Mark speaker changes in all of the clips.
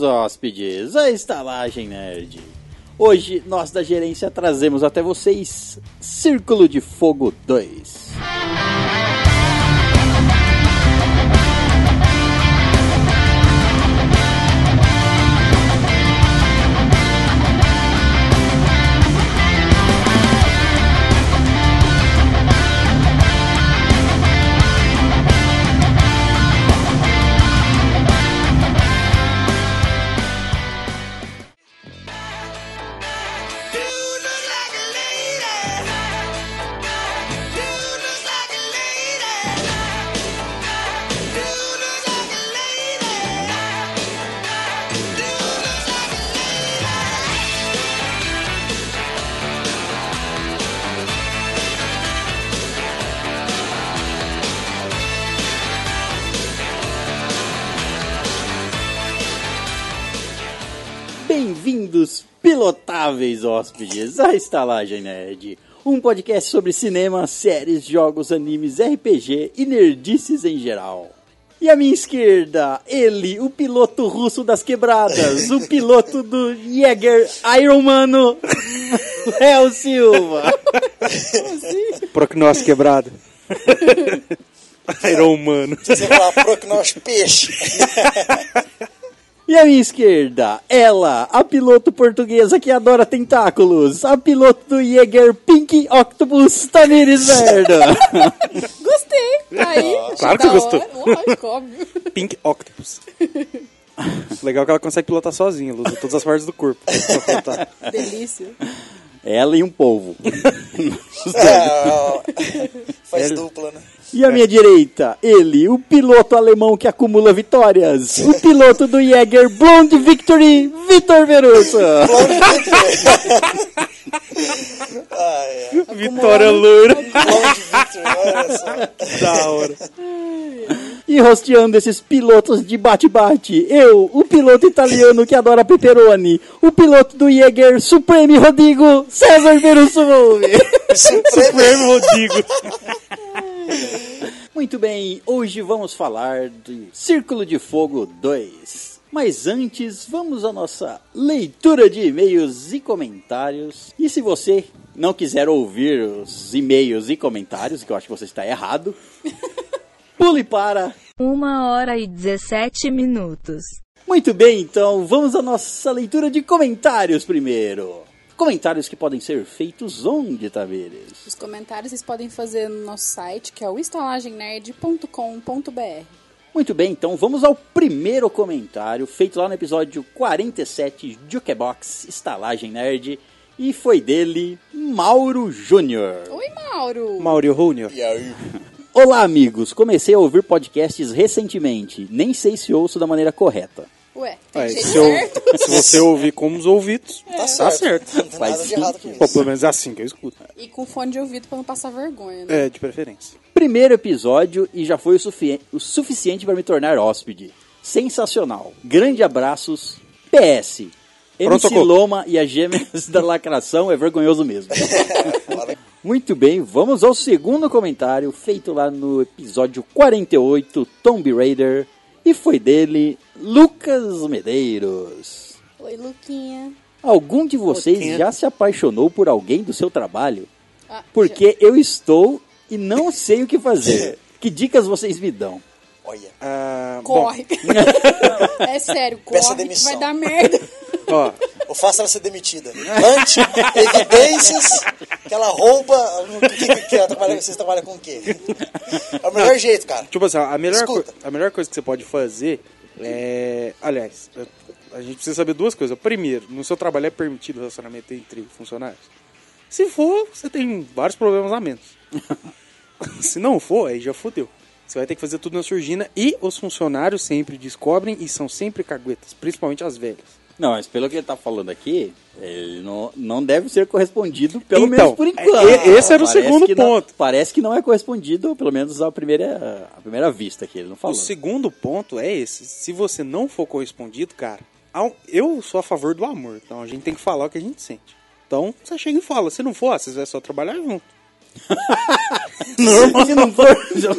Speaker 1: hóspedes, a Estalagem Nerd. Hoje, nós da gerência trazemos até vocês Círculo de Fogo 2. Bem-vindos, pilotáveis hóspedes, à Estalagem Nerd. Um podcast sobre cinema, séries, jogos, animes, RPG e nerdices em geral. E à minha esquerda, ele, o piloto russo das quebradas, o piloto do Jäger Ironmano, Léo Silva.
Speaker 2: Procnose quebrado. Iron Mano.
Speaker 3: Você fala Procnos é um Peixe.
Speaker 1: E à minha esquerda, ela, a piloto portuguesa que adora tentáculos, a piloto do Jäger Pink Octopus Tamires Verda.
Speaker 4: Gostei, tá aí. achei
Speaker 2: Claro que
Speaker 4: da
Speaker 2: gostou.
Speaker 4: hora. Lógico, óbvio.
Speaker 2: Pink Octopus. Legal que ela consegue pilotar sozinha, ela usa todas as partes do corpo. pra pilotar.
Speaker 4: Delícia.
Speaker 1: Ela e um polvo.
Speaker 3: É, Faz
Speaker 2: Ele-
Speaker 3: dupla, né?
Speaker 1: E à minha direita, ele, o piloto alemão que acumula vitórias, o piloto do Jäger Blonde Victory, Vitor Verusso.
Speaker 2: Vitória loira.
Speaker 3: Blonde Victor, olha só.
Speaker 2: da hora.
Speaker 1: E rosteando esses pilotos de bate-bate, eu, o piloto italiano que adora pepperoni, o piloto do Jäger Supreme Rodrigo, César Verusso Volve.
Speaker 2: Supremo Rodrigo.
Speaker 1: Muito bem, hoje vamos falar de Círculo de Fogo 2. Mas antes, vamos à nossa leitura de e-mails e comentários. E se você não quiser ouvir os e-mails e comentários, que eu acho que você está errado, pule para.
Speaker 5: Uma hora e 17 minutos.
Speaker 1: Muito bem, então vamos à nossa leitura de comentários primeiro. Comentários que podem ser feitos onde, Taveres?
Speaker 4: Os comentários vocês podem fazer no nosso site, que é o instalagemnerd.com.br.
Speaker 1: Muito bem, então vamos ao primeiro comentário feito lá no episódio 47 Jukebox Estalagem Nerd e foi dele Mauro Júnior.
Speaker 4: Oi, Mauro.
Speaker 2: Mauro Júnior.
Speaker 3: E aí?
Speaker 1: Olá amigos, comecei a ouvir podcasts recentemente, nem sei se ouço da maneira correta.
Speaker 4: Ué, tem
Speaker 2: Aí,
Speaker 4: jeito
Speaker 2: se, eu-
Speaker 4: certo?
Speaker 2: se você ouvir com os ouvidos,
Speaker 3: Tá certo. Não tem
Speaker 1: Faz
Speaker 3: nada de errado com
Speaker 1: sentido.
Speaker 2: Pô,
Speaker 3: isso.
Speaker 2: pelo menos é assim que eu escuto.
Speaker 4: E com fone de ouvido pra não passar vergonha, né?
Speaker 2: É, de preferência.
Speaker 1: Primeiro episódio e já foi o, sufi- o suficiente para me tornar hóspede. Sensacional. Grande abraços. PS. MC
Speaker 2: Pronto,
Speaker 1: Loma e as gêmeas da lacração é vergonhoso mesmo. Muito bem, vamos ao segundo comentário feito lá no episódio 48 Tomb Raider e foi dele Lucas Medeiros.
Speaker 4: Oi, Luquinha.
Speaker 1: Algum de vocês
Speaker 2: Luquinha.
Speaker 1: já se apaixonou por alguém do seu trabalho?
Speaker 4: Ah,
Speaker 1: Porque eu estou e não sei o que fazer. Que dicas vocês me dão?
Speaker 3: Olha.
Speaker 2: Ah,
Speaker 4: já-
Speaker 2: bom,
Speaker 4: Corre. é sério,
Speaker 3: Peça
Speaker 4: corre que
Speaker 3: demissão.
Speaker 4: vai dar merda.
Speaker 2: ó,
Speaker 3: Ou faça ela ser demitida. Ante evidências que ela rouba. O que, que, que ela trabalha, vocês trabalham com o quê? É o melhor jeito, cara.
Speaker 2: Tipo assim, a melhor,
Speaker 3: Escuta.
Speaker 2: coi- a melhor coisa que você pode fazer é. Aliás, a gente precisa saber duas coisas. Primeiro, no seu trabalho é permitido relacionamento entre funcionários? Se for, você tem vários problemas a menos. Se não for, aí já fodeu. Você vai ter que fazer tudo na surgina e os funcionários sempre descobrem e são sempre caguetas, principalmente as velhas.
Speaker 1: Não, mas pelo que ele tá falando aqui, ele não, não deve ser correspondido, pelo
Speaker 2: Então,
Speaker 1: menos por enquanto.
Speaker 2: é- esse era o segundo
Speaker 1: que não-
Speaker 2: ponto.
Speaker 1: parece que não é correspondido, pelo menos à primeira, à primeira vista que ele não
Speaker 2: O
Speaker 1: falou.
Speaker 2: segundo ponto é esse. Se você não for correspondido, cara, há um- eu sou a favor do amor. Então a gente tem que falar o que a gente sente. Então você chega e fala. Se não for, ah, vocês vão só trabalhar junto.
Speaker 1: Se não for,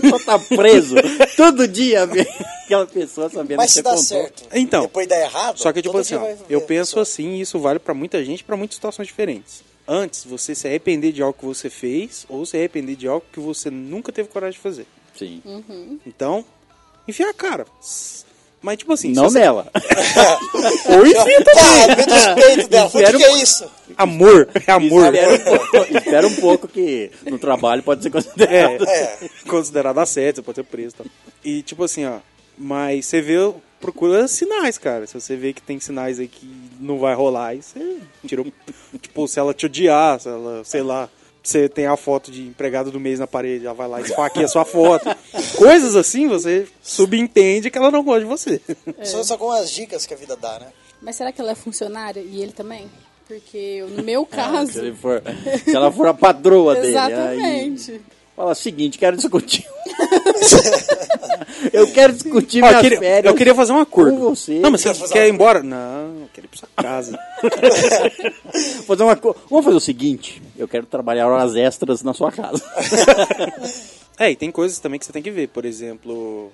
Speaker 1: só tá preso todo dia vê aquela pessoa sabendo
Speaker 3: Mas
Speaker 1: que você
Speaker 3: se dá
Speaker 1: contou.
Speaker 3: certo,
Speaker 2: Então.
Speaker 3: depois dá errado,
Speaker 2: Só que, tipo
Speaker 3: todo
Speaker 2: assim,
Speaker 3: dia
Speaker 2: ó,
Speaker 3: vai
Speaker 2: eu
Speaker 3: ver.
Speaker 2: penso assim, e isso vale pra muita gente, pra muitas situações diferentes. Antes, você se arrepender de algo que você fez, ou se arrepender de algo que você nunca teve coragem de fazer.
Speaker 1: Sim.
Speaker 2: Então, enfia a cara. Mas, tipo assim, se
Speaker 1: não
Speaker 2: você-
Speaker 1: nela.
Speaker 2: Ou enfia também.
Speaker 1: assim.
Speaker 3: Pá, me dos peitos dela. Falei,
Speaker 1: Espero-
Speaker 3: O que, que é isso?
Speaker 2: Amor, é amor.
Speaker 1: Espera um pouco, espera um pouco que no trabalho pode ser
Speaker 2: É,
Speaker 1: considerado.
Speaker 2: considerado assédio, você pode ser preso. e tal. E tipo assim, ó. Mas você vê, procura sinais, cara. Se você vê que tem sinais aí que não vai rolar, aí você tirou. tipo, se ela te odiar, se ela, sei lá. Você tem a foto de empregado do mês na parede, ela vai lá e esfaqueia a sua foto. Coisas assim, você subentende que ela não gosta de você.
Speaker 1: É.
Speaker 3: São só algumas dicas que a vida dá, né?
Speaker 4: Mas será que ela é funcionária e ele também? Porque no meu
Speaker 1: Se,
Speaker 4: caso.
Speaker 1: ele for- se ela for a patroa dele. Aí,
Speaker 4: exatamente.
Speaker 1: fala o seguinte, quero discutir. eu quero discutir
Speaker 2: Ó,
Speaker 1: minhas
Speaker 2: eu, queria,
Speaker 1: férias.
Speaker 2: eu queria fazer um acordo.
Speaker 1: com você.
Speaker 2: Não, mas você
Speaker 3: Quer fazer
Speaker 2: quer ir
Speaker 3: um-
Speaker 2: embora? Não, eu quero ir pra sua casa.
Speaker 1: fazer uma co- Vamos fazer o seguinte, eu quero trabalhar horas extras na sua casa.
Speaker 2: É, e tem coisas também que você tem que ver. Por exemplo,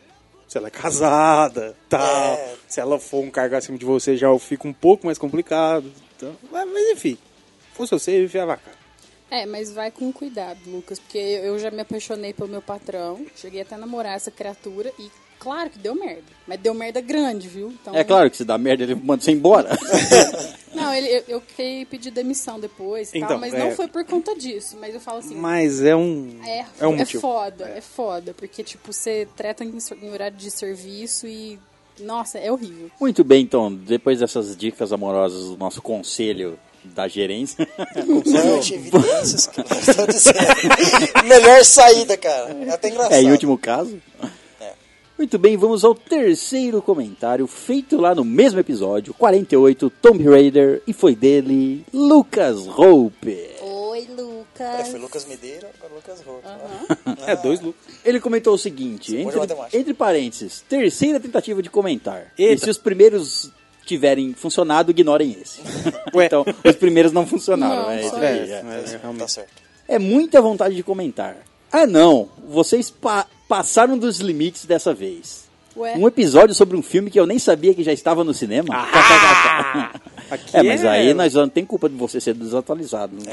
Speaker 2: se ela é casada, tal.
Speaker 3: É.
Speaker 2: Se ela for um cargo acima de você, já fica um pouco mais complicado. Então, mas, mas enfim, se fosse você, eu enfiava a cara.
Speaker 4: É, mas vai com cuidado, Lucas, porque eu já me apaixonei pelo meu patrão, cheguei até a namorar essa criatura e claro que deu merda, mas deu merda grande, viu? Então,
Speaker 1: É claro que se dá merda, ele manda você embora.
Speaker 4: Não, ele, eu, eu fiquei pedir demissão depois, e
Speaker 2: Então,
Speaker 4: tal, mas
Speaker 2: é.
Speaker 4: não foi por conta disso, mas eu falo assim,
Speaker 2: Mas é um.
Speaker 4: é,
Speaker 2: É um
Speaker 4: é
Speaker 2: motivo.
Speaker 4: foda, é. foda, porque tipo, você trata em, so- em horário de serviço e nossa, é horrível.
Speaker 1: Muito bem, então, depois dessas dicas amorosas do nosso conselho da gerência,
Speaker 3: Plante evidências que nós estamos dizendo. Melhor saída, cara. É até engraçado.
Speaker 1: é em último caso.
Speaker 3: É.
Speaker 1: Muito bem, vamos ao terceiro comentário, feito lá no mesmo episódio, 48, Tomb Raider, e foi dele, Lucas Hope.
Speaker 4: Oi,
Speaker 3: É,
Speaker 4: Lucas.
Speaker 3: foi Lucas Medeira, agora Lucas Roto.
Speaker 2: É, dois lucros.
Speaker 1: Ele comentou o seguinte,
Speaker 3: Você pode
Speaker 1: entre,
Speaker 3: matemática.
Speaker 1: entre parênteses, terceira tentativa de comentar. E
Speaker 2: Eita.
Speaker 1: se os primeiros tiverem funcionado, ignorem esse.
Speaker 2: Ué.
Speaker 1: Então, os primeiros não funcionaram.
Speaker 4: Não,
Speaker 1: é isso
Speaker 4: só
Speaker 1: aí,
Speaker 2: isso.
Speaker 1: é.
Speaker 2: É, realmente.
Speaker 3: Tá certo.
Speaker 1: É muita vontade de comentar. Ah, não. Vocês pa- passaram dos limites dessa vez.
Speaker 4: Ué?
Speaker 1: Um episódio sobre um filme que eu nem sabia que já estava no cinema.
Speaker 2: Aqui
Speaker 1: é, mas aí
Speaker 2: Ah, é-
Speaker 1: nós não tem culpa de você ser desatualizado. né?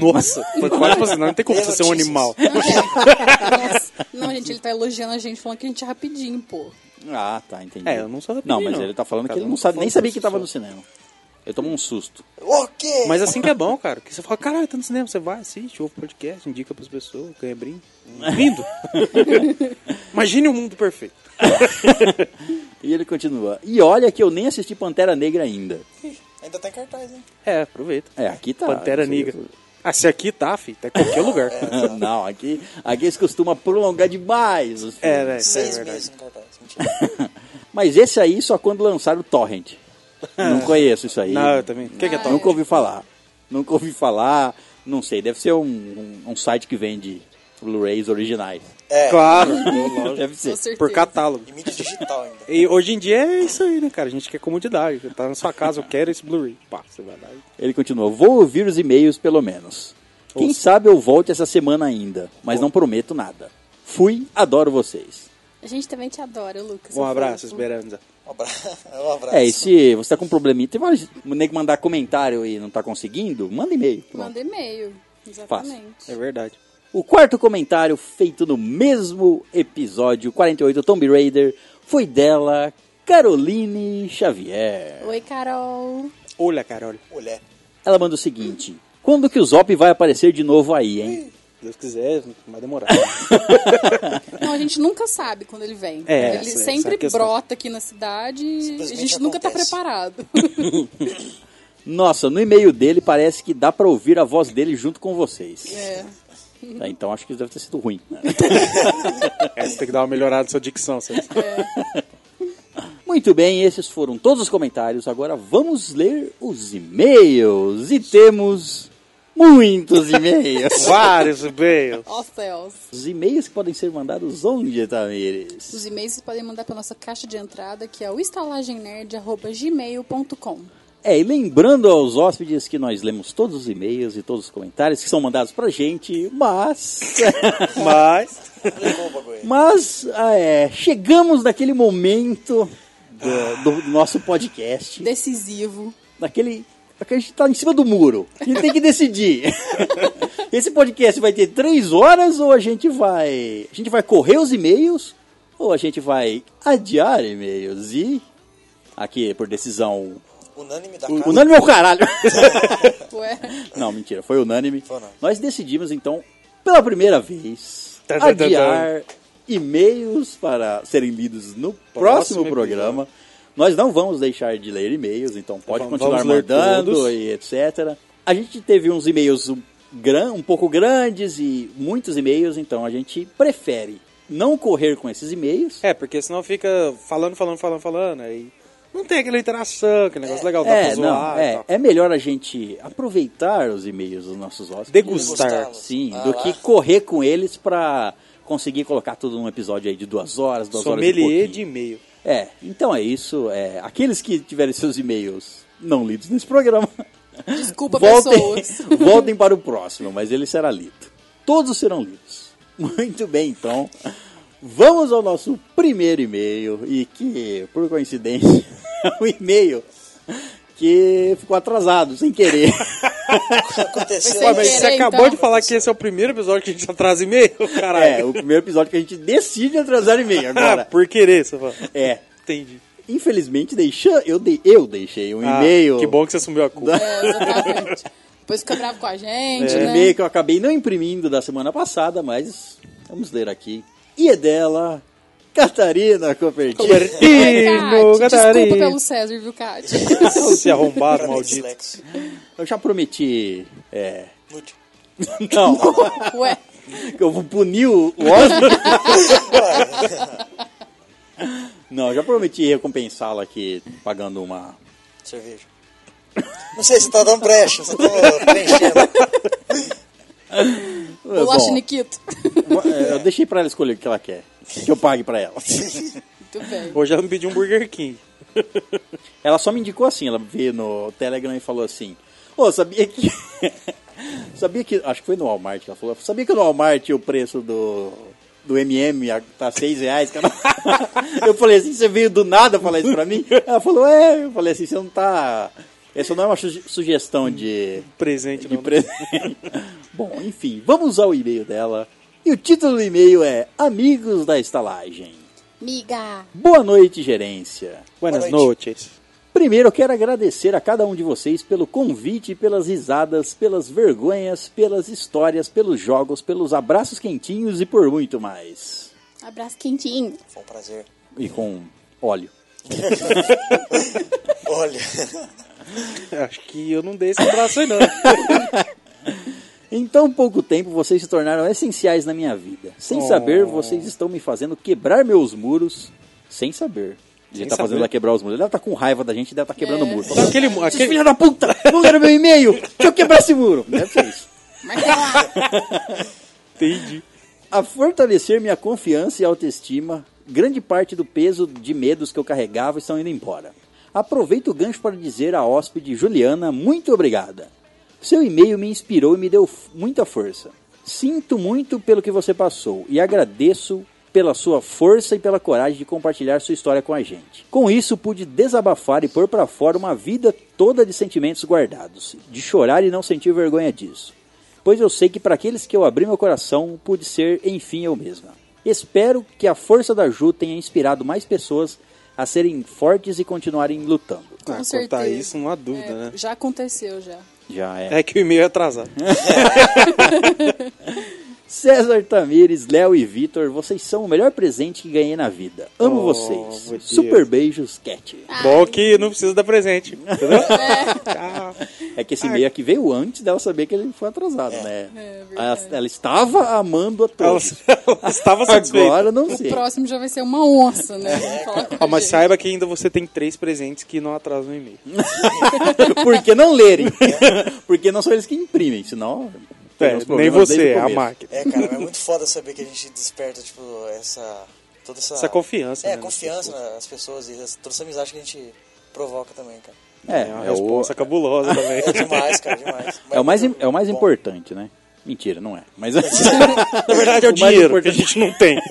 Speaker 1: Não-
Speaker 2: Nossa, foi quase pra você, não tem como
Speaker 3: Tem
Speaker 2: você ser um
Speaker 3: notícias.
Speaker 2: animal.
Speaker 4: Nossa. Não, gente, ele tá elogiando a gente, falando que a gente é rapidinho, pô.
Speaker 1: Ah, tá, entendi.
Speaker 2: É, eu não sou
Speaker 1: Não,
Speaker 2: rapidinho,
Speaker 1: mas
Speaker 2: não.
Speaker 1: ele tá falando
Speaker 2: Cada
Speaker 1: que ele
Speaker 2: um
Speaker 1: não sabe,
Speaker 2: falando
Speaker 1: nem sabia
Speaker 2: por
Speaker 1: que
Speaker 2: si
Speaker 1: estava
Speaker 2: só.
Speaker 1: no cinema. Eu tomo um susto.
Speaker 3: O quê?
Speaker 2: Mas assim que é bom, cara. Que você fala, caralho, tá no cinema, você vai, assiste, ouve podcast, indica pras pessoas, ganha brinde. Lindo! Imagine o mundo perfeito.
Speaker 1: E ele continua. E olha que eu nem assisti Pantera Negra ainda.
Speaker 3: Ainda tá em cartaz, hein?
Speaker 2: É, aproveita.
Speaker 1: É, aqui tá. É.
Speaker 2: Pantera
Speaker 1: não sei
Speaker 2: Negra.
Speaker 1: o que-
Speaker 2: Ah, se aqui tá, filho, tá em qualquer lugar.
Speaker 1: Não, aqui, aqui eles costumam prolongar demais. os
Speaker 2: É,
Speaker 1: filmes.
Speaker 2: né? isso é
Speaker 3: Seis
Speaker 2: verdade.
Speaker 3: meses em cartaz. Mentira.
Speaker 1: Mas esse aí só quando lançaram o Torrent. Não conheço isso aí.
Speaker 2: Não, eu também. O que, que é top?
Speaker 1: Nunca ouvi falar. Nunca ouvi falar. Não sei, deve ser um, um, um site que vende Blu-rays originais.
Speaker 3: É,
Speaker 2: Claro,
Speaker 1: Deve ser.
Speaker 4: Com certeza.
Speaker 2: por catálogo.
Speaker 3: e mídia digital ainda.
Speaker 2: E hoje em dia é isso aí, né, cara? A gente quer comodidade. Você tá na sua casa, eu quero esse Blu-ray. Pá, você vai lá. e-
Speaker 1: Ele continua. Vou ouvir os e-mails pelo menos. Quem
Speaker 2: Ouça.
Speaker 1: sabe eu volte essa semana ainda, mas não prometo nada. Fui, adoro vocês.
Speaker 4: A gente também te adora, Lucas. assim,
Speaker 2: Um
Speaker 4: Você
Speaker 2: abraço,
Speaker 4: foi-
Speaker 2: Esperanza.
Speaker 3: Um abraço. Um abraço.
Speaker 1: É, e se você tá com um probleminha, tem vários nem que mandar comentário e não tá conseguindo, manda e-mail. Pronto.
Speaker 4: Manda e-mail. Exatamente.
Speaker 2: É verdade.
Speaker 1: O quarto comentário feito no mesmo episódio 48 Tomb Raider foi dela, Caroline Xavier.
Speaker 4: Oi, Carol.
Speaker 2: Olha, cara, olha.
Speaker 3: Mulher.
Speaker 1: Ela manda o seguinte: Quando que o Zop vai aparecer de novo aí, hein?
Speaker 2: Se Deus quiser, não vai demorar.
Speaker 4: Não, a gente nunca sabe quando ele vem.
Speaker 2: É,
Speaker 4: ele
Speaker 2: essa- essa é
Speaker 4: sempre
Speaker 2: a questão.
Speaker 4: brota aqui na cidade e a gente
Speaker 3: Simplesmente
Speaker 4: nunca tá
Speaker 3: acontece.
Speaker 4: preparado.
Speaker 1: Nossa, no e-mail dele parece que dá pra ouvir a voz dele junto com vocês.
Speaker 4: É.
Speaker 1: Tá, então acho que isso deve ter sido ruim. né?
Speaker 2: é, você tem que dar uma melhorada na sua dicção. Você...
Speaker 1: Muito bem, esses foram todos os comentários. Agora vamos ler os e-mails. E temos muitos e-mails.
Speaker 2: Vários e-mails.
Speaker 4: Ó céus.
Speaker 1: os e-mails que podem ser mandados onde, Tamires?
Speaker 4: Os e-mails vocês podem mandar pra nossa caixa de entrada, que é o estalagemnerd.gmail.com.
Speaker 1: É, e lembrando aos hóspedes que nós lemos todos os e-mails e todos os comentários que são mandados pra gente, mas.
Speaker 2: Mas.
Speaker 3: Complicou o bagulho.
Speaker 1: mas, ah, é, chegamos naquele momento do, do nosso podcast,
Speaker 4: Decisivo.
Speaker 1: naquele. que a gente tá em cima do muro. A gente tem que decidir. Esse podcast vai ter três horas ou a gente vai. A gente vai correr os e-mails ou a gente vai adiar e-mails e. Aqui, por decisão.
Speaker 3: Unânime da casa.
Speaker 1: Unânime é o caralho!
Speaker 4: Ué.
Speaker 1: Não, mentira, foi unânime.
Speaker 3: Foi unânime.
Speaker 1: Nós decidimos, então, pela primeira vez,
Speaker 2: Tá, tá, tá, tá.
Speaker 1: adiar e-mails para serem lidos no próximo,
Speaker 2: episódio.
Speaker 1: programa. Nós não vamos deixar de ler e-mails, então pode
Speaker 2: Vamos-
Speaker 1: continuar
Speaker 2: vamos ler
Speaker 1: mandando
Speaker 2: todos.
Speaker 1: e etc. A gente teve uns e-mails um, gran- um pouco grandes e muitos e-mails, então a gente prefere não correr com esses e-mails.
Speaker 2: É, porque senão fica falando, falando, falando, falando. Aí não tem aquela interação, aquele negócio legal, dá pra
Speaker 1: É, não,
Speaker 2: zoar e
Speaker 1: é,
Speaker 2: tal.
Speaker 1: é melhor a gente aproveitar os e-mails dos nossos hóspedes.
Speaker 2: Degustar.
Speaker 3: Degustá-los.
Speaker 1: Sim,
Speaker 3: Ah,
Speaker 1: do
Speaker 3: lá.
Speaker 1: que correr com eles pra conseguir colocar tudo num episódio aí de duas horas, duas horas e
Speaker 2: Sommelier de
Speaker 1: um pouquinho.
Speaker 2: e-mail.
Speaker 1: É, então é isso. é, aqueles que tiverem seus e-mails não lidos nesse programa,
Speaker 4: Desculpa,
Speaker 1: voltem,
Speaker 4: pessoas.
Speaker 1: voltem para o próximo, mas ele será lido. Todos serão lidos. Muito bem, então. Vamos ao nosso primeiro e-mail, e que, por coincidência, é um e-mail que ficou atrasado, sem querer.
Speaker 3: Aconteceu.
Speaker 4: Sem
Speaker 2: Ué, mas
Speaker 4: querer,
Speaker 2: você acabou
Speaker 4: então.
Speaker 2: de falar que esse é o primeiro episódio que a gente atrasa e-mail,
Speaker 1: É,
Speaker 2: caralho.
Speaker 1: o primeiro episódio que a gente decide atrasar e-mail
Speaker 2: Ah,
Speaker 1: agora.
Speaker 2: por querer, você fala.
Speaker 1: É,
Speaker 2: Entendi.
Speaker 1: infelizmente deixa, eu, dei, eu deixei um
Speaker 2: Ah,
Speaker 1: e-mail.
Speaker 2: Que bom que você assumiu a culpa.
Speaker 4: É, exatamente. Depois fica bravo com a gente,
Speaker 2: É,
Speaker 1: Um
Speaker 4: né?
Speaker 1: e-mail que eu acabei não imprimindo da semana passada, mas vamos ler aqui. E é dela, Catarina Copertino.
Speaker 2: Bertino,
Speaker 4: Kátia, Desculpa
Speaker 2: Catarina.
Speaker 4: pelo César, viu, Kátia?
Speaker 2: Se arrombado,
Speaker 3: Cara,
Speaker 2: maldito.
Speaker 3: dislexo.
Speaker 1: Eu já prometi. É.
Speaker 3: Inútil.
Speaker 1: Não,
Speaker 4: Ué,
Speaker 1: que eu vou punir o o hóspede. Não, eu já prometi recompensá-la aqui pagando uma.
Speaker 3: Cerveja. Não sei se tá dando brecha, só tô preenchendo.
Speaker 4: o
Speaker 1: Bom,
Speaker 4: Lachiniquito.
Speaker 1: é, eu deixei pra ela escolher o que ela quer. Que eu pague pra ela.
Speaker 4: Muito bem.
Speaker 2: Hoje eu me pedi um Burger King.
Speaker 1: Ela só me indicou assim, ela veio no Telegram e falou assim: Ô, sabia que. sabia que. Acho que foi no Walmart que ela falou. Sabia que no Walmart o preço do. Do MM a- tá seis reais. cara?" Eu falei assim, você veio do nada falar isso pra mim? Ela falou, é. Eu falei assim, você não tá. Isso não é uma suge- sugestão de,
Speaker 2: Presente
Speaker 1: de
Speaker 2: não.
Speaker 1: presente. Bom, enfim, vamos ao e-mail dela. E o título do e-mail é Amigos da Estalagem.
Speaker 4: Miga.
Speaker 1: Boa noite, gerência.
Speaker 2: Buenas
Speaker 3: Boa
Speaker 2: noches.
Speaker 1: Primeiro, eu quero agradecer a cada um de vocês pelo convite, pelas risadas, pelas vergonhas, pelas histórias, pelos jogos, pelos abraços quentinhos e por muito mais.
Speaker 4: Abraço quentinho.
Speaker 3: Foi um prazer.
Speaker 1: E com óleo.
Speaker 3: Olha,
Speaker 2: É, Acho que eu não dei esse abraço aí, não.
Speaker 1: Em tão pouco tempo, vocês se tornaram essenciais na minha vida. Sem
Speaker 2: Oh.
Speaker 1: saber, vocês estão me fazendo quebrar meus muros. Sem saber. Ele
Speaker 2: Sem
Speaker 1: tá fazendo
Speaker 2: saber. É.
Speaker 1: ela quebrar os muros. Ele deve tá com raiva da gente, deve tá quebrando o muro.
Speaker 2: Sabe
Speaker 1: Falando,
Speaker 2: aquele,
Speaker 1: "Vocês,
Speaker 2: aquele,
Speaker 1: Filha da puta! Não leram meu e-mail! Deixa eu quebrar esse muro! Deve ser isso.
Speaker 4: Marcela.
Speaker 2: Entendi.
Speaker 1: a fortalecer minha confiança e autoestima, grande parte do peso de medos que eu carregava estão indo embora. Aproveito o gancho para dizer à hóspede Juliana muito obrigada. Seu e-mail me inspirou e me deu f- muita força. Sinto muito pelo que você passou e agradeço pela sua força e pela coragem de compartilhar sua história com a gente. Com isso, pude desabafar e pôr para fora uma vida toda de sentimentos guardados, de chorar e não sentir vergonha disso pois eu sei que para aqueles que eu abri meu coração, pude ser, enfim, eu mesma. Espero que a força da Ju tenha inspirado mais pessoas a serem fortes e continuarem lutando.
Speaker 4: Com
Speaker 2: ah, quanto a
Speaker 4: certeza.
Speaker 2: isso, não há dúvida,
Speaker 4: É,
Speaker 2: né?
Speaker 4: Já aconteceu, já.
Speaker 1: Já
Speaker 2: É que o e-mail é atrasado.
Speaker 1: César Tamires, Léo e Vitor, vocês são o melhor presente que ganhei na vida. Amo
Speaker 2: Oh,
Speaker 1: vocês.
Speaker 2: meu Deus.
Speaker 1: Super beijos, Cat.
Speaker 4: Ah, é.
Speaker 2: Bom que não precisa dar presente, entendeu?
Speaker 1: É que esse e-mail aqui veio antes dela saber que ele foi atrasado,
Speaker 2: É.
Speaker 1: né? ela, ela estava amando a
Speaker 2: Ela,
Speaker 1: todos.
Speaker 2: ela estava satisfeita.
Speaker 1: Agora não
Speaker 4: O
Speaker 1: sei.
Speaker 4: próximo já vai ser uma onça, né? Falar com
Speaker 2: É. Ó,
Speaker 4: a
Speaker 2: mas
Speaker 4: gente.
Speaker 2: saiba que ainda você tem três presentes que não atrasam o e-mail.
Speaker 1: Porque não lerem. Porque não são eles que imprimem, senão.
Speaker 2: É,
Speaker 1: tem uns
Speaker 2: nem
Speaker 1: problemas desde
Speaker 2: você,
Speaker 1: o
Speaker 2: a
Speaker 1: começo.
Speaker 2: máquina.
Speaker 3: é, cara, mas é muito foda saber que a gente desperta, tipo, essa. Toda essa.
Speaker 2: Essa confiança,
Speaker 3: É,
Speaker 2: né, nas
Speaker 3: confiança nas pessoas e essa- toda essa amizade que a gente provoca também, cara.
Speaker 1: É,
Speaker 2: É uma
Speaker 1: é o,
Speaker 2: resposta cabulosa também.
Speaker 3: É demais, cara, demais.
Speaker 1: é o mais, im- é o mais
Speaker 3: Bom.
Speaker 1: importante, né? Mentira, não é. Mas
Speaker 2: Na verdade é o,
Speaker 1: mais
Speaker 2: dinheiro que
Speaker 1: importante-
Speaker 2: a
Speaker 1: é
Speaker 2: gente não tem.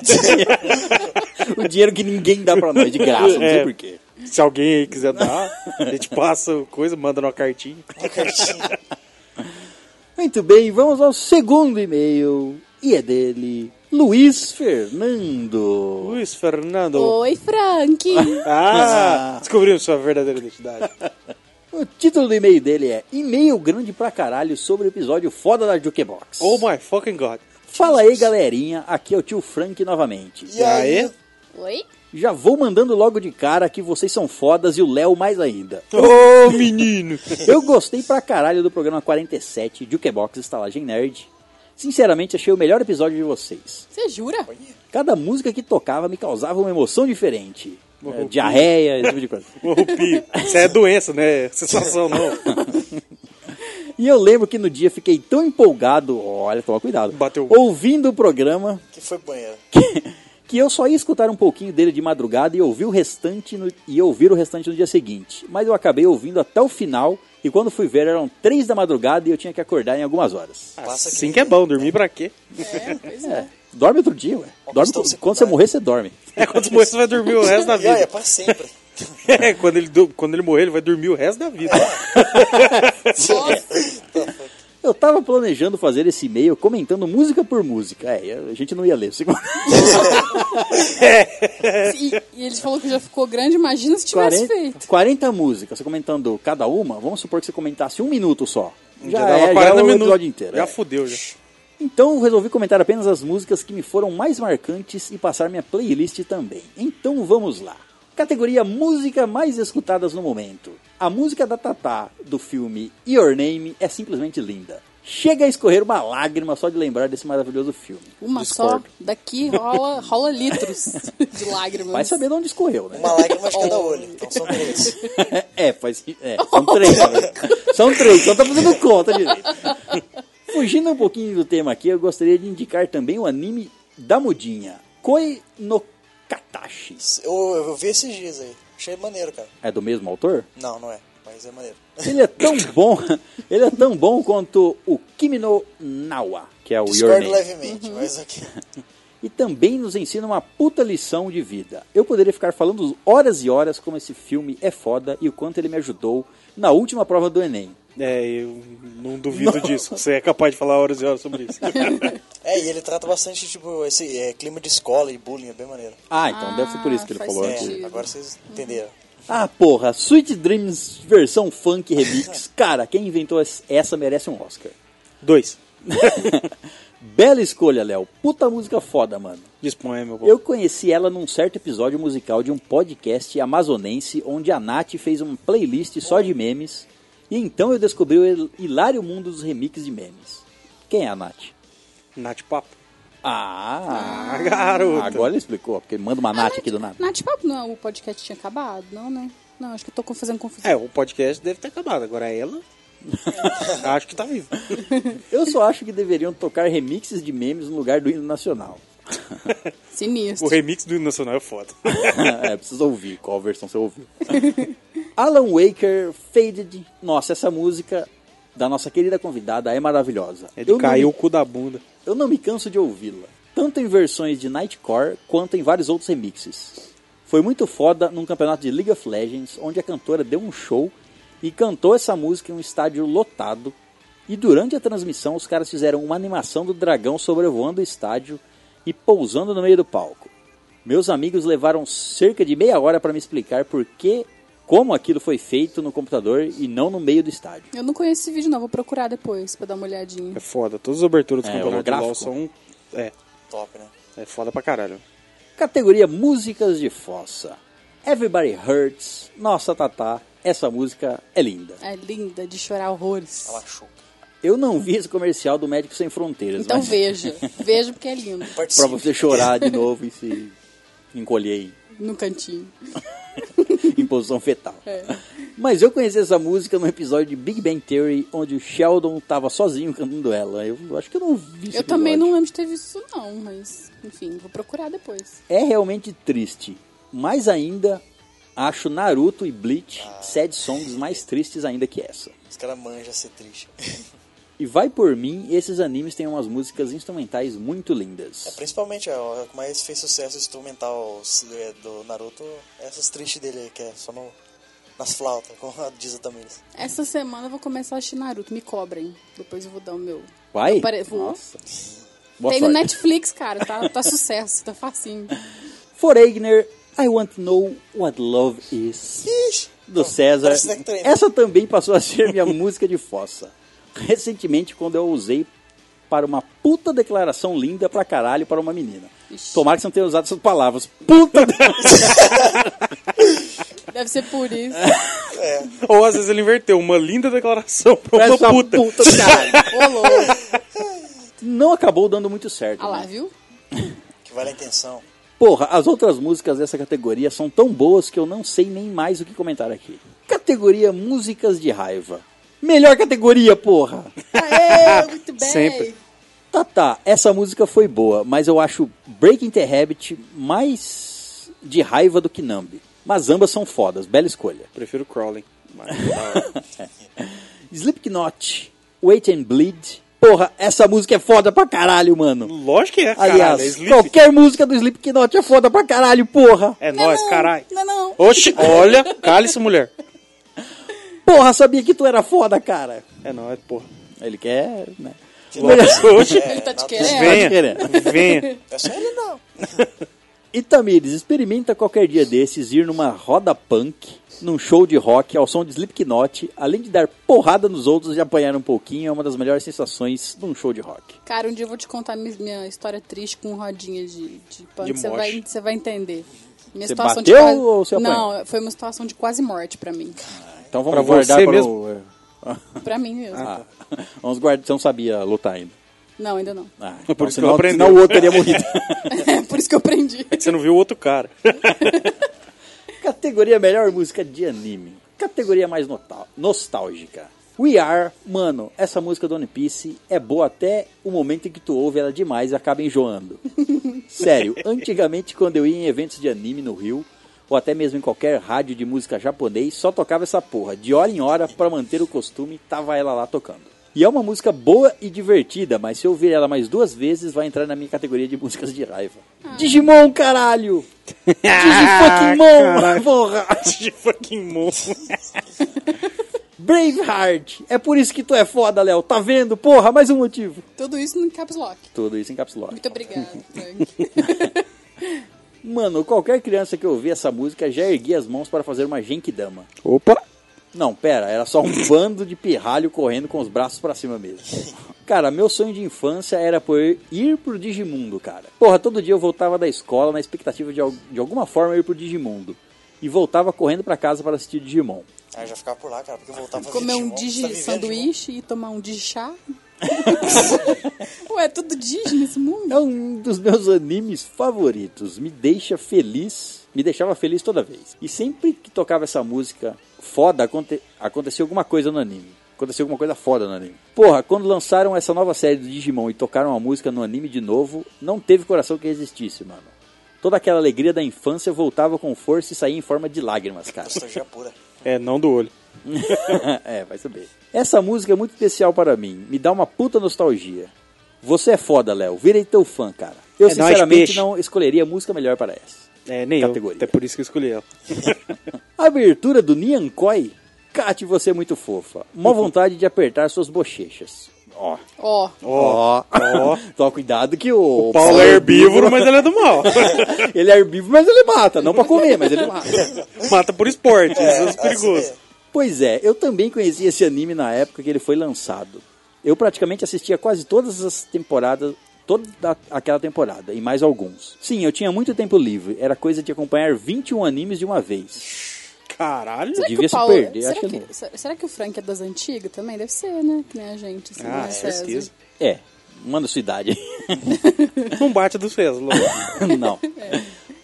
Speaker 1: o dinheiro que ninguém dá pra nós, de graça, não sei
Speaker 2: É.
Speaker 1: porquê.
Speaker 2: Se alguém aí quiser dar, a gente passa o coisa, manda numa cartinha.
Speaker 3: Uma cartinha.
Speaker 1: Muito bem, vamos ao segundo e-mail. E é dele, Luiz Fernando.
Speaker 2: Luiz Fernando.
Speaker 4: Oi, Frank!
Speaker 2: Ah, descobrimos sua verdadeira identidade.
Speaker 1: O título do e-mail dele é E-mail grande pra caralho sobre o episódio foda da Jukebox.
Speaker 2: Oh my fucking god.
Speaker 1: Fala aí, galerinha. Aqui é o tio Frank novamente.
Speaker 3: E aí?
Speaker 2: Aê?
Speaker 4: Oi?
Speaker 1: Já vou mandando logo de cara que vocês são fodas e o Léo mais ainda.
Speaker 2: Ô menino.
Speaker 1: Eu gostei pra caralho do programa 47, Jukebox Estalagem Nerd. Sinceramente, achei o melhor episódio de vocês.
Speaker 4: Você jura?
Speaker 1: Cada música que tocava me causava uma emoção diferente. É,
Speaker 2: Morro.
Speaker 1: diarreia, esse tipo de coisa.
Speaker 2: Ô Pi, isso é doença, né? Sensação não.
Speaker 1: E eu lembro que no dia fiquei tão empolgado, olha, toma cuidado,
Speaker 2: Bateu.
Speaker 1: ouvindo o programa,
Speaker 3: Que foi banheiro.
Speaker 1: que eu só ia escutar um pouquinho dele de madrugada e ouvir o restante no, e ouvir o restante no dia seguinte. Mas eu acabei ouvindo até o final e quando fui ver eram três da madrugada e eu tinha que acordar em algumas horas.
Speaker 3: Passa aqui.
Speaker 2: Sim que é bom, dormir pra quê?
Speaker 4: É, pois é.
Speaker 1: Dorme outro dia, ué. Dorme,
Speaker 3: questão
Speaker 1: quando- quando
Speaker 3: secundária.
Speaker 1: você morrer, você dorme.
Speaker 2: É quando morrer você vai dormir o resto da
Speaker 3: E aí, é
Speaker 2: vida.
Speaker 3: pra sempre.
Speaker 2: É, quando ele, do- quando ele morrer, ele vai dormir o resto da vida.
Speaker 4: Nossa,
Speaker 1: Eu tava planejando fazer esse e-mail comentando música por música. É, a gente não ia ler. segura.
Speaker 2: É.
Speaker 4: e, e ele falou que já ficou grande, imagina se tivesse
Speaker 1: 40,
Speaker 4: feito.
Speaker 1: 40 músicas, você comentando cada uma, vamos supor que você comentasse um minuto só. Já,
Speaker 2: dava
Speaker 1: é, já é o episódio inteiro.
Speaker 2: Já
Speaker 1: é.
Speaker 2: fudeu, já.
Speaker 1: Então eu resolvi comentar apenas as músicas que me foram mais marcantes e passar minha playlist também. Então vamos lá. Categoria Música Mais Escutadas no Momento. A música da Tatá do filme Your Name é simplesmente linda. Chega a escorrer uma lágrima só de lembrar desse maravilhoso filme.
Speaker 4: Uma
Speaker 1: Discordo.
Speaker 4: só, daqui rola, rola litros de lágrimas.
Speaker 1: Vai saber de onde escorreu, né?
Speaker 3: Uma lágrima de cada olho. Então são três.
Speaker 1: É, faz, é, são três. né? São três, só tá fazendo conta direito. Fugindo um pouquinho do tema aqui, eu gostaria de indicar também o anime da mudinha, Koi no Katashi.
Speaker 3: Eu, eu vi esses dias aí. Achei maneiro, cara.
Speaker 1: É do mesmo autor?
Speaker 3: Não, não é. Mas é maneiro.
Speaker 1: Ele é tão bom, ele é tão bom quanto o Kimi no Nawa, que é o Your
Speaker 3: Discordo
Speaker 1: Name.
Speaker 3: levemente, mas aqui.
Speaker 1: E também nos ensina uma puta lição de vida. Eu poderia ficar falando horas e horas como esse filme é foda e o quanto ele me ajudou na última prova do Enem.
Speaker 2: É, eu não duvido disso. Você é capaz de falar horas e horas sobre isso.
Speaker 3: É, e ele trata bastante, tipo, esse é, clima de escola e bullying. É bem maneiro.
Speaker 1: Ah, então deve ser por isso que ele
Speaker 4: faz
Speaker 1: falou
Speaker 4: sentido.
Speaker 1: aqui.
Speaker 3: É, agora vocês entenderam.
Speaker 1: Ah, porra, Sweet Dreams versão funk remix. Cara, quem inventou es- essa merece um Oscar.
Speaker 2: Dois.
Speaker 1: Bela escolha, Léo. Puta música foda, mano.
Speaker 2: Disponha, meu povo.
Speaker 1: Eu conheci ela num certo episódio musical de um podcast amazonense onde a Nath fez uma playlist só de memes e então eu descobri o hil- hilário mundo dos remixes de memes. Quem é a Nath?
Speaker 2: Nath Papo.
Speaker 1: Ah,
Speaker 2: Ah, garota.
Speaker 1: agora ele explicou, porque manda uma Nath aqui do nada.
Speaker 4: Nath Papo, não, o podcast tinha acabado, não, né? Não, acho que eu tô fazendo confusão.
Speaker 2: É, o podcast deve ter acabado. Agora ela. Acho que tá vivo.
Speaker 1: Eu só acho que deveriam tocar remixes de memes no lugar do hino nacional.
Speaker 4: Sinistro.
Speaker 2: É, O remix do Hino Nacional é foda.
Speaker 1: é, precisa ouvir qual versão você ouviu. Alan Waker Faded. Nossa, essa música da nossa querida convidada é maravilhosa.
Speaker 2: Ele
Speaker 1: Eu não
Speaker 2: caiu
Speaker 1: me-
Speaker 2: o cu da bunda.
Speaker 1: eu não me canso de ouvi-la, tanto em versões de Nightcore quanto em vários outros remixes. Foi muito foda num campeonato de League of Legends, onde a cantora deu um show e cantou essa música em um estádio lotado. E durante a transmissão, os caras fizeram uma animação do dragão sobrevoando o estádio e pousando no meio do palco. Meus amigos levaram cerca de meia hora para me explicar por que, como aquilo foi feito no computador e não no meio do estádio.
Speaker 4: Eu não conheço esse vídeo, não. Vou procurar depois pra dar uma olhadinha.
Speaker 2: É foda. Todas as aberturas do
Speaker 1: É, o
Speaker 2: campeonato de LOL
Speaker 1: gráfico.
Speaker 2: são. É,
Speaker 3: Top, né?
Speaker 2: é foda pra caralho.
Speaker 1: Categoria Músicas de Fossa. Everybody Hurts. Nossa, Tatá, essa música é linda.
Speaker 4: É linda, de chorar horrores.
Speaker 3: Ela machuca.
Speaker 1: Eu não vi esse comercial do Médico Sem Fronteiras,
Speaker 4: Então
Speaker 1: mas
Speaker 4: veja. Veja porque é lindo.
Speaker 1: pra
Speaker 3: Participa.
Speaker 1: você chorar de novo e se encolher
Speaker 4: No cantinho.
Speaker 1: em, em posição fetal.
Speaker 4: É.
Speaker 1: Mas eu conheci essa música num episódio de Big Bang Theory, onde o Sheldon tava sozinho cantando ela. Eu acho que eu não vi esse
Speaker 4: Eu também
Speaker 1: episódio.
Speaker 4: não lembro de ter visto isso, não, mas enfim, vou procurar depois.
Speaker 1: é realmente triste. Mais ainda, Acho Naruto e Bleach
Speaker 4: Ah.
Speaker 1: sad songs mais tristes ainda que essa.
Speaker 3: Os caras manjam ser triste.
Speaker 1: E vai por mim, esses animes têm umas músicas instrumentais muito lindas.
Speaker 3: Principalmente, ó, o que mais fez sucesso instrumental é, do Naruto, essas tristes dele aí, que é só no, nas flautas, como diz a Tamiris.
Speaker 4: Essa semana eu vou começar a assistir Naruto, me cobrem. Depois eu vou dar o meu.
Speaker 1: Vai?
Speaker 4: Apare- Vou.
Speaker 1: Nossa. Boa
Speaker 4: Tem no
Speaker 1: sorte.
Speaker 4: Netflix, cara, tá, tá sucesso, tá facinho.
Speaker 1: Foreigner, I Want to Know What Love Is.
Speaker 3: Ixi!
Speaker 1: do César.
Speaker 3: parece Nectarina.
Speaker 1: Essa também passou a ser minha música de fossa. Recentemente, quando eu usei para uma puta declaração linda pra caralho para uma menina.
Speaker 4: Ixi.
Speaker 1: Tomara que você não tenha usado essas palavras. Puta! de-
Speaker 4: Deve ser por isso.
Speaker 2: Ou às vezes ele inverteu uma linda declaração pra uma
Speaker 1: Essa
Speaker 2: puta.
Speaker 1: puta do caralho.
Speaker 4: Ô, louco.
Speaker 1: Não acabou dando muito certo.
Speaker 4: Ah lá,
Speaker 1: né?
Speaker 4: viu?
Speaker 3: Que vale a intenção.
Speaker 1: Porra, as outras músicas dessa categoria são tão boas que eu não sei nem mais o que comentar aqui. Categoria Músicas de Raiva. Melhor categoria, porra!
Speaker 4: Aê, muito bem.
Speaker 2: Sempre.
Speaker 1: Tá, tá, essa música foi boa, mas eu acho Breaking the Habit mais de raiva do que Nambi. Mas ambas são fodas, bela escolha.
Speaker 2: Prefiro Crawling. Mas,
Speaker 1: Slipknot, Wait and Bleed. Porra, essa música é foda pra caralho, mano.
Speaker 2: lógico que é, caralho.
Speaker 1: Aliás,
Speaker 2: é Sleep.
Speaker 1: qualquer música do Slipknot é foda pra caralho, porra.
Speaker 2: É nóis,
Speaker 4: não,
Speaker 2: caralho.
Speaker 4: Não, não.
Speaker 2: Oxi, olha, cale-se, mulher.
Speaker 1: Porra, sabia que tu era foda, cara.
Speaker 2: É nóis, porra.
Speaker 1: Ele quer, né?
Speaker 2: Oxi,
Speaker 4: Ele tá te
Speaker 3: nada-
Speaker 4: querendo.
Speaker 1: Vem.
Speaker 2: venha,
Speaker 1: querendo.
Speaker 2: venha.
Speaker 3: É só ele não.
Speaker 1: E Tamires, experimenta qualquer dia desses ir numa roda punk, num show de rock ao som de Slipknot, além de dar porrada nos outros e apanhar um pouquinho, é uma das melhores sensações num show de rock.
Speaker 4: Cara, um dia eu vou te contar mi- minha história triste com rodinha de, de punk.
Speaker 2: De
Speaker 4: Você
Speaker 2: mosh.
Speaker 4: vai, você vai entender. Minha
Speaker 1: Você
Speaker 4: situação de
Speaker 1: bateu
Speaker 4: quase...
Speaker 1: ou você
Speaker 4: Não, foi uma situação de quase morte pra mim.
Speaker 1: Então vamos
Speaker 2: Pra
Speaker 1: guardar
Speaker 2: você
Speaker 1: para
Speaker 2: mesmo?
Speaker 1: o-
Speaker 4: Pra mim mesmo.
Speaker 1: Ah, vamos guardar, você não sabia lutar ainda.
Speaker 4: Não, ainda não.
Speaker 1: Ah,
Speaker 2: É Por
Speaker 1: então,
Speaker 2: isso que
Speaker 1: senão,
Speaker 2: não aprendeu.
Speaker 1: senão o outro teria morrido.
Speaker 4: É por isso que eu aprendi.
Speaker 2: Você não viu o outro cara.
Speaker 1: Categoria melhor música de anime. Categoria mais nota- nostálgica. We Are, mano, essa música do One Piece é boa até o momento em que tu ouve ela demais e acaba enjoando. Sério, antigamente quando eu ia em eventos de anime no Rio, ou até mesmo em qualquer rádio de música japonês, só tocava essa porra. De hora em hora, pra manter o costume, tava ela lá tocando. E é uma música boa e divertida, mas se eu ouvir ela mais duas vezes, vai entrar na minha categoria de músicas de raiva. Digimon, caralho! Digipokémon, porra!
Speaker 2: de fucking monstro.
Speaker 1: Braveheart! É por isso que tu é foda, Léo. Tá vendo? Porra, mais um motivo.
Speaker 4: Tudo isso no caps lock.
Speaker 1: Tudo isso em caps lock.
Speaker 4: Muito obrigada, Frank.
Speaker 1: Mano, qualquer criança que ouvir essa música já erguia as mãos para fazer uma genkidama.
Speaker 2: Opa.
Speaker 1: Não, pera, era só um bando de pirralho correndo com os braços pra cima mesmo. Cara, meu sonho de infância era poder ir pro Digimundo, cara. Porra, todo dia eu voltava da escola na expectativa de, al- de alguma forma ir pro Digimundo. E voltava correndo pra casa para assistir Digimon.
Speaker 3: Ah, eu já ficava por lá, cara, porque eu voltava
Speaker 4: Comer
Speaker 3: Digimon,
Speaker 4: um
Speaker 3: você tá
Speaker 4: digi
Speaker 3: vivendo
Speaker 4: sanduíche e tomar um digi chá. Ué, é tudo digi nesse mundo?
Speaker 1: É um dos meus animes favoritos. Me deixa feliz. Me deixava feliz toda vez. E sempre que tocava essa música foda, aconte- aconteceu alguma coisa no anime. Aconteceu alguma coisa foda no anime. Porra, quando lançaram essa nova série do Digimon e tocaram a música no anime de novo, não teve coração que resistisse, mano. Toda aquela alegria da infância voltava com força e saía em forma de lágrimas, cara.
Speaker 3: Nostalgia pura.
Speaker 2: É, não do olho.
Speaker 1: é, vai saber. Essa música é muito especial para mim. Me dá uma puta nostalgia. Você é foda, Léo. Virei teu fã, cara. Eu
Speaker 2: É nóis,
Speaker 1: sinceramente
Speaker 2: peixe.
Speaker 1: não escolheria música melhor para essa.
Speaker 2: É, nem
Speaker 1: Categoria.
Speaker 2: eu. Até por isso que eu escolhi ela.
Speaker 1: Abertura do Niankoi. Kate, você é muito fofa. Mó vontade de apertar suas bochechas. Ó.
Speaker 4: Ó,
Speaker 1: Ó. Ó. Toma cuidado que o.
Speaker 2: O Paulo é herbívoro, mas ele é do mal.
Speaker 1: Ele é herbívoro, mas ele mata. Não pra comer, mas ele mata.
Speaker 2: Mata por esporte, isso é
Speaker 3: Ah, você
Speaker 2: perigoso.
Speaker 3: vê.
Speaker 1: Pois é, eu também conheci esse anime na época que ele foi lançado. Eu praticamente assistia quase todas as temporadas, toda aquela temporada, e mais alguns. Sim, eu tinha muito tempo livre, era coisa de acompanhar 21 animes de uma vez.
Speaker 2: Caralho.
Speaker 4: será que
Speaker 1: devia
Speaker 4: o
Speaker 1: se
Speaker 4: Paulo...
Speaker 1: perder,
Speaker 4: será,
Speaker 1: acho que
Speaker 4: que...
Speaker 1: não.
Speaker 4: se- será que o Frank é das antigas também? Deve ser, né? Que nem a gente. Assim,
Speaker 2: Ah,
Speaker 4: né, César?
Speaker 2: certeza.
Speaker 1: É, manda sua idade.
Speaker 2: Não bate do César, louco.
Speaker 1: Não.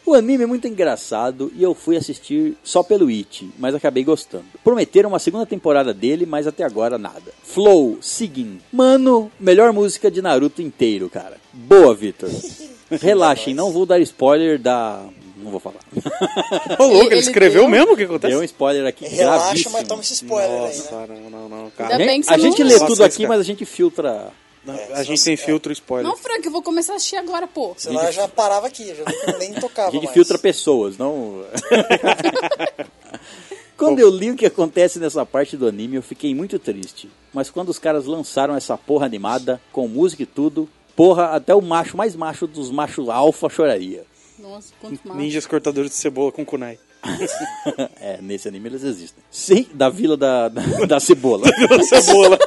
Speaker 1: O anime é muito engraçado e eu fui assistir só pelo It, mas acabei gostando. Prometeram uma segunda temporada dele, mas até agora nada. Flow, Sigin. Mano, melhor música de Naruto inteiro, cara. Boa, Vitor. Relaxem, não vou dar spoiler da não vou falar.
Speaker 2: Ô, louco, ele,
Speaker 4: ele
Speaker 2: escreveu
Speaker 4: deu-
Speaker 2: mesmo o que acontece?
Speaker 1: Deu um spoiler aqui
Speaker 3: Relaxa,
Speaker 1: gravíssimo.
Speaker 3: mas toma esse spoiler aí, né?
Speaker 2: Nossa, não, não, não,
Speaker 1: A
Speaker 4: Ainda
Speaker 2: cara.
Speaker 1: gente-
Speaker 4: bem que você
Speaker 1: a gente
Speaker 4: não-
Speaker 1: lê
Speaker 2: Nossa,
Speaker 1: tudo aqui,
Speaker 2: cara.
Speaker 1: mas a gente filtra.
Speaker 2: Não,
Speaker 3: É,
Speaker 2: a gente
Speaker 3: só-
Speaker 2: tem
Speaker 3: é.
Speaker 2: filtro spoiler.
Speaker 4: Não, Frank, eu vou começar a assistir agora, pô.
Speaker 3: Senão eu já parava aqui, já nem tocava
Speaker 1: A gente
Speaker 3: mais.
Speaker 1: filtra pessoas, não. quando eu li o que acontece nessa parte do anime, eu fiquei muito triste. Mas quando os caras lançaram essa porra animada, com música e tudo, porra, até o macho mais macho dos machos alfa choraria.
Speaker 4: Nossa, quanto mais.
Speaker 2: Ninjas cortadores de cebola com kunai.
Speaker 1: é, nesse anime eles existem. Sim, da vila da, da, da cebola.
Speaker 2: cebola.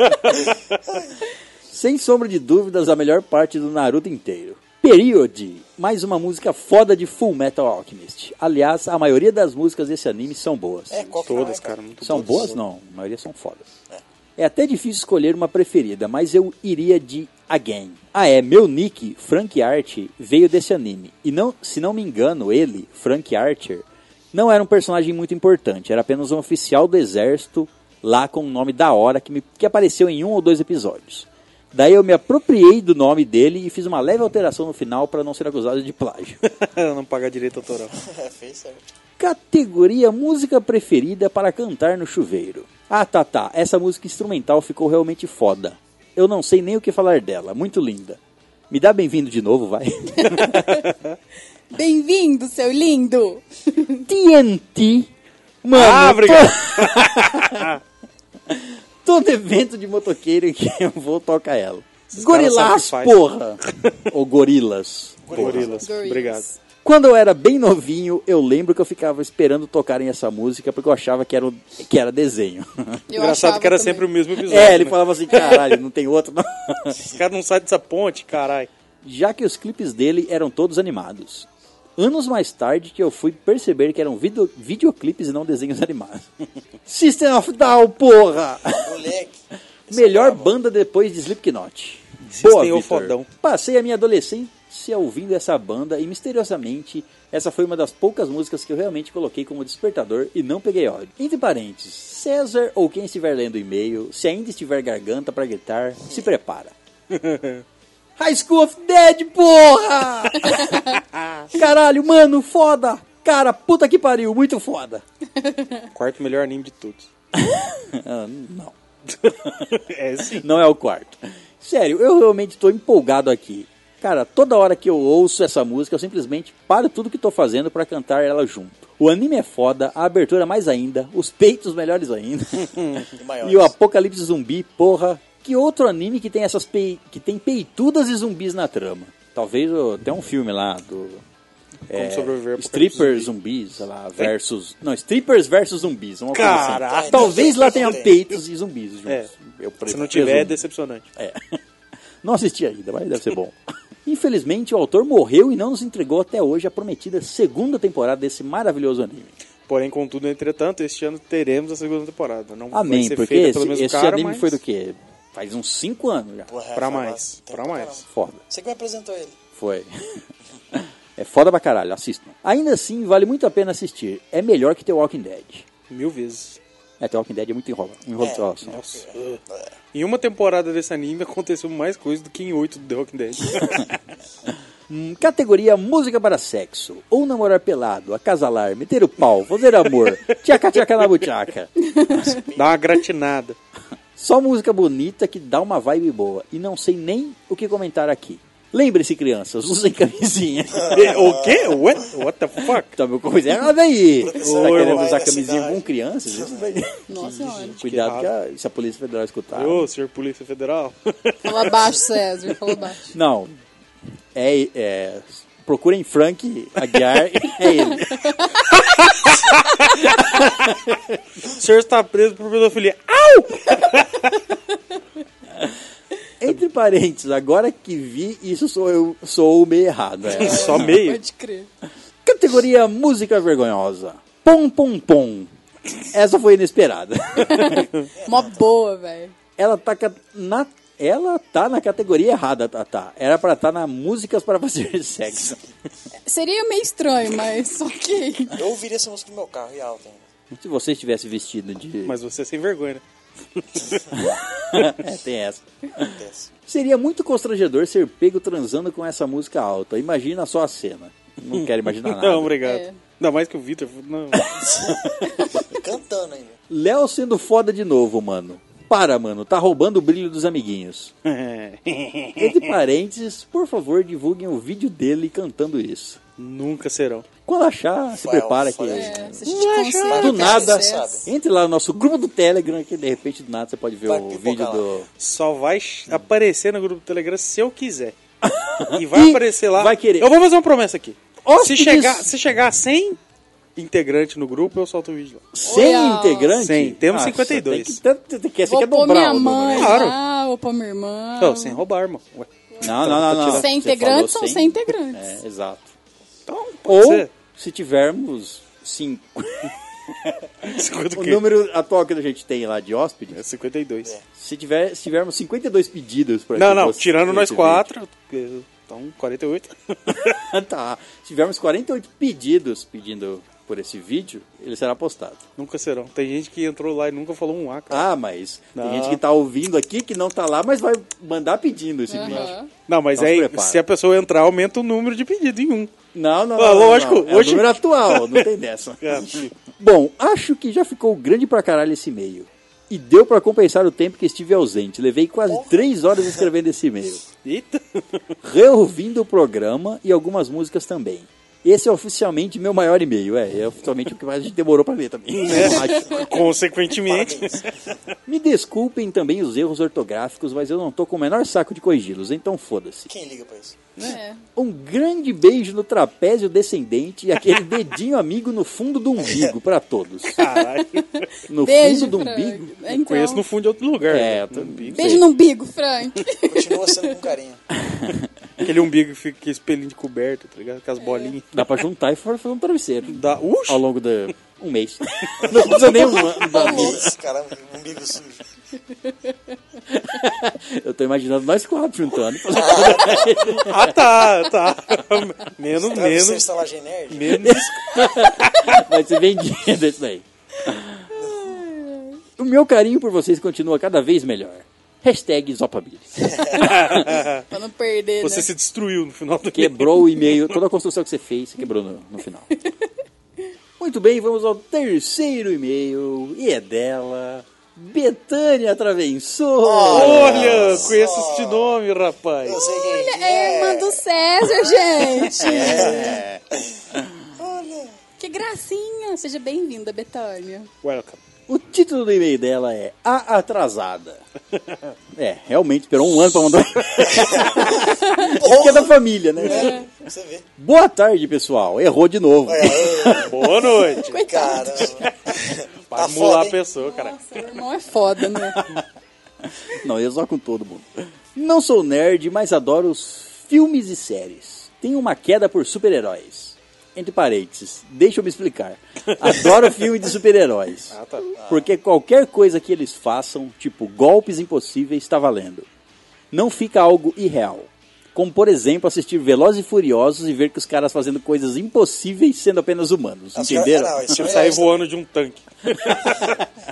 Speaker 1: Sem sombra de dúvidas, a melhor parte do Naruto inteiro. Period. Mais uma música foda de Full Metal Alchemist. Aliás, a maioria das músicas desse anime são boas.
Speaker 3: É, qual que não é,
Speaker 2: Todas, cara, muito
Speaker 1: São boas? Não, a maioria são fodas. É até difícil escolher uma preferida, mas eu iria de Again. Ah é, meu nick, Frank Archer, veio desse anime. E não, se não me engano, ele, Frank Archer, não era um personagem muito importante, era apenas um oficial do exército lá com um nome da hora que, me- que apareceu em um ou dois episódios. Daí eu me apropriei do nome dele e fiz uma leve alteração no final para não ser acusado de plágio.
Speaker 2: não pagar direito autoral.
Speaker 3: É, fez certo.
Speaker 1: Categoria música preferida para cantar no chuveiro. Ah, tá, tá. Essa música instrumental ficou realmente foda. Eu não sei nem o que falar dela. Muito linda. Me dá bem-vindo de novo, vai.
Speaker 4: Bem-vindo, seu lindo!
Speaker 1: TNT. Mano,
Speaker 2: Ah, obrigado.
Speaker 1: todo evento de motoqueiro em que eu vou tocar ela.
Speaker 2: caras
Speaker 1: Gorilás,
Speaker 2: sabem o que
Speaker 1: porra. Ou gorilas.
Speaker 2: Gorilas.
Speaker 4: Gorilas.
Speaker 2: Obrigado.
Speaker 1: Quando eu era bem novinho, eu lembro que eu ficava esperando tocarem essa música porque eu achava que era, um- que era desenho.
Speaker 4: Eu
Speaker 2: Engraçado
Speaker 4: achava
Speaker 2: que era
Speaker 4: também.
Speaker 2: sempre o mesmo episódio.
Speaker 1: É, ele
Speaker 2: né?
Speaker 1: falava assim, caralho, não tem outro não.
Speaker 2: Esse cara não sai dessa ponte, caralho.
Speaker 1: Já que os clipes dele eram todos animados. Anos mais tarde que eu fui perceber que eram video- videoclipes e não desenhos animados. System of Down, porra!
Speaker 3: Moleque. Esse
Speaker 1: Melhor é
Speaker 3: cara,
Speaker 1: banda depois de Slipknot.
Speaker 2: System
Speaker 1: Boa,
Speaker 2: of
Speaker 1: Victor.
Speaker 2: Fodão.
Speaker 1: Passei a minha adolescência ouvindo essa banda e misteriosamente essa foi uma das poucas músicas que eu realmente coloquei como despertador e não peguei ódio. Entre parênteses, César ou quem estiver lendo o e-mail, se ainda estiver garganta pra gritar, se prepara. High School of Dead, porra! Caralho, mano, foda! Cara, puta que pariu, muito foda!
Speaker 2: Quarto melhor anime de todos.
Speaker 1: Ah, não.
Speaker 2: É, sim.
Speaker 1: Não é o quarto. Sério, eu realmente tô empolgado aqui. Cara, toda hora que eu ouço essa música, eu simplesmente paro tudo que tô fazendo pra cantar ela junto. O anime é foda, a abertura mais ainda, os peitos melhores ainda.
Speaker 3: de
Speaker 2: É,
Speaker 3: maiores.
Speaker 1: e o apocalipse zumbi, porra. Que outro anime que tem essas pei... que tem peitudas e zumbis na trama? Talvez ó, até um filme lá do é,
Speaker 2: Como sobreviver ao apocalipse É.
Speaker 1: Strippers zumbis, sei lá, versus. Não, Strippers versus zumbis. uma coisa assim.
Speaker 2: Caraca.
Speaker 1: Talvez lá tenha
Speaker 3: Tem.
Speaker 1: peitos e zumbis juntos.
Speaker 2: É.
Speaker 1: Eu
Speaker 2: Se
Speaker 1: pre-
Speaker 2: não tiver, é
Speaker 1: presumo.
Speaker 2: decepcionante.
Speaker 1: É. Não assisti ainda, mas deve ser bom. Infelizmente, o autor morreu e não nos entregou até hoje a prometida segunda temporada desse maravilhoso anime.
Speaker 2: Porém, contudo, entretanto, este ano teremos a segunda temporada. Não vai
Speaker 1: Amém,
Speaker 2: ser
Speaker 1: porque
Speaker 2: feita
Speaker 1: esse,
Speaker 2: pelo mesmo
Speaker 1: esse
Speaker 2: cara,
Speaker 1: anime
Speaker 2: mas
Speaker 1: foi do quê? Faz uns 5 anos já.
Speaker 3: Porra,
Speaker 2: Pra
Speaker 3: foi
Speaker 2: mais,
Speaker 3: massa. Tem
Speaker 2: pra
Speaker 3: caramba.
Speaker 2: mais.
Speaker 1: Foda.
Speaker 3: Você que me apresentou ele.
Speaker 1: Foi. É foda pra caralho, assistam. Ainda assim, vale muito a pena assistir. É melhor que The Walking Dead.
Speaker 2: mil vezes.
Speaker 1: É, The Walking Dead é muito enrola. Um enrolo
Speaker 3: É,
Speaker 1: troço.
Speaker 2: Nossa. Ah. Em uma temporada desse anime aconteceu mais coisa do que em oito do The Walking Dead.
Speaker 1: Hum, Categoria música para sexo. Ou namorar pelado, acasalar, meter o pau, fazer amor, tchaca tchaca na buchaca.
Speaker 2: Dá uma gratinada.
Speaker 1: Só música bonita que dá uma vibe boa. E não sei nem o que comentar aqui. Lembre-se, crianças, usem camisinha.
Speaker 2: É, o quê? What? What the fuck?
Speaker 1: Então, meu coisa é errada aí. Você tá
Speaker 2: Ô,
Speaker 1: querendo
Speaker 2: irmão.
Speaker 1: usar
Speaker 3: Vai na
Speaker 1: camisinha
Speaker 3: cidade.
Speaker 1: com crianças? Isso vai...
Speaker 4: Nossa senhora.
Speaker 1: Cuidado que a- se a Polícia Federal escutar.
Speaker 2: Ô, senhor Polícia Federal.
Speaker 4: Fala baixo, César, fala baixo.
Speaker 1: Não. É, é... Procurem Frank Aguiar. é ele.
Speaker 2: O senhor está preso por pedofilia. Ah, Au!
Speaker 1: Entre parênteses, agora que vi, isso sou eu sou o meio errado. é.
Speaker 2: Só meio.
Speaker 4: Pode crer.
Speaker 1: Categoria Música Vergonhosa. Pom Pom Pom. Essa foi inesperada.
Speaker 4: Mó boa, velho.
Speaker 1: Ela tá ca- na ela tá na categoria errada, tá, tá. Era pra estar na músicas para fazer sexo.
Speaker 4: Seria meio estranho, mas ok.
Speaker 3: Eu ouviria essa música no meu carro e alto ainda.
Speaker 1: Se você estivesse vestido de
Speaker 2: Mas você é sem vergonha, né?
Speaker 1: é, tem essa.
Speaker 3: Acontece.
Speaker 1: Seria muito constrangedor ser pego transando com essa música alta. Imagina só a cena. Não quero imaginar nada.
Speaker 2: Não, obrigado.
Speaker 4: É.
Speaker 2: Ainda mais que o Vitor. Não.
Speaker 3: Cantando ainda.
Speaker 1: Léo sendo foda de novo, mano. Para, mano, tá roubando o brilho dos amiguinhos. Entre parênteses, por favor, divulguem o vídeo dele cantando isso.
Speaker 2: Nunca serão.
Speaker 1: Quando achar, se
Speaker 3: Vai,
Speaker 1: prepara que.
Speaker 3: vai.
Speaker 4: É, se a gente consegue
Speaker 1: Ah, Do
Speaker 4: ter
Speaker 1: nada,
Speaker 4: acesso.
Speaker 1: entre lá no nosso grupo do Telegram, que de repente do nada você pode ver
Speaker 3: Vai
Speaker 1: o
Speaker 3: pipocar
Speaker 1: vídeo
Speaker 3: lá.
Speaker 1: do.
Speaker 2: Só vai ch- aparecer no grupo do Telegram se eu quiser. E vai
Speaker 1: E
Speaker 2: aparecer lá.
Speaker 1: vai querer.
Speaker 2: Eu vou fazer uma promessa aqui. Se
Speaker 1: Hóspedes-
Speaker 2: chegar, se chegar a 100 integrantes no grupo, eu solto o vídeo lá.
Speaker 1: 100
Speaker 4: Olha.
Speaker 1: integrantes?
Speaker 2: Cem, temos
Speaker 1: Nossa,
Speaker 2: 52.
Speaker 1: Tem que, tanto- tem que, você
Speaker 4: Vou
Speaker 1: quer
Speaker 4: pôr
Speaker 1: dobrar
Speaker 4: minha
Speaker 1: o número,
Speaker 4: mãe
Speaker 1: né?
Speaker 2: Claro.
Speaker 4: lá, vou pôr minha irmã.
Speaker 2: Não, sem roubar, irmão. Ué.
Speaker 1: Não, não, não. não.
Speaker 4: Sem
Speaker 1: Você
Speaker 4: integrantes
Speaker 1: falou
Speaker 4: são
Speaker 1: cem.
Speaker 4: sem integrantes.
Speaker 1: É, exato.
Speaker 2: Então, pode
Speaker 1: Ou,
Speaker 2: ser.
Speaker 1: se tivermos cinco.
Speaker 2: 50
Speaker 1: O
Speaker 2: quê?
Speaker 1: número atual que a gente tem lá de hóspedes,
Speaker 2: É 52.
Speaker 1: se, tiver, se tivermos 52 pedidos por
Speaker 2: Não,
Speaker 1: aqui,
Speaker 2: não,
Speaker 1: você-
Speaker 2: tirando nós
Speaker 1: esse
Speaker 2: quatro, porque- então 48.
Speaker 1: vídeo. tá. Se tivermos 48 pedidos pedindo por esse vídeo, ele será postado.
Speaker 2: nunca serão. Tem gente que entrou lá e nunca falou um A, cara.
Speaker 1: Ah, mas
Speaker 2: Não.
Speaker 1: tem gente que tá ouvindo aqui que não tá lá, mas vai mandar pedindo esse vídeo.
Speaker 4: Aham.
Speaker 2: Não, mas
Speaker 1: Então se
Speaker 2: aí,
Speaker 1: prepara.
Speaker 2: se a pessoa entrar, aumenta o número de pedido em um.
Speaker 1: Não, não, não.
Speaker 2: Ah,
Speaker 1: não,
Speaker 2: lógico,
Speaker 1: não. É
Speaker 2: hoje-
Speaker 1: o número atual, não tem dessa.
Speaker 2: Cara, tipo,
Speaker 1: Bom, acho que já ficou grande pra caralho esse e-mail. E deu pra compensar o tempo que estive ausente. Levei quase três horas escrevendo esse e-mail.
Speaker 2: Eita.
Speaker 1: reouvindo o programa e algumas músicas também. Esse é oficialmente meu maior e-mail, é, é oficialmente o que mais a gente demorou pra ler também. eu acho.
Speaker 2: Consequentemente,
Speaker 1: Me desculpem também os erros ortográficos, mas eu não tô com o menor saco de corrigi-los, então foda-se.
Speaker 3: Quem liga pra isso?
Speaker 4: É.
Speaker 1: Um grande beijo no trapézio descendente e aquele dedinho amigo no fundo do umbigo pra todos.
Speaker 2: caralho.
Speaker 1: No
Speaker 4: Beijo,
Speaker 1: fundo do
Speaker 4: Frank.
Speaker 1: umbigo?
Speaker 4: Então,
Speaker 2: Conheço no fundo de outro lugar.
Speaker 1: É,
Speaker 2: né?
Speaker 1: tô-
Speaker 2: umbigo.
Speaker 4: Beijo no umbigo, Frank.
Speaker 3: Continua sendo com carinho.
Speaker 2: Aquele umbigo que fica com esse pelinho de coberto, tá ligado? Com as bolinhas.
Speaker 1: Dá pra juntar e for fazer um travesseiro
Speaker 2: Da... Uxi!
Speaker 1: ao longo de um mês. Não precisa nem um ano.
Speaker 3: Tá louco, caramba, umbigo sujo.
Speaker 1: Eu tô imaginando nós quatro juntando.
Speaker 2: Ah, tá, tá. Menos,
Speaker 3: Travesseiro
Speaker 2: menos,
Speaker 3: estalagem nerd.
Speaker 2: menos.
Speaker 1: Vai ser vendido isso daí. O meu carinho por vocês continua cada vez melhor. Hashtag Zopabilis.
Speaker 4: pra não perder,
Speaker 2: Você
Speaker 4: né?
Speaker 2: se destruiu no final do game.
Speaker 1: Quebrou o e-mail, toda a construção que você fez, você quebrou no, no final. Muito bem, vamos ao terceiro e-mail, e é dela, Betânia Travessou.
Speaker 2: Olha, conheço esse nome, rapaz.
Speaker 3: Eu sei quem
Speaker 4: Olha, é a irmã do César,
Speaker 1: É.
Speaker 4: gente. Que gracinha. Seja bem-vinda, Betânia.
Speaker 2: Welcome.
Speaker 1: O título do e-mail dela é A Atrasada. É, realmente esperou um ano pra mandar. Porque é da família, né?
Speaker 3: é. Você vê.
Speaker 1: Boa tarde, pessoal. Errou de novo.
Speaker 3: Olha, olha,
Speaker 2: Boa noite.
Speaker 3: cara.
Speaker 2: Vai
Speaker 3: Tá
Speaker 2: mular
Speaker 3: foda,
Speaker 2: a
Speaker 3: hein?
Speaker 2: pessoa, cara.
Speaker 4: Nossa, o irmão é foda, né?
Speaker 1: Não, eu só com todo mundo. Não sou nerd, mas adoro os filmes e séries. Tenho uma queda por super-heróis. Entre parênteses, deixa eu me explicar. Adoro filme de super-heróis.
Speaker 2: Ah, tá.
Speaker 1: Porque qualquer coisa que eles façam, tipo golpes impossíveis, está valendo. Não fica algo irreal. Como, por exemplo, assistir Velozes e Furiosos e ver que os caras fazendo coisas impossíveis sendo apenas humanos.
Speaker 3: Os
Speaker 1: Entenderam?
Speaker 3: caras- ah, não, esse é
Speaker 2: Tipo,
Speaker 3: o
Speaker 2: sair
Speaker 3: heróis
Speaker 2: voando de um tanque.
Speaker 3: também.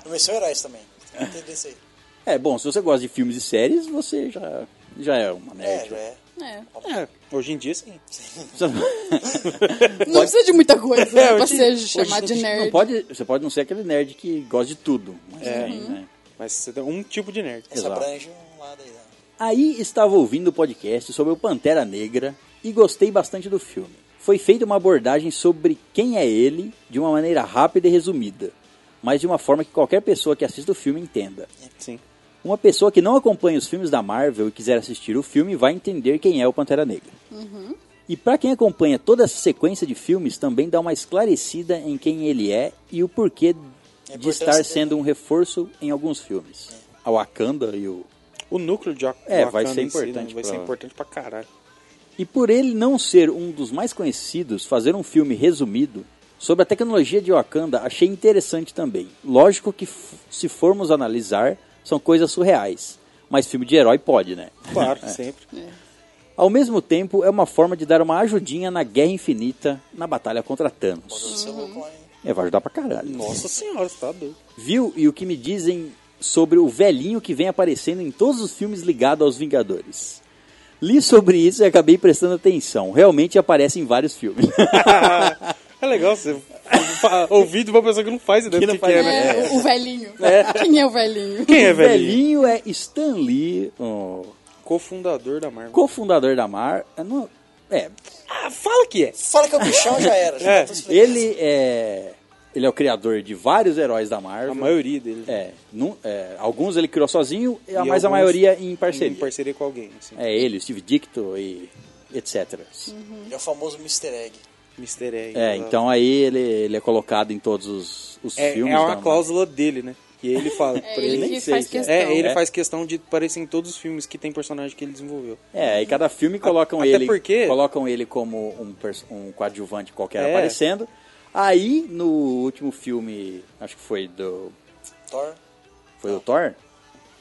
Speaker 3: Não, Esse é o heróis também. Tem que entender isso aí.
Speaker 1: É, bom, se você gosta de filmes e séries, você já, já é uma nerd.
Speaker 3: É,
Speaker 2: tipo,
Speaker 3: já é.
Speaker 4: É.
Speaker 2: É, hoje em dia sim.
Speaker 4: Não precisa de muita coisa né,
Speaker 2: É,
Speaker 4: pra
Speaker 2: hoje-
Speaker 4: ser
Speaker 2: hoje
Speaker 4: chamado de nerd.
Speaker 1: Não pode, você pode não ser aquele nerd que gosta de tudo. Mas tem,
Speaker 4: Uhum.
Speaker 1: né?
Speaker 2: Mas você tem um tipo de nerd.
Speaker 3: Essa
Speaker 1: Exato.
Speaker 3: abrange um lado aí, né?
Speaker 1: Aí estava ouvindo o podcast sobre o Pantera Negra e gostei bastante do filme. Foi feita uma abordagem sobre quem é ele de uma maneira rápida e resumida, mas de uma forma que qualquer pessoa que assista o filme entenda.
Speaker 2: Sim.
Speaker 1: Uma pessoa que não acompanha os filmes da Marvel e quiser assistir o filme vai entender quem é o Pantera Negra. E pra quem acompanha toda essa sequência de filmes, também dá uma esclarecida em quem ele é e o porquê de
Speaker 3: importância
Speaker 1: estar
Speaker 3: dele.
Speaker 1: sendo um reforço em alguns filmes. A É. Wakanda e o
Speaker 2: O núcleo de Wakanda
Speaker 1: É, vai ser
Speaker 2: em si, né,
Speaker 1: importante
Speaker 2: Vai ser
Speaker 1: pra-
Speaker 2: importante pra caralho.
Speaker 1: E por ele não ser um dos mais conhecidos, fazer um filme resumido sobre a tecnologia de Wakanda achei interessante também. Lógico que, f- se formos analisar, são coisas surreais. Mas filme de herói pode, né?
Speaker 2: Claro, sempre.
Speaker 1: Ao mesmo tempo, é uma forma de dar uma ajudinha na Guerra Infinita, na batalha contra Thanos.
Speaker 3: Você é louco, hein?
Speaker 1: É, vai ajudar pra caralho.
Speaker 2: Nossa senhora, você tá doido.
Speaker 1: Viu? E o que me dizem sobre o velhinho que vem aparecendo em todos os filmes ligados aos Vingadores. Li sobre isso e acabei prestando atenção. Realmente aparece em vários filmes.
Speaker 2: é legal você fa- ouvir de uma pessoa que não faz ideia
Speaker 1: Que
Speaker 2: do
Speaker 1: não
Speaker 2: que,
Speaker 1: faz
Speaker 2: que é,
Speaker 1: ideia.
Speaker 2: né?
Speaker 4: É, o- o velhinho. Quem é o velhinho?
Speaker 2: Quem é
Speaker 1: o
Speaker 2: velhinho?
Speaker 1: velhinho é Stan Lee, o
Speaker 2: Cofundador da Marvel.
Speaker 1: cofundador da Mar. é, não- é,
Speaker 2: Ah, fala que é.
Speaker 3: Fala que é o bichão, já era. Já
Speaker 2: É,
Speaker 3: tá tudo
Speaker 1: ele é ele é o criador de vários heróis da Marvel.
Speaker 2: A maioria dele.
Speaker 1: É, não- é, alguns ele criou sozinho,
Speaker 2: E
Speaker 1: mas a
Speaker 2: alguns
Speaker 1: maioria em parceria.
Speaker 2: Em parceria com alguém, assim.
Speaker 1: É ele, o Steve Dicto e etc.
Speaker 2: Uhum.
Speaker 3: É o famoso Mr. Egg.
Speaker 2: Mr. Egg.
Speaker 1: É,
Speaker 2: lá.
Speaker 1: então aí ele, ele é colocado em todos os, os
Speaker 2: É,
Speaker 1: filmes. então,
Speaker 2: é
Speaker 1: da
Speaker 2: uma
Speaker 1: Marvel.
Speaker 2: cláusula dele, né? Que ele fala pra
Speaker 4: ele
Speaker 2: ele.
Speaker 4: que faz
Speaker 1: se é.
Speaker 4: questão.
Speaker 2: É, ele
Speaker 1: É.
Speaker 2: faz questão de aparecer em todos os filmes que tem personagem que ele desenvolveu.
Speaker 1: É, e cada filme colocam
Speaker 2: até
Speaker 1: ele
Speaker 2: porque-
Speaker 1: colocam ele como um, pers- um coadjuvante qualquer
Speaker 2: É.
Speaker 1: aparecendo. Aí no último filme, acho que foi do
Speaker 3: Thor.
Speaker 1: foi do Thor,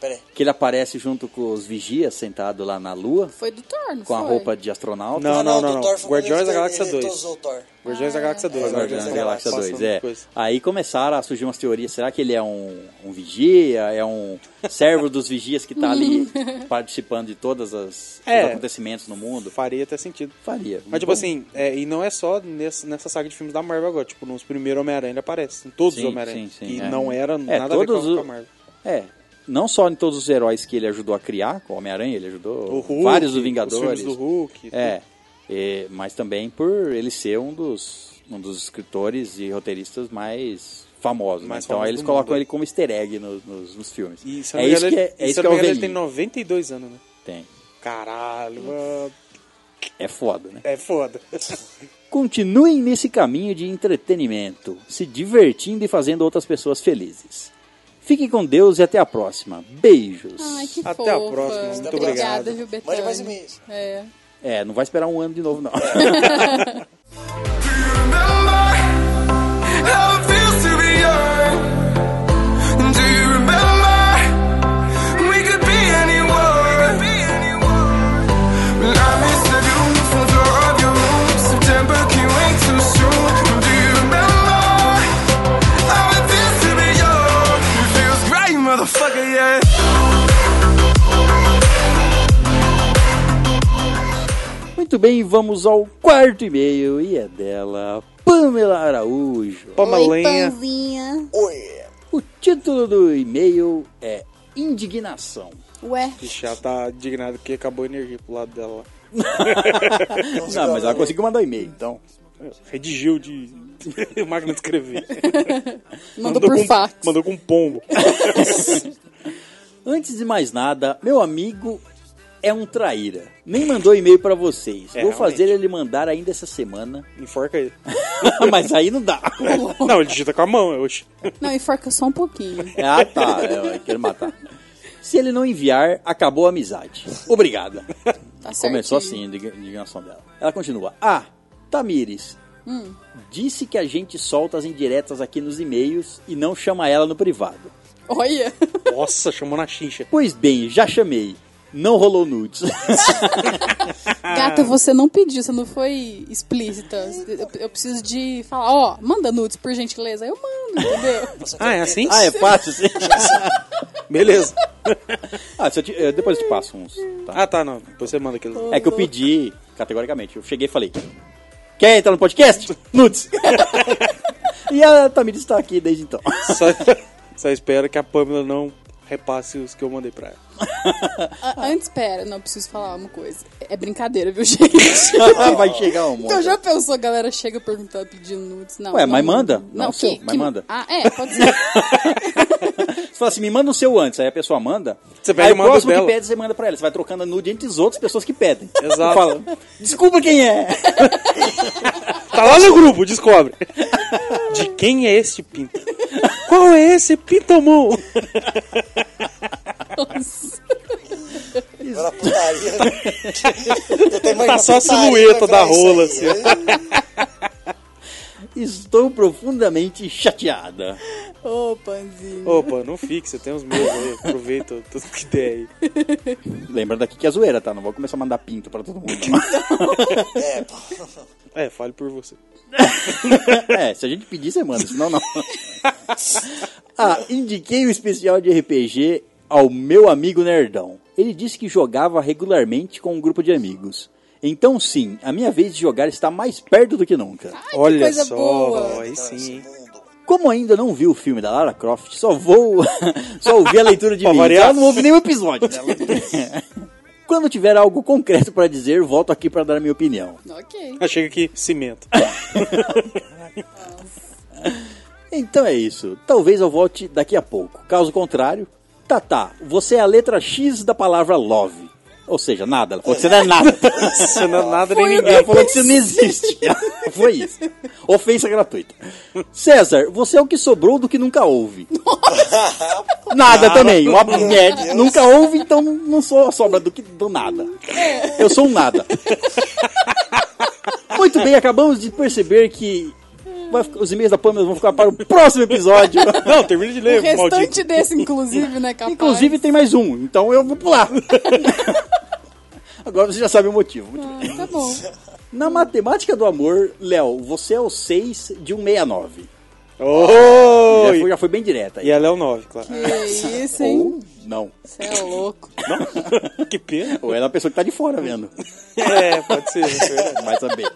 Speaker 3: Pera aí.
Speaker 1: que ele aparece junto com os vigias sentado lá na lua
Speaker 4: Foi do torno,
Speaker 1: com a
Speaker 4: foi.
Speaker 1: roupa de astronauta.
Speaker 2: Não, não,
Speaker 3: Ah, do
Speaker 2: não, não.
Speaker 3: Thor foi quando
Speaker 2: Guardiões
Speaker 3: ele-
Speaker 2: da Galáxia
Speaker 3: ele
Speaker 2: 2.
Speaker 3: tosou o Thor.
Speaker 2: Guardiões da Galáxia 2.
Speaker 3: É,
Speaker 1: Guardiões da Galáxia 2,
Speaker 2: Passando
Speaker 1: é.
Speaker 2: coisa.
Speaker 1: Aí começaram a surgir umas teorias. Será que ele é um, um vigia? É um servo dos vigias que tá ali participando de todos os
Speaker 2: É.
Speaker 1: acontecimentos no mundo?
Speaker 2: Faria até sentido.
Speaker 1: Faria.
Speaker 2: Mas, tipo
Speaker 1: Bom,
Speaker 2: assim, é, e não é só nessa, nessa saga de filmes da Marvel agora. Tipo, nos primeiros Homem-Aranha ele aparece. Em todos
Speaker 1: Sim,
Speaker 2: os Homem-Aranha.
Speaker 1: sim, sim,
Speaker 2: e
Speaker 1: é.
Speaker 2: não era
Speaker 1: É,
Speaker 2: nada a ver com a-
Speaker 1: todos
Speaker 2: com
Speaker 1: o-
Speaker 2: a Marvel.
Speaker 1: É. Não só em todos os heróis que ele ajudou a criar, como o Homem-Aranha, ele ajudou
Speaker 2: O Hulk,
Speaker 1: vários dos
Speaker 2: os
Speaker 1: Vingadores.
Speaker 2: filmes do Hulk e
Speaker 1: É. E- mas também por ele ser um dos, um dos escritores e roteiristas mais famosos. né?
Speaker 2: Mais
Speaker 1: Então
Speaker 2: famosos
Speaker 1: eles
Speaker 2: do
Speaker 1: colocam
Speaker 2: mundo,
Speaker 1: ele como easter egg nos, nos, nos filmes.
Speaker 2: E se eu
Speaker 1: é
Speaker 2: não me
Speaker 1: isso
Speaker 2: engano,
Speaker 1: que é,
Speaker 2: ele-
Speaker 1: é,
Speaker 2: se
Speaker 1: isso
Speaker 2: eu
Speaker 1: que é
Speaker 2: não
Speaker 1: o
Speaker 2: me engano, ele tem
Speaker 1: velhinho.
Speaker 2: 92 anos, né?
Speaker 1: Tem.
Speaker 2: Caralho, mano.
Speaker 1: É foda, né?
Speaker 2: É foda.
Speaker 1: Continuem nesse caminho de entretenimento, se divertindo e fazendo outras pessoas felizes. Fiquem com Deus e até a próxima. Beijos.
Speaker 4: Ai, que
Speaker 2: Até
Speaker 4: fofa.
Speaker 2: a próxima, muito
Speaker 4: Obrigada,
Speaker 2: obrigado.
Speaker 4: viu, Betânia?
Speaker 3: Mande mais e-mails.
Speaker 4: É.
Speaker 1: É, não vai esperar um ano de novo, não.
Speaker 6: Do you remember how it feels to be young? Do you remember we could be anyone? I miss the beautiful door of your room. September came way too soon. Do you remember how it feels to be young? It feels great, motherfucker, yeah.
Speaker 1: Muito bem, vamos ao quarto e-mail e é dela, Pamela Araújo.
Speaker 2: Toma lenha.
Speaker 4: pãozinha.
Speaker 3: Oi.
Speaker 1: O título do e-mail é Indignação.
Speaker 4: Ué,
Speaker 2: Ixi, ela tá indignado que acabou a energia pro lado dela. lá.
Speaker 1: Não,
Speaker 3: é
Speaker 1: mas ela conseguiu mandar um e-mail, então.
Speaker 2: Redigiu de máquina de escrever.
Speaker 4: mandou por
Speaker 1: um
Speaker 2: com,
Speaker 4: fax.
Speaker 2: Mandou com pombo.
Speaker 1: Antes de mais nada, meu amigo é um traíra. Nem mandou e-mail pra vocês.
Speaker 2: É,
Speaker 1: Vou
Speaker 2: realmente.
Speaker 1: fazer ele mandar ainda essa semana.
Speaker 2: Enforca ele.
Speaker 1: mas aí não dá.
Speaker 2: Não, ele digita com a mão, eu acho.
Speaker 4: Não, enforca só um pouquinho.
Speaker 1: ah, tá. Eu quero matar. Se ele não enviar, acabou a amizade. Obrigada.
Speaker 4: Tá certo.
Speaker 1: Começou assim a indig- indignação dela. Ela continua. Ah, Tamires. Disse que a gente solta as indiretas aqui nos e-mails e não chama ela no privado.
Speaker 4: Olha.
Speaker 2: Nossa, chamou na chincha.
Speaker 1: Pois bem, já chamei. Não rolou nudes.
Speaker 2: Ah.
Speaker 4: Gata, você não pediu, você não foi explícita. Eu, eu preciso de falar, ó, manda nudes, por gentileza. Eu mando, entendeu?
Speaker 2: Ah, é assim?
Speaker 1: ah, é fácil assim?
Speaker 2: Beleza.
Speaker 1: ah, se eu te- eu- depois eu te passo uns. tá?
Speaker 2: Ah, tá, não. Depois você manda aqueles.
Speaker 1: É que eu pedi, categoricamente. Eu cheguei e falei: Quer entrar no podcast? Nudes! e a Tamires está aqui desde então.
Speaker 2: Só, só espero que a Pamela não repasse os que eu mandei pra ela.
Speaker 4: A- Ah, Antes, pera, não, preciso falar uma coisa. É brincadeira, viu, gente?
Speaker 1: Vai chegar um monte.
Speaker 4: Então já pensou, a galera chega perguntando, pedindo nudes? Não.
Speaker 1: Ué,
Speaker 4: não
Speaker 1: mas manda.
Speaker 4: Não,
Speaker 1: Não,
Speaker 4: não
Speaker 1: seu,
Speaker 4: que,
Speaker 1: mas
Speaker 4: que-
Speaker 1: manda.
Speaker 4: Ah, é, pode ser.
Speaker 1: Você fala assim, me manda o seu antes, aí a pessoa manda.
Speaker 2: Você pega
Speaker 1: aí
Speaker 2: e manda
Speaker 1: o próximo
Speaker 2: o
Speaker 1: que
Speaker 2: dela.
Speaker 1: pede, você manda pra ela. Você vai trocando a nude entre as outras pessoas que pedem.
Speaker 2: Exato.
Speaker 1: Fala, desculpa quem é.
Speaker 2: Tá lá no grupo, descobre. De quem é esse pinto? Qual é esse pintamão?
Speaker 3: Vai na putaria. Eu tenho mais
Speaker 2: Tá
Speaker 3: uma
Speaker 2: só a
Speaker 3: putaria,
Speaker 2: silhueta
Speaker 3: vai
Speaker 2: da
Speaker 3: virar isso
Speaker 2: rola, assim.
Speaker 3: aí.
Speaker 1: Estou profundamente chateada.
Speaker 4: Ô, panzinho.
Speaker 2: Opa, não fique, você tem os meus aí. Aproveita tudo que der aí.
Speaker 1: Lembrando aqui que é zoeira, tá? Não vou começar a mandar pinto pra todo mundo. não.
Speaker 3: É, pô.
Speaker 2: É, fale por você.
Speaker 1: é, se a gente pedir, você manda, senão não. ah, indiquei o especial um de RPG ao meu amigo Nerdão. Ele disse que jogava regularmente com um grupo de amigos. Então, sim, a minha vez de jogar está mais perto do que nunca.
Speaker 4: Ai, que
Speaker 2: Olha
Speaker 4: coisa
Speaker 2: só,
Speaker 4: boa.
Speaker 2: aí
Speaker 3: Esse
Speaker 2: sim. hein?
Speaker 3: mundo.
Speaker 1: Como ainda não vi o filme da Lara Croft, só vou. só ouvi a leitura de
Speaker 2: Pra
Speaker 1: mim.
Speaker 2: variar.
Speaker 1: Ela não ouvi nenhum episódio dela. Quando tiver algo concreto pra dizer, volto aqui pra dar a minha opinião.
Speaker 4: Ok.
Speaker 2: Ah, chega aqui, cimento.
Speaker 1: Então é isso. Talvez eu volte daqui a pouco. Caso contrário, Tatá, você é a letra X da palavra love. Ou seja, nada. Ela falou que você não é nada.
Speaker 2: Isso não é nada nem
Speaker 4: Foi
Speaker 2: ninguém.
Speaker 1: Ela falou que você não existe. Foi isso. Ofensa gratuita. César, você é o que sobrou do que nunca houve. Nada também. Uma merda. Nunca houve, então não sou a sobra do que do nada. Eu sou um nada. Muito bem, acabamos de perceber que vai ficar- os e-mails da Pamela vão ficar para o próximo episódio.
Speaker 2: Não, termina de
Speaker 4: O
Speaker 2: ler, maldito.
Speaker 4: restante desse, inclusive, né, capaz?
Speaker 1: Inclusive tem mais um, então eu vou pular. Agora você já sabe o motivo. Muito bem.
Speaker 4: Ah, tá bom.
Speaker 1: Na matemática do amor, Léo, você é o 6 de um 69. Já
Speaker 2: Oi!
Speaker 1: foi, já foi bem direta. aí.
Speaker 2: E ela é um? o 9, claro. é
Speaker 4: Que isso, hein?
Speaker 1: Ou não.
Speaker 4: Você é louco.
Speaker 2: que pena.
Speaker 1: Ou ela é a pessoa que tá de fora vendo.
Speaker 2: É, pode ser. é verdade.
Speaker 1: Vai saber.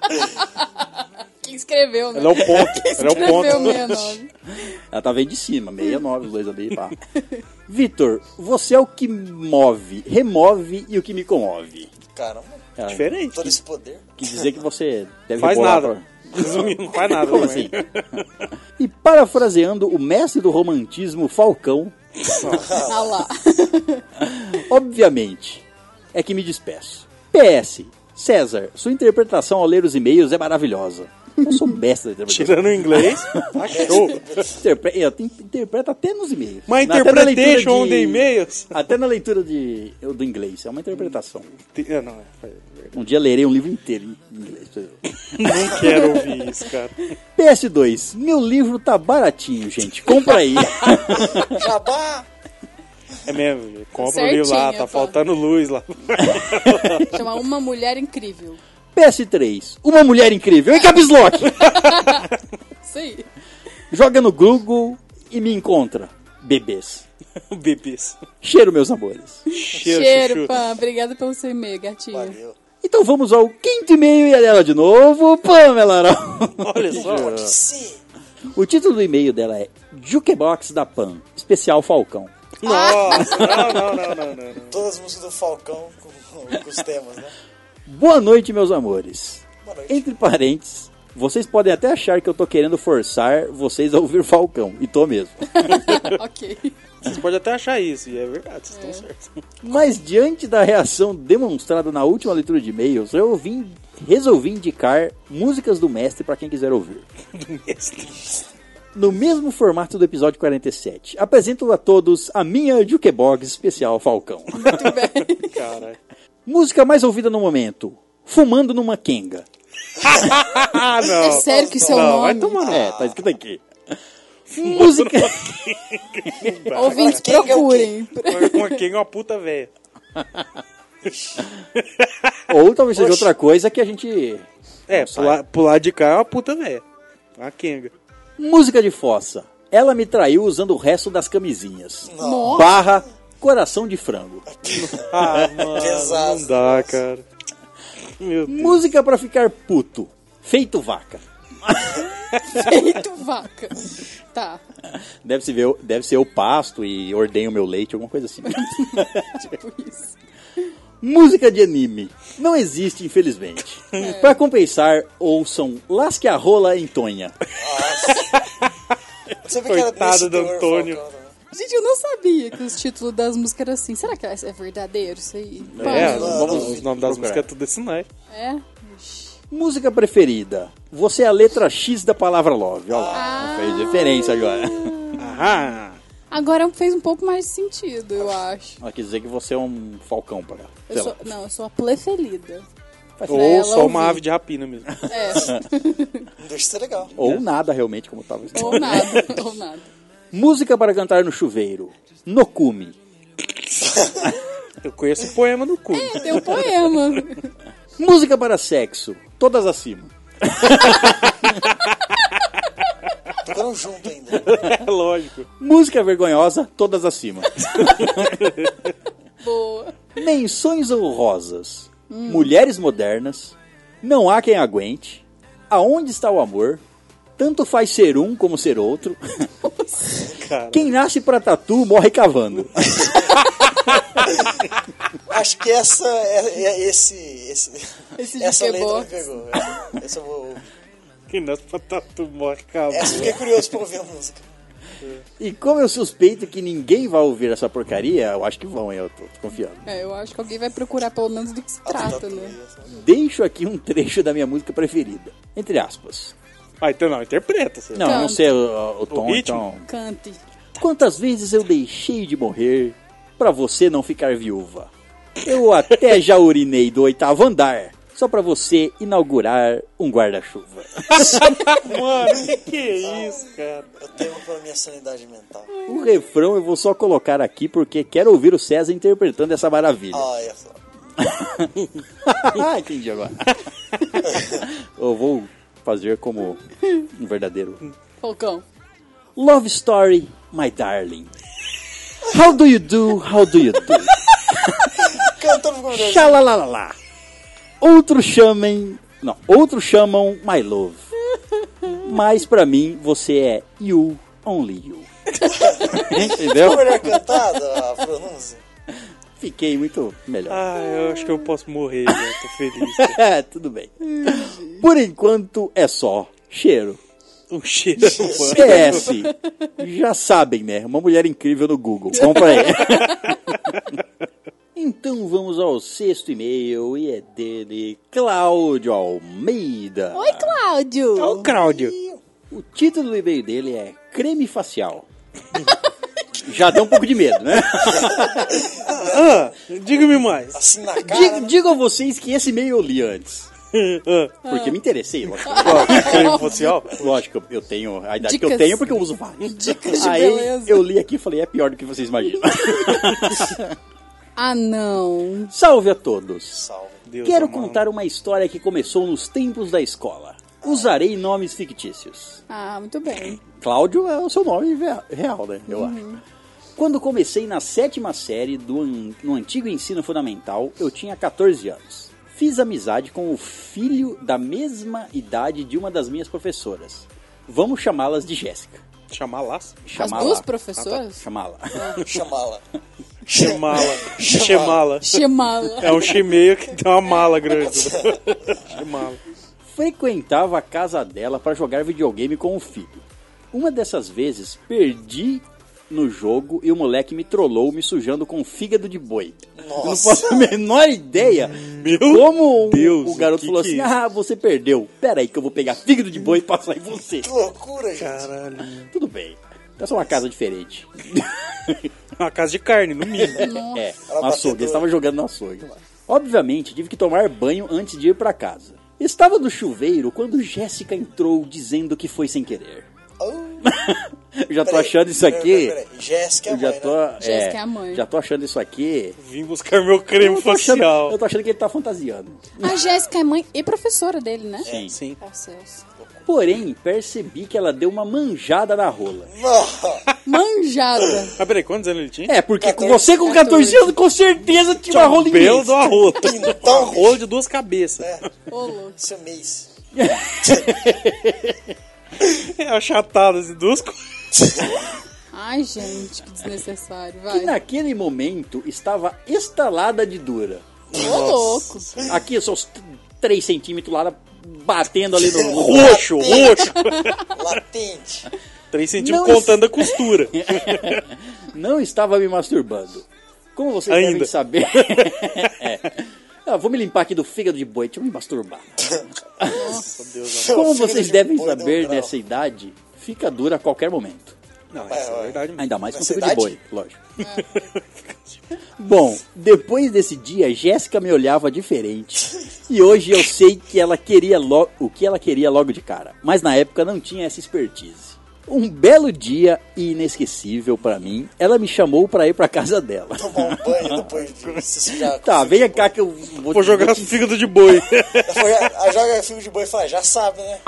Speaker 4: Quem escreveu, né?
Speaker 2: Ela é o ponto. Ela é o
Speaker 4: Escreveu
Speaker 2: ponto.
Speaker 4: 69.
Speaker 1: Ela tá vendo de cima, 69, os dois ali, pá. Vitor, você é o que move, remove e o que me comove.
Speaker 3: Caramba,
Speaker 1: Ela
Speaker 2: Diferente.
Speaker 3: um todo esse poder.
Speaker 1: Quis dizer que você deve
Speaker 2: Faz
Speaker 1: rebolar
Speaker 2: nada.
Speaker 1: pra-
Speaker 2: Resumindo, não faz nada.
Speaker 1: Como
Speaker 2: não é?
Speaker 1: assim? E parafraseando o mestre do romantismo, Falcão,
Speaker 4: Ah lá.
Speaker 1: Obviamente, é que me despeço. PS, César, sua interpretação ao ler os e-mails é maravilhosa. Eu sou besta da interpretação.
Speaker 2: Tirando o inglês, tá show.
Speaker 1: Interpre... Eu te- interpreta até nos e-mails.
Speaker 2: Mas
Speaker 1: Na- até na leitura
Speaker 2: interpretation de e-mails.
Speaker 1: Até na leitura de... do inglês, é uma interpretação.
Speaker 2: Ah, Não, é.
Speaker 1: Um dia lerei um livro inteiro em inglês. pra eu-
Speaker 2: não quero ouvir isso, cara.
Speaker 1: PS2, meu livro tá baratinho, gente. Compra aí.
Speaker 3: Jabá!
Speaker 2: É mesmo, compra o
Speaker 4: Certinho,
Speaker 2: livro lá, tá
Speaker 4: pô.
Speaker 2: faltando luz lá.
Speaker 4: Chama Uma Mulher Incrível.
Speaker 1: PS3, uma mulher incrível. Em caps lock.
Speaker 4: Isso aí.
Speaker 1: Joga no Google e me encontra. Bebês.
Speaker 2: Bebês.
Speaker 1: Cheiro, meus amores.
Speaker 2: Cheiro,
Speaker 4: Cheiro,
Speaker 2: chuchu.
Speaker 4: Pam. Obrigada pelo seu e-mail, gatinho.
Speaker 3: Valeu.
Speaker 1: Então vamos ao quinto e-mail e a dela de novo, Pamela Arão.
Speaker 2: Olha só.
Speaker 3: Sim!
Speaker 1: O título do e-mail dela é Jukebox da Pan, especial Falcão.
Speaker 2: Nossa, não, não, não, não, não, não.
Speaker 3: Todas as músicas do Falcão com, com os temas, né?
Speaker 1: Boa noite, meus amores.
Speaker 3: Boa noite.
Speaker 1: Entre parênteses, vocês podem até achar que eu tô querendo forçar vocês a ouvir Falcão, e tô mesmo.
Speaker 4: ok.
Speaker 2: Você pode até achar isso, e é verdade, vocês estão certos.
Speaker 1: Mas diante da reação demonstrada na última leitura de e-mails, eu vim- resolvi indicar músicas do mestre pra quem quiser ouvir.
Speaker 2: Do mestre.
Speaker 1: No mesmo formato do episódio 47, apresento a todos a minha Jukebox especial Falcão.
Speaker 4: Muito bem.
Speaker 2: Caralho.
Speaker 1: Música mais ouvida no momento: Fumando numa Kenga.
Speaker 2: Ah,
Speaker 4: É
Speaker 2: não.
Speaker 4: sério que isso é o
Speaker 2: Não, Ah, vai
Speaker 4: nome?
Speaker 2: tomar no
Speaker 1: É, tá escrito aqui. Música.
Speaker 3: Agora, quem
Speaker 4: Ouvintes,
Speaker 3: que é o
Speaker 4: procurem.
Speaker 2: Uma quem é uma puta velha.
Speaker 1: Ou talvez seja outra coisa que a gente.
Speaker 2: É, pular, pular de cá é uma puta velha. Uma kenga.
Speaker 1: Música de fossa. Ela me traiu usando o resto das camisinhas.
Speaker 4: Nossa.
Speaker 1: Barra Coração de Frango.
Speaker 2: Ah, mano,
Speaker 3: Pesado.
Speaker 2: não dá, cara. Meu Deus.
Speaker 1: Música pra ficar puto. Feito vaca.
Speaker 4: Peito vaca. Tá.
Speaker 1: Deve, -se ver, deve ser eu pasto e ordenho meu leite, alguma coisa assim.
Speaker 4: Tipo isso.
Speaker 1: Música de anime. Não existe, infelizmente.
Speaker 4: É.
Speaker 1: Pra compensar, ouçam Lasque a Rola em Tonha.
Speaker 3: Você vê
Speaker 2: Coitado do
Speaker 3: teor,
Speaker 2: Antônio.
Speaker 3: Falcão, né?
Speaker 4: Gente, eu não sabia que os títulos das músicas eram assim. Será que é verdadeiro isso aí?
Speaker 2: É,
Speaker 4: Pam,
Speaker 2: vamos, os nomes das
Speaker 1: Procurar.
Speaker 2: músicas é tudo esse naipe.
Speaker 4: é? Ixi.
Speaker 1: Música preferida. Você é a letra X da palavra love. Olha
Speaker 4: Ah.
Speaker 1: lá, fez referência agora.
Speaker 2: Aham.
Speaker 4: Agora fez um pouco mais de sentido, eu acho.
Speaker 1: Ela quis dizer que você é um falcão pra ela.
Speaker 4: Eu
Speaker 1: Sei
Speaker 4: sou,
Speaker 1: lá.
Speaker 4: não, eu sou a plefelida.
Speaker 2: Ou só uma
Speaker 4: ouvir.
Speaker 2: ave de rapina mesmo.
Speaker 4: É,
Speaker 3: Não deixa de ser legal.
Speaker 1: Ou nada, realmente, como tava escrito.
Speaker 4: ou nada, ou nada.
Speaker 1: Música para cantar no chuveiro. Nokume.
Speaker 2: Eu conheço o poema do cu.
Speaker 4: É, tem um poema.
Speaker 1: Música para sexo. Todas acima.
Speaker 3: ficaram juntos ainda.
Speaker 2: É lógico.
Speaker 1: Música vergonhosa, todas acima.
Speaker 4: Boa.
Speaker 1: Menções honrosas. Mulheres modernas. Não há quem aguente. Aonde está o amor? Tanto faz ser um como ser outro.
Speaker 2: Cara.
Speaker 1: Quem nasce pra tatu morre cavando.
Speaker 3: Acho que essa, é, é- esse, esse,
Speaker 4: Esse de
Speaker 3: essa
Speaker 4: que
Speaker 3: letra me
Speaker 4: box.
Speaker 3: pegou. Essa eu vou.
Speaker 2: Quem nasce pra tatu tá, morre, acabou.
Speaker 1: É.
Speaker 3: Essa eu fiquei curioso pra ouvir a música.
Speaker 1: E como eu suspeito que ninguém vai ouvir essa porcaria, eu acho que vão, hein? eu tô, tô confiando.
Speaker 4: É, eu acho que alguém vai procurar pelo menos do que se trata, né?
Speaker 1: Deixo aqui um trecho da minha música preferida. Entre aspas.
Speaker 2: Ah, então não, interpreta. Você.
Speaker 1: Não, eu não
Speaker 4: Canta.
Speaker 1: sei o, o tom,
Speaker 2: ritmo?
Speaker 1: então.
Speaker 4: Cante.
Speaker 1: Quantas vezes eu deixei de morrer pra você não ficar viúva? Eu até já urinei do oitavo andar, só pra você inaugurar um guarda-chuva.
Speaker 2: Mano, que que é isso, cara?
Speaker 3: Eu temo pela minha sanidade mental.
Speaker 1: O refrão eu vou só colocar aqui porque quero ouvir o César interpretando essa maravilha.
Speaker 3: Olha é só.
Speaker 1: Ah, entendi agora. eu vou fazer como um verdadeiro.
Speaker 4: Falcão.
Speaker 1: Love Story, my darling. How do you do? How do you do?
Speaker 3: Cantando com Deus.
Speaker 1: Xalalalala. Outros chamem. Não, outros chamam My Love. Mas pra mim, você é You, Only You.
Speaker 3: Ficou
Speaker 1: Entendeu?
Speaker 3: melhor cantada a pronúncia?
Speaker 1: Fiquei muito melhor.
Speaker 2: Ah, eu acho que eu posso morrer, velho. Tô feliz. cara.
Speaker 1: É, Tudo bem. Por enquanto é só cheiro.
Speaker 2: Um cheiro, mano.
Speaker 1: PS. Já sabem, né? Uma mulher incrível no Google. Compra aí. Então vamos ao sexto e-mail e é dele, Cláudio Almeida.
Speaker 4: Oi, Cláudio.
Speaker 2: Olha o Cláudio.
Speaker 1: O título do e-mail dele é Creme Facial. Já deu um pouco de medo, né?
Speaker 2: Ah, diga-me mais.
Speaker 3: Assim na cara.
Speaker 1: Digo, digo a vocês que esse e-mail eu li antes.
Speaker 2: Ah,
Speaker 1: Porque me interessei, lógico.
Speaker 2: creme facial?
Speaker 1: Lógico, eu tenho a idade que eu
Speaker 4: Dicas.
Speaker 1: tenho porque eu uso vários.
Speaker 4: Dicas de
Speaker 1: Aí
Speaker 4: beleza.
Speaker 1: eu li aqui e falei, é pior do que vocês imaginam.
Speaker 4: Ah, não.
Speaker 1: Salve a todos.
Speaker 3: Salve.
Speaker 2: Deus
Speaker 1: Quero
Speaker 2: amado.
Speaker 1: contar uma história que começou nos tempos da escola. Usarei nomes fictícios.
Speaker 4: Ah, muito bem.
Speaker 1: Cláudio é o seu nome ve- real, né? Eu
Speaker 4: Uhum.
Speaker 1: acho. Quando comecei na sétima série do an- no antigo ensino fundamental, eu tinha 14 anos. Fiz amizade com o filho da mesma idade de uma das minhas professoras. Vamos chamá-las de Jéssica.
Speaker 2: Chamar laço?
Speaker 1: Chamá-la. Tá,
Speaker 4: As duas professoras?
Speaker 1: Chamá-la.
Speaker 3: Chamá-la.
Speaker 2: Chamá-la.
Speaker 3: Chamá-la.
Speaker 2: Chamá-la.
Speaker 4: Chamá-la.
Speaker 2: É um chimeio que tem uma mala grande. Chamá-la.
Speaker 1: Frequentava a casa dela para jogar videogame com o filho. Uma dessas vezes, perdi no jogo e o moleque me trollou me sujando com fígado de boi. Eu não
Speaker 3: Nossa.
Speaker 1: faço a menor ideia
Speaker 4: Hum.
Speaker 2: Meu
Speaker 1: como o-
Speaker 2: Deus,
Speaker 1: o garoto
Speaker 2: que
Speaker 1: falou
Speaker 2: que
Speaker 1: assim:
Speaker 2: é isso?
Speaker 1: Ah, você perdeu. Pera aí que eu vou pegar fígado de boi e passar em você.
Speaker 3: Que loucura, gente.
Speaker 2: Caralho.
Speaker 1: Tudo bem. Essa é uma casa diferente.
Speaker 2: Uma casa de carne, no mínimo.
Speaker 1: É,
Speaker 3: Ela
Speaker 1: no açougue.
Speaker 3: bateu
Speaker 1: Eles estavam jogando no açougue lá. Obviamente, tive que tomar banho antes de ir pra casa. Estava no chuveiro quando Jéssica entrou dizendo que foi sem querer.
Speaker 3: Oh,
Speaker 1: Eu já tô
Speaker 3: peraí,
Speaker 1: achando isso
Speaker 3: peraí,
Speaker 1: aqui.
Speaker 3: peraí, peraí. Jéssica é a
Speaker 1: Eu já
Speaker 3: mãe,
Speaker 1: tô.
Speaker 3: né?
Speaker 4: Jéssica é a mãe.
Speaker 1: Já tô achando isso aqui.
Speaker 2: Vim buscar meu creme
Speaker 1: Eu tô, achando,
Speaker 2: facial.
Speaker 1: eu tô achando que ele tá fantasiando.
Speaker 4: A Jéssica é mãe e professora dele, né?
Speaker 3: É,
Speaker 1: Sim.
Speaker 2: Sim.
Speaker 4: Ó céus.
Speaker 1: Porém, percebi que ela deu uma manjada na rola.
Speaker 3: Não.
Speaker 4: Manjada.
Speaker 2: Ah, peraí, quantos anos ele tinha?
Speaker 1: É, porque com
Speaker 3: 14,
Speaker 1: você com 14 anos, com certeza tinha uma rola
Speaker 2: Belo
Speaker 1: inglês.
Speaker 2: um do arroto. É.
Speaker 3: Então,
Speaker 2: Um rolo de duas cabeças.
Speaker 4: Ô, louco.
Speaker 3: Seu mês.
Speaker 2: É. Achatado, assim, duas coisas.
Speaker 4: Ai, gente, que desnecessário.
Speaker 1: Que
Speaker 4: Vai.
Speaker 1: naquele momento estava estalada de dura.
Speaker 4: Ô, louco.
Speaker 1: Aqui, seus 3 centímetros lá, batendo ali no... no-
Speaker 2: Roxo, roxo.
Speaker 3: Latente.
Speaker 2: Três centímetros
Speaker 1: Não,
Speaker 2: contando a costura.
Speaker 1: Não estava me masturbando. Como vocês
Speaker 2: Ainda.
Speaker 1: devem saber... É. Ah, vou me limpar aqui do fígado de boi, deixa eu me masturbar.
Speaker 2: Meu Deus,
Speaker 1: Como
Speaker 3: Seu filho
Speaker 1: vocês
Speaker 3: de
Speaker 1: devem
Speaker 3: boi
Speaker 1: saber,
Speaker 3: não grau.
Speaker 1: nessa idade, fica dura a qualquer momento.
Speaker 2: não, essa é verdade mesmo.
Speaker 1: Ainda mais com
Speaker 3: Nessa
Speaker 1: fígado de boi,
Speaker 3: idade?
Speaker 1: lógico. Bom, depois desse dia, Jéssica me olhava diferente. E hoje eu sei que ela queria lo- o que ela queria logo de cara. Mas na época não tinha essa expertise. Um belo dia e inesquecível pra mim, ela me chamou pra ir pra casa dela.
Speaker 3: Tomar um banho depois de se sujar. com
Speaker 1: Tá,
Speaker 3: fio de
Speaker 1: venha cá
Speaker 3: boi.
Speaker 1: que eu vou,
Speaker 2: Vou
Speaker 1: te-
Speaker 2: jogar fígado de boi.
Speaker 3: Ela foi- ela joga fio de boi e fala, já sabe, né?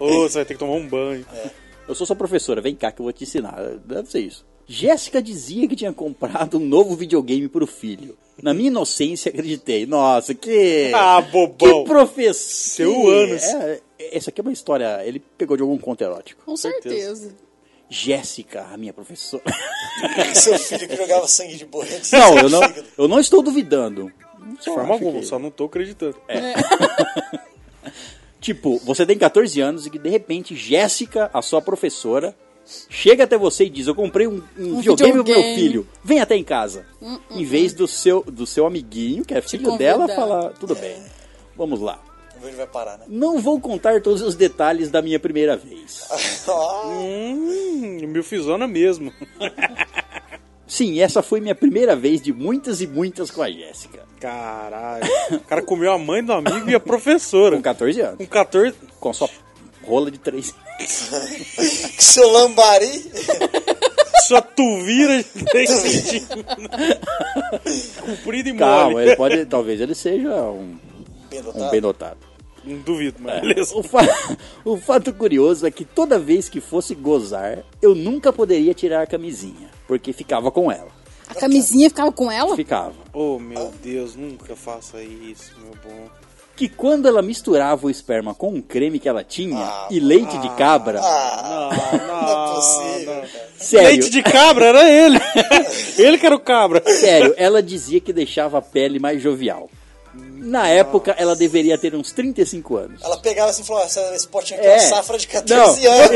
Speaker 2: Ô, você vai ter que tomar um banho.
Speaker 1: Eu sou sua professora, vem cá que eu vou te ensinar. Deve ser isso. Jéssica dizia que tinha comprado um novo videogame pro filho. Na minha inocência, acreditei. Nossa, que.
Speaker 2: Ah, bobão.
Speaker 1: Que professor.
Speaker 2: Seu ânus.
Speaker 1: É, é, essa aqui é uma história. Ele pegou de algum conto erótico.
Speaker 4: Com certeza.
Speaker 1: Jéssica, a minha professora.
Speaker 3: Seu filho que jogava sangue de boi.
Speaker 1: Não, eu não, eu não estou duvidando.
Speaker 2: De forma alguma, só não tô acreditando.
Speaker 1: Tipo, você tem 14 anos e que de repente Jéssica, a sua professora, chega até você e diz: Eu comprei um, um
Speaker 4: Um
Speaker 1: videogame pro meu
Speaker 4: videogame. Hum,
Speaker 1: filho, vem até em casa. Em vez do seu, do seu amiguinho, que é filho dela,
Speaker 4: convidar. É.
Speaker 1: falar: Tudo bem, vamos lá.
Speaker 3: Vamos ver onde vai parar, né?
Speaker 1: Não vou contar todos os detalhes da minha primeira vez.
Speaker 3: Ah,
Speaker 2: Hum, milfizona mesmo.
Speaker 1: Sim, essa foi minha primeira vez de muitas e muitas com a Jéssica.
Speaker 2: Caralho. O cara comeu a mãe do amigo e a professora.
Speaker 1: Com 14 anos.
Speaker 2: Com 14.
Speaker 1: Com a sua rola de três.
Speaker 3: que seu lambari.
Speaker 2: Sua tuvira de dente. Comprida e
Speaker 1: Calma, é.
Speaker 2: mole.
Speaker 1: ele pode. Talvez ele seja um,
Speaker 3: Bem
Speaker 1: um
Speaker 3: dotado.
Speaker 1: bem dotado.
Speaker 2: Não duvido, mas beleza.
Speaker 1: O, fa- o fato curioso é que toda vez que fosse gozar, eu nunca poderia tirar a camisinha, porque ficava com ela.
Speaker 4: A camisinha ficava com ela?
Speaker 1: Ficava.
Speaker 2: Oh, meu Deus, nunca faça isso, meu bom.
Speaker 1: Que quando ela misturava o esperma com um creme que ela tinha e leite de cabra,
Speaker 3: Ah,
Speaker 2: Não,
Speaker 3: não é
Speaker 2: não,
Speaker 3: possível,
Speaker 2: não.
Speaker 3: cara.
Speaker 1: sério,
Speaker 2: Leite de cabra, era ele. ele que era o cabra.
Speaker 1: sério, ela dizia que deixava a pele mais jovial. Na época, ela deveria ter uns 35 anos.
Speaker 3: Ela pegava assim e falou: "Ah, essa- esse potinho aqui é,
Speaker 1: É.
Speaker 3: uma safra de 14
Speaker 1: Não.
Speaker 3: anos.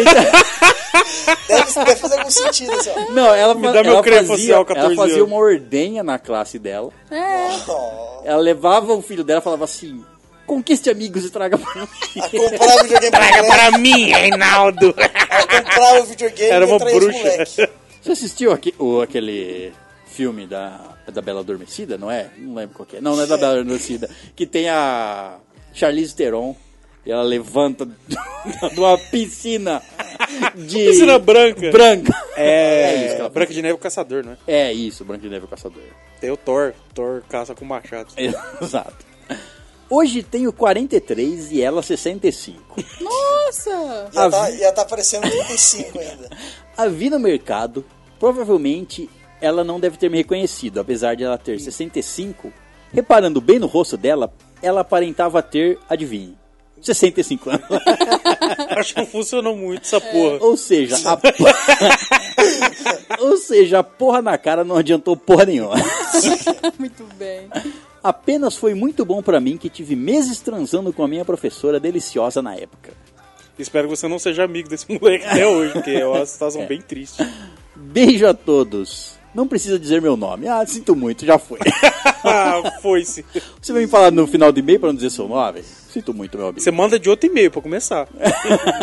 Speaker 3: deve, deve fazer algum sentido, assim, ó.
Speaker 1: Não, ela, fa-
Speaker 2: dá meu
Speaker 1: ela
Speaker 2: creme
Speaker 1: fazia,
Speaker 2: facial, 14
Speaker 1: ela fazia
Speaker 2: anos.
Speaker 1: uma ordenha na classe dela.
Speaker 4: É.
Speaker 3: Oh,
Speaker 1: Ela levava o filho dela e falava assim: conquiste amigos e traga pra mim.
Speaker 3: a comprar o videogame É pra
Speaker 2: Pega
Speaker 3: moleque,
Speaker 2: pra mim, Reinaldo.
Speaker 3: a comprar o videogame
Speaker 2: Era uma
Speaker 3: e trair os
Speaker 2: bruxa.
Speaker 3: moleque.
Speaker 1: Você assistiu aque- o- aquele filme da, da Bela Adormecida, não é? Não lembro qual que é. Não, não é da Bela Adormecida. Que tem a Charlize Theron e ela levanta de uma piscina de...
Speaker 2: Piscina branca.
Speaker 1: Branca.
Speaker 2: É,
Speaker 1: isso que ela-
Speaker 2: Branca de Neve é o caçador, não é?
Speaker 1: É isso, Branca de Neve e o Caçador.
Speaker 2: Tem o Thor. Thor caça com machado.
Speaker 1: Exato. Hoje tenho 43 e ela 65.
Speaker 4: Nossa!
Speaker 3: Ia
Speaker 1: A
Speaker 3: tá,
Speaker 1: vi-
Speaker 3: ia tá aparecendo 35 ainda.
Speaker 1: A vi no mercado, provavelmente ela não deve ter me reconhecido, apesar de ela ter 65. Reparando bem no rosto dela, ela aparentava ter, adivinhe, 65 anos.
Speaker 2: Acho que não funcionou muito essa porra.
Speaker 1: Ou seja, a porra... Ou seja, a porra na cara não adiantou porra nenhuma.
Speaker 4: Muito bem.
Speaker 1: Apenas foi muito bom pra mim que tive meses transando com a minha professora deliciosa na época.
Speaker 2: Espero que você não seja amigo desse moleque até hoje, porque é uma situação bem triste.
Speaker 1: Beijo a todos. Não precisa dizer meu nome. Ah, sinto muito, já foi.
Speaker 2: Ah, foi-se.
Speaker 1: Você vai me falar no final do e-mail pra não dizer seu nome? Sinto muito, meu amigo.
Speaker 2: Você manda de outro e-mail pra começar.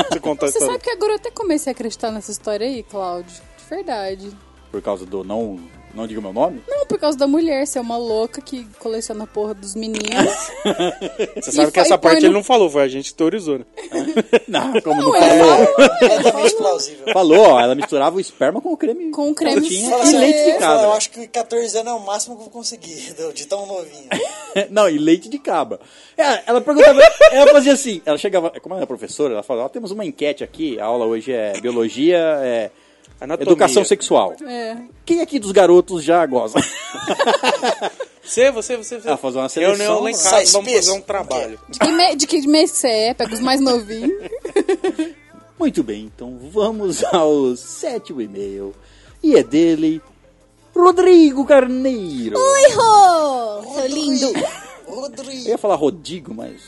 Speaker 2: Você contar a
Speaker 1: tá
Speaker 4: Você
Speaker 2: história.
Speaker 4: sabe que agora eu até comecei a acreditar nessa história aí, Cláudio. De verdade.
Speaker 1: Por causa do não, não diga meu nome?
Speaker 4: Não, por causa da mulher ser uma louca que coleciona a porra dos meninos.
Speaker 2: Você sabe
Speaker 4: E
Speaker 2: que essa
Speaker 4: foi-
Speaker 2: parte
Speaker 4: foi no-
Speaker 2: ele não falou, foi a gente que teorizou, né?
Speaker 1: Não, como não,
Speaker 4: Não, é. ele fala,
Speaker 3: Completamente plausível.
Speaker 1: falou, ó, ela misturava o esperma com o creme.
Speaker 4: Com o creme
Speaker 1: que ela tinha
Speaker 4: Fala
Speaker 1: e
Speaker 4: sério.
Speaker 1: leite de
Speaker 3: Fala, eu
Speaker 1: cabra.
Speaker 3: acho que 14 anos é o máximo que eu vou conseguir, de- de tão novinho.
Speaker 1: Não, e leite de cabra. É, Ela, ela perguntava, ela fazia assim, ela chegava, como ela é professora, ela falava, ó, temos uma enquete aqui, a aula hoje é biologia, é
Speaker 2: Anatomia.
Speaker 1: educação sexual.
Speaker 4: É.
Speaker 1: Quem aqui dos garotos já goza?
Speaker 2: Você, você, você. você.
Speaker 1: Ah, fazer uma seleção,
Speaker 2: Reunião lá em
Speaker 1: né?
Speaker 2: casa,
Speaker 3: Sai
Speaker 2: vamos
Speaker 3: espesso.
Speaker 2: fazer um trabalho.
Speaker 4: De que, me... de que mês que você é? Pega os mais novinhos.
Speaker 1: Muito bem, então vamos ao sétimo e-mail. E é dele, Rodrigo Carneiro.
Speaker 4: Errou! lindo!
Speaker 1: Eu
Speaker 3: Rodrigo.
Speaker 1: ia falar Rodrigo, mas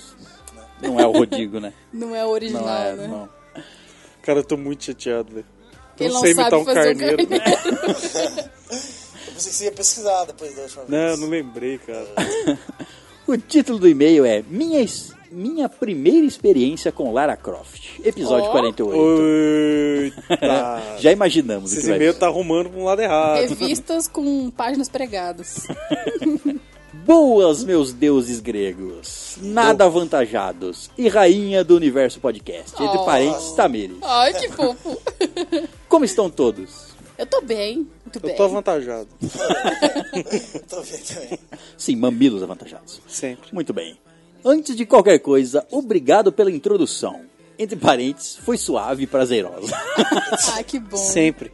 Speaker 1: não é o Rodrigo, né?
Speaker 4: Não é original,
Speaker 1: Não é,
Speaker 4: né?
Speaker 1: não.
Speaker 2: Cara, eu tô muito chateado, velho. Eu
Speaker 4: Ele
Speaker 2: não
Speaker 4: não
Speaker 2: sei
Speaker 4: sabe
Speaker 2: imitar um
Speaker 4: fazer o
Speaker 2: carneiro. velho.
Speaker 3: Eu pensei que você ia pesquisar depois da última vez.
Speaker 2: Não, eu não lembrei, cara.
Speaker 1: O título do e-mail é Minha, es- Minha Primeira Experiência com Lara Croft, episódio
Speaker 4: Ó.
Speaker 1: 48.
Speaker 2: Eita.
Speaker 1: Já imaginamos o
Speaker 2: Esses
Speaker 1: que vai
Speaker 2: e-mails
Speaker 1: ser.
Speaker 2: tá arrumando pra um lado errado.
Speaker 4: Revistas com páginas pregadas.
Speaker 1: Boas, meus deuses gregos, nada avantajados e rainha do universo podcast, entre
Speaker 4: Oh.
Speaker 1: parentes, Tamires.
Speaker 4: Ai, que fofo.
Speaker 1: Como estão todos?
Speaker 4: Eu tô bem, muito bem.
Speaker 2: Eu tô avantajado,
Speaker 3: Tô vendo também.
Speaker 1: Sim, mamilos avantajados.
Speaker 2: sempre.
Speaker 1: Muito bem. Antes de qualquer coisa, obrigado pela introdução. Entre parênteses, foi suave e prazerosa.
Speaker 4: Ah, que bom.
Speaker 2: Sempre.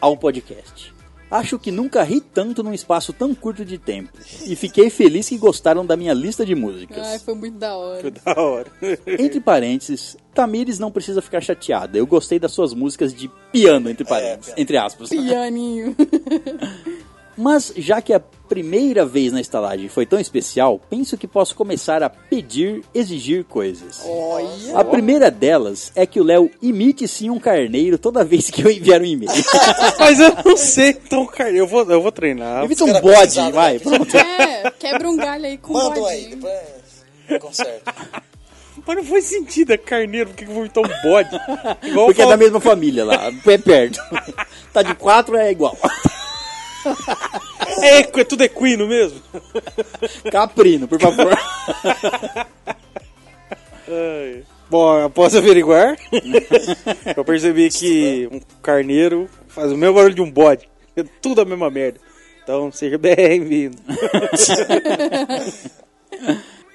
Speaker 1: ao podcast. Acho que nunca ri tanto num espaço tão curto de tempo. E fiquei feliz que gostaram da minha lista de
Speaker 4: Ai,
Speaker 1: músicas.
Speaker 4: foi muito da hora.
Speaker 2: Da hora.
Speaker 1: Entre parênteses, Tamires não precisa ficar chateada. Eu gostei das suas músicas de piano, entre parênteses,
Speaker 3: É, piano.
Speaker 1: entre aspas.
Speaker 4: Pianinho.
Speaker 1: Mas já que é a primeira vez na estalagem foi tão especial, penso que posso começar a pedir, exigir coisas.
Speaker 4: Olha.
Speaker 1: A primeira delas é que o Léo imite sim um carneiro toda vez que eu enviar um e-mail.
Speaker 2: Mas eu não sei, então, cara, eu vou, eu vou treinar.
Speaker 1: Imita um
Speaker 3: Cara,
Speaker 1: bode,
Speaker 3: pesado,
Speaker 1: vai.
Speaker 3: né?
Speaker 1: Pronto.
Speaker 4: É, quebra um galho aí com
Speaker 3: Manda um
Speaker 4: bodinho.
Speaker 3: aí, depois eu conserto.
Speaker 2: Mas não faz sentido, é carneiro, por que que eu vou imitar um bode? Igual
Speaker 1: Porque
Speaker 2: eu
Speaker 1: é da
Speaker 2: falo-
Speaker 1: mesma família lá, é perto. tá de quatro, é igual.
Speaker 2: é, equ- tudo equino mesmo.
Speaker 1: Caprino, por favor.
Speaker 2: Ai. Bom, após averiguar, eu percebi que um carneiro faz o mesmo barulho de um bode. É tudo a mesma merda. Então, seja bem-vindo.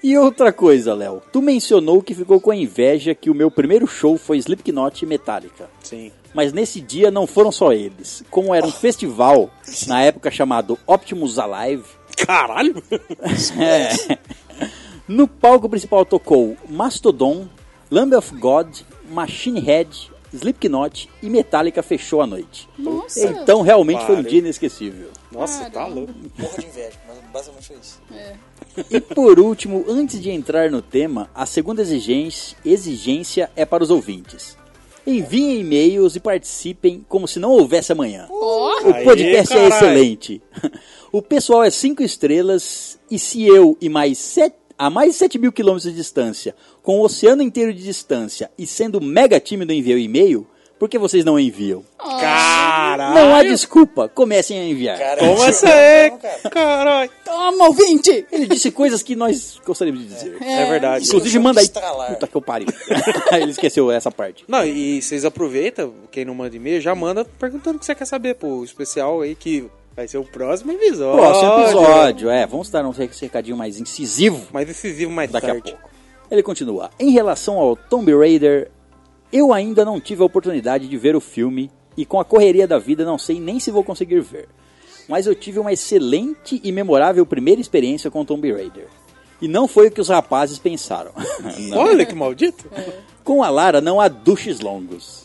Speaker 1: E outra coisa, Léo. Tu mencionou que ficou com a inveja que o meu primeiro show foi Slipknot e Metallica.
Speaker 2: Sim.
Speaker 1: Mas nesse dia não foram só eles. Como era um festival, na época chamado Optimus Alive,
Speaker 2: Caralho!
Speaker 1: é, no palco principal tocou Mastodon, Lamb of God, Machine Head, Slipknot e Metallica fechou a noite.
Speaker 4: Nossa.
Speaker 1: Então realmente foi um
Speaker 2: Pare.
Speaker 1: dia inesquecível.
Speaker 2: Nossa, tá
Speaker 4: Caramba.
Speaker 2: louco.
Speaker 3: Morro de inveja, mas basicamente foi isso.
Speaker 1: E por último, antes de entrar no tema, a segunda exigência, exigência é para os ouvintes. Enviem e-mails e participem como se não houvesse amanhã.
Speaker 4: Ó,
Speaker 1: O
Speaker 2: Aê,
Speaker 1: podcast é
Speaker 2: caralho.
Speaker 1: excelente. O pessoal é cinco estrelas e se eu e mais sete, a mais 7 mil quilômetros de distância, com o oceano inteiro de distância e sendo mega tímido em enviar o e-mail, por que vocês não enviam?
Speaker 2: Caralho!
Speaker 1: Não há desculpa, comecem a enviar.
Speaker 3: Cara,
Speaker 2: Como
Speaker 3: juro,
Speaker 2: essa é?
Speaker 3: não, cara.
Speaker 2: Caralho!
Speaker 4: toma, ouvinte!
Speaker 1: Ele disse coisas que nós gostaríamos de dizer.
Speaker 2: É verdade.
Speaker 1: Inclusive, manda aí.
Speaker 3: Estralar.
Speaker 1: Puta que eu pariu. Ele esqueceu essa parte.
Speaker 2: Não, e vocês aproveitam, quem não manda e-mail, já manda perguntando o que você quer saber, pô. O especial aí que vai ser o próximo episódio.
Speaker 1: Próximo episódio. É, vamos dar um recadinho mais incisivo
Speaker 2: Mais decisivo mais
Speaker 1: daqui a
Speaker 2: tarde.
Speaker 1: pouco. Ele continua. Em relação ao Tomb Raider, eu ainda não tive a oportunidade de ver o filme e com a correria da vida não sei nem se vou conseguir ver. Mas eu tive uma excelente e memorável primeira experiência com Tomb Raider. E não foi o que os rapazes pensaram. Não.
Speaker 2: Olha que maldito!
Speaker 1: Com a Lara não há duches longos.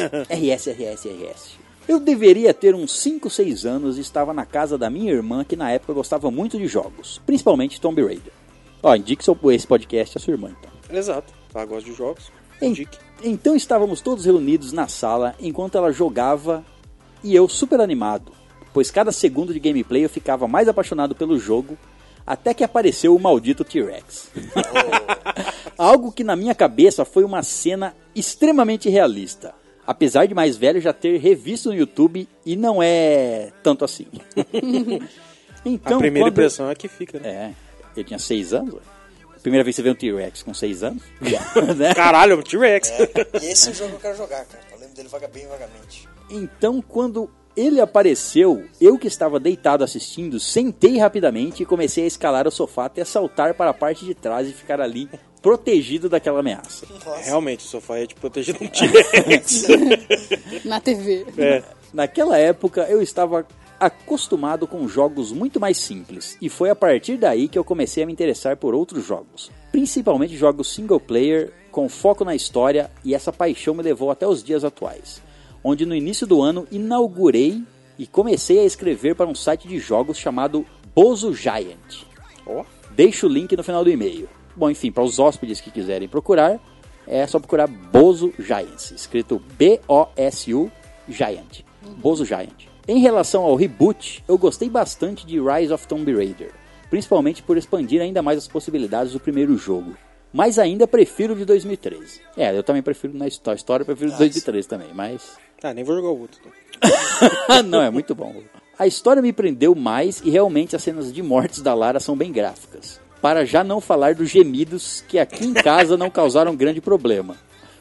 Speaker 1: RS, RS, RS. Eu deveria ter uns 5, 6 anos e estava na casa da minha irmã, que na época gostava muito de jogos, principalmente Tomb Raider. Ó, indique seu- esse podcast à sua irmã, então.
Speaker 2: Exato. Ela gosta de jogos.
Speaker 1: En-
Speaker 2: Indique.
Speaker 1: Então estávamos todos reunidos na sala enquanto ela jogava e eu super animado, pois cada segundo de gameplay eu ficava mais apaixonado pelo jogo, até que apareceu o maldito T-Rex. Algo que na minha cabeça foi uma cena extremamente realista. Apesar de mais velho já ter revisto no YouTube e não é tanto assim. então,
Speaker 2: a primeira
Speaker 1: quando-
Speaker 2: impressão é que fica, né?
Speaker 1: É, eu tinha seis anos. ué. Primeira vez que você vê um T-Rex com seis anos. né?
Speaker 2: Caralho, é um T-Rex.
Speaker 3: E esse é o jogo que eu quero jogar, cara. Eu lembro dele vaga bem vagamente.
Speaker 1: Então, quando ele apareceu, eu que estava deitado assistindo, sentei rapidamente e comecei a escalar o sofá até saltar para a parte de trás e ficar ali protegido daquela ameaça.
Speaker 3: Nossa,
Speaker 2: Realmente, o sofá é de proteger um T-Rex.
Speaker 4: Na É TV.
Speaker 1: Naquela época, eu estava acostumado com jogos muito mais simples, e foi a partir daí que eu comecei a me interessar por outros jogos, principalmente jogos single player com foco na história, e essa paixão me levou até os dias atuais, onde no início do ano inaugurei e comecei a escrever para um site de jogos chamado Bozo Giant.
Speaker 2: Ó,
Speaker 1: Deixo o link no final do e-mail. Bom, enfim, para os hóspedes que quiserem procurar, é só procurar Bozo Giants, escrito B-O-S-U Giant. Bozo Giant. Em relação ao reboot, eu gostei bastante de Rise of Tomb Raider, principalmente por expandir ainda mais as possibilidades do primeiro jogo. Mas ainda prefiro o de 2013. É, eu também prefiro na histó- história, eu prefiro o de 2013 também, mas
Speaker 2: Ah, nem vou jogar o outro. então.
Speaker 1: ah, não, é muito bom. A história me prendeu mais e realmente as cenas de mortes da Lara são bem gráficas. Para já não falar dos gemidos que aqui em casa não causaram grande problema,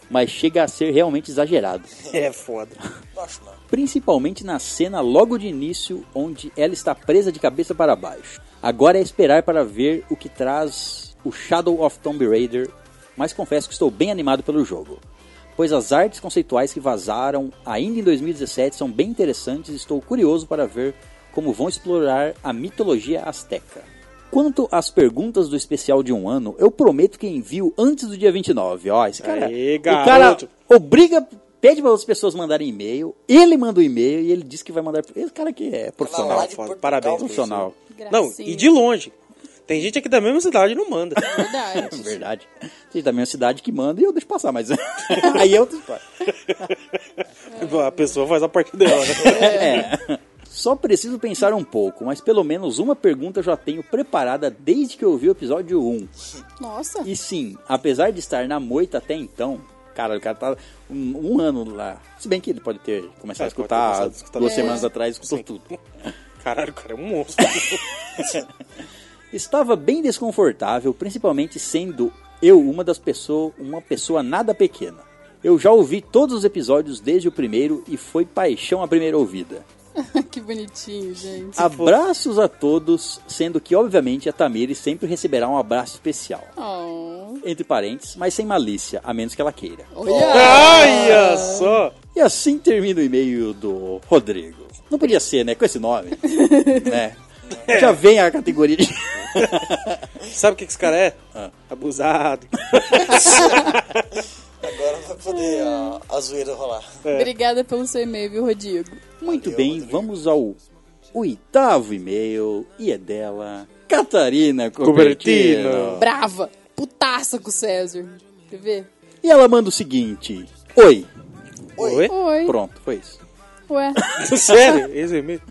Speaker 1: mas chega a ser realmente exagerado.
Speaker 2: É foda.
Speaker 3: não acho não.
Speaker 1: Principalmente na cena logo de início, onde ela está presa de cabeça para baixo. Agora é esperar para ver o que traz o Shadow of Tomb Raider mas confesso que estou bem animado pelo jogo, pois as artes conceituais que vazaram ainda em 2017 são bem interessantes e estou curioso para ver como vão explorar a mitologia azteca. Quanto às perguntas do especial de um ano, eu prometo que envio antes do dia 29. Ó, esse cara,
Speaker 2: Aê,
Speaker 1: o cara
Speaker 2: garoto.
Speaker 1: obriga, pede para as pessoas mandarem e-mail, ele manda o e-mail e ele diz que vai mandar. Esse cara aqui é profissional.
Speaker 3: lá de
Speaker 2: foda.
Speaker 3: Portugal,
Speaker 2: Parabéns,
Speaker 1: profissional.
Speaker 4: Gracinha.
Speaker 2: Não, e de longe. Tem gente aqui da mesma cidade e não manda.
Speaker 4: Verdade.
Speaker 1: É Verdade. Tem também uma cidade que manda e eu deixo passar, mas aí é eu
Speaker 2: Tipo, A pessoa faz a parte dela. né?
Speaker 1: É. Só preciso pensar um pouco, mas pelo menos uma pergunta eu já tenho preparada desde que eu ouvi o episódio 1.
Speaker 4: Nossa,
Speaker 1: E sim, apesar de estar na moita até então, cara, o cara tá um, um ano lá. Se bem que ele pode ter começado a
Speaker 2: É, pode ter
Speaker 1: escutar
Speaker 2: começado a escutar
Speaker 1: duas
Speaker 2: depois.
Speaker 1: semanas atrás, escutou tudo.
Speaker 2: Caralho, o cara é um monstro.
Speaker 1: Estava bem desconfortável, principalmente sendo eu uma das pessoas, uma pessoa nada pequena. Eu já ouvi todos os episódios desde o primeiro e foi paixão à primeira ouvida.
Speaker 4: que bonitinho, gente.
Speaker 1: Abraços a todos, sendo que obviamente a Tamires sempre receberá um abraço especial,
Speaker 4: Oh.
Speaker 1: entre parênteses, mas sem malícia, a menos que ela queira.
Speaker 4: Olha,
Speaker 2: Olha só!
Speaker 1: E assim termina o e-mail do Rodrigo. Não podia ser, né? Com esse nome. né? Já vem a categoria de.
Speaker 2: Sabe o que que esse cara é? Abusado.
Speaker 3: Agora vai poder ó, a zoeira rolar.
Speaker 4: obrigada pelo seu e-mail, viu, Rodrigo?
Speaker 1: Muito bem, vamos ao oitavo e-mail e é dela Catarina Cobertino.
Speaker 2: Cupertino.
Speaker 4: Brava, putaça com o César. Quer ver?
Speaker 1: E ela manda o seguinte: Oi.
Speaker 2: Oi?
Speaker 4: Oi.
Speaker 1: Pronto, foi isso.
Speaker 4: Ué.
Speaker 2: Sério? Esse é meio...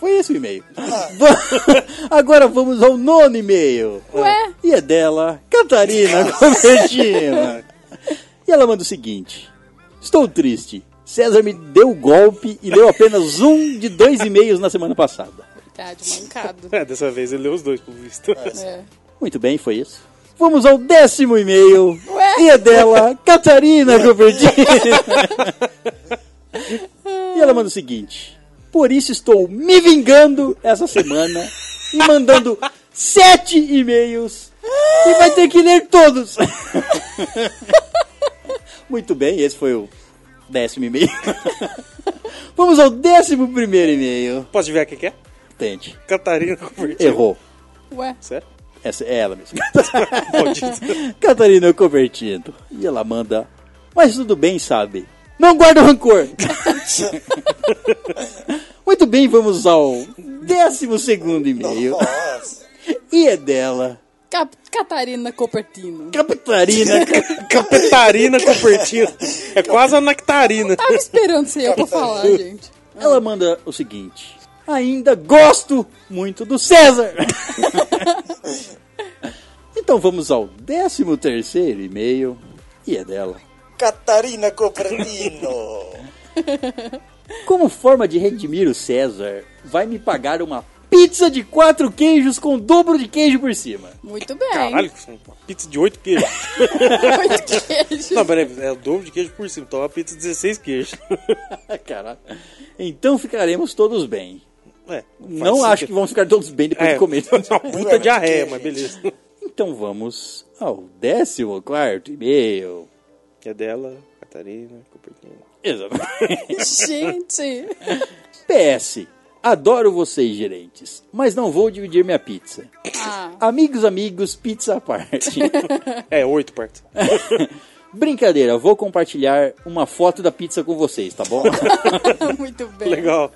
Speaker 1: Foi esse o e-mail. Va- Agora vamos ao nono e-mail.
Speaker 4: Ué?
Speaker 1: E é dela, Catarina Cobertina. e ela manda o seguinte: Estou triste. César me deu golpe e deu apenas um de dois e-mails na semana passada.
Speaker 4: Tá de mancado.
Speaker 2: É, dessa vez ele leu os dois, por visto.
Speaker 4: É.
Speaker 1: Muito bem, foi isso. Vamos ao décimo e-mail.
Speaker 4: Ué?
Speaker 1: E é dela, Catarina Cobertina. e ela manda o seguinte: Por isso estou me vingando essa semana e mandando sete e-mails e vai ter que ler todos. Muito bem, esse foi o décimo e-mail. Vamos ao décimo primeiro e-mail.
Speaker 2: Posso te ver aqui que é?
Speaker 1: Tente.
Speaker 2: Catarina Cupertino.
Speaker 1: Errou.
Speaker 4: Ué.
Speaker 2: Sério?
Speaker 1: Essa é ela mesmo.
Speaker 2: Maldito.
Speaker 1: Catarina Cobertino. E ela manda. Mas tudo bem, sabe? Não guarda rancor. Muito bem, vamos ao décimo segundo e-mail.
Speaker 3: Nossa.
Speaker 1: E é dela,
Speaker 4: Cap- Catarina Copertino.
Speaker 1: Catarina.
Speaker 2: Catarina Cupertino. É quase a Nectarina.
Speaker 4: Tava esperando ser eu pra falar, gente.
Speaker 1: Ela manda o seguinte. Ainda gosto muito do César. então vamos ao décimo terceiro e-mail. E é dela,
Speaker 3: Catarina Copertino.
Speaker 1: Como forma de redimir o César, vai me pagar uma pizza de quatro queijos com o dobro de queijo por cima.
Speaker 4: Muito bem.
Speaker 2: Caralho, é uma pizza de 8 queijos.
Speaker 4: Oito queijos.
Speaker 2: Não, peraí, é o dobro de queijo por cima. Então é uma pizza de 16 queijos.
Speaker 1: Caralho. Então ficaremos todos bem.
Speaker 2: É,
Speaker 1: Não acho que vamos ficar todos bem depois
Speaker 2: É,
Speaker 1: de comer.
Speaker 2: uma puta diarreia, mas beleza.
Speaker 1: Então vamos ao décimo quarto e-mail.
Speaker 2: É dela, Catarina Cupertino.
Speaker 1: Exatamente.
Speaker 4: Gente.
Speaker 1: PS. Adoro vocês, gerentes, mas não vou dividir minha pizza.
Speaker 4: Ah,
Speaker 1: Amigos, amigos, pizza à parte.
Speaker 2: É, 8 partes.
Speaker 1: Brincadeira, vou compartilhar uma foto da pizza com vocês, tá bom?
Speaker 4: muito bem.
Speaker 2: Legal.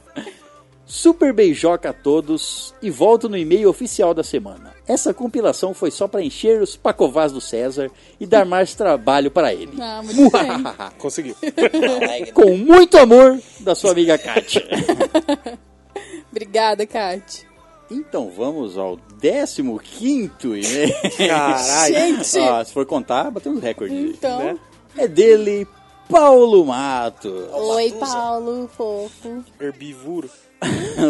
Speaker 1: Super beijoca a todos e volto no e-mail oficial da semana. Essa compilação foi só para encher os pacovás do César e dar mais trabalho para ele.
Speaker 4: Ah, muito bem.
Speaker 2: Conseguiu.
Speaker 1: Com muito amor da sua amiga Kátia.
Speaker 4: Obrigada, Kate.
Speaker 1: então vamos ao 15 e-mail.
Speaker 2: Caralho.
Speaker 4: Gente.
Speaker 1: Ó, se for contar, batemos recorde.
Speaker 4: Então.
Speaker 1: É dele, Paulo Matos.
Speaker 4: Oi, Paulo, fofo.
Speaker 2: Herbivoro.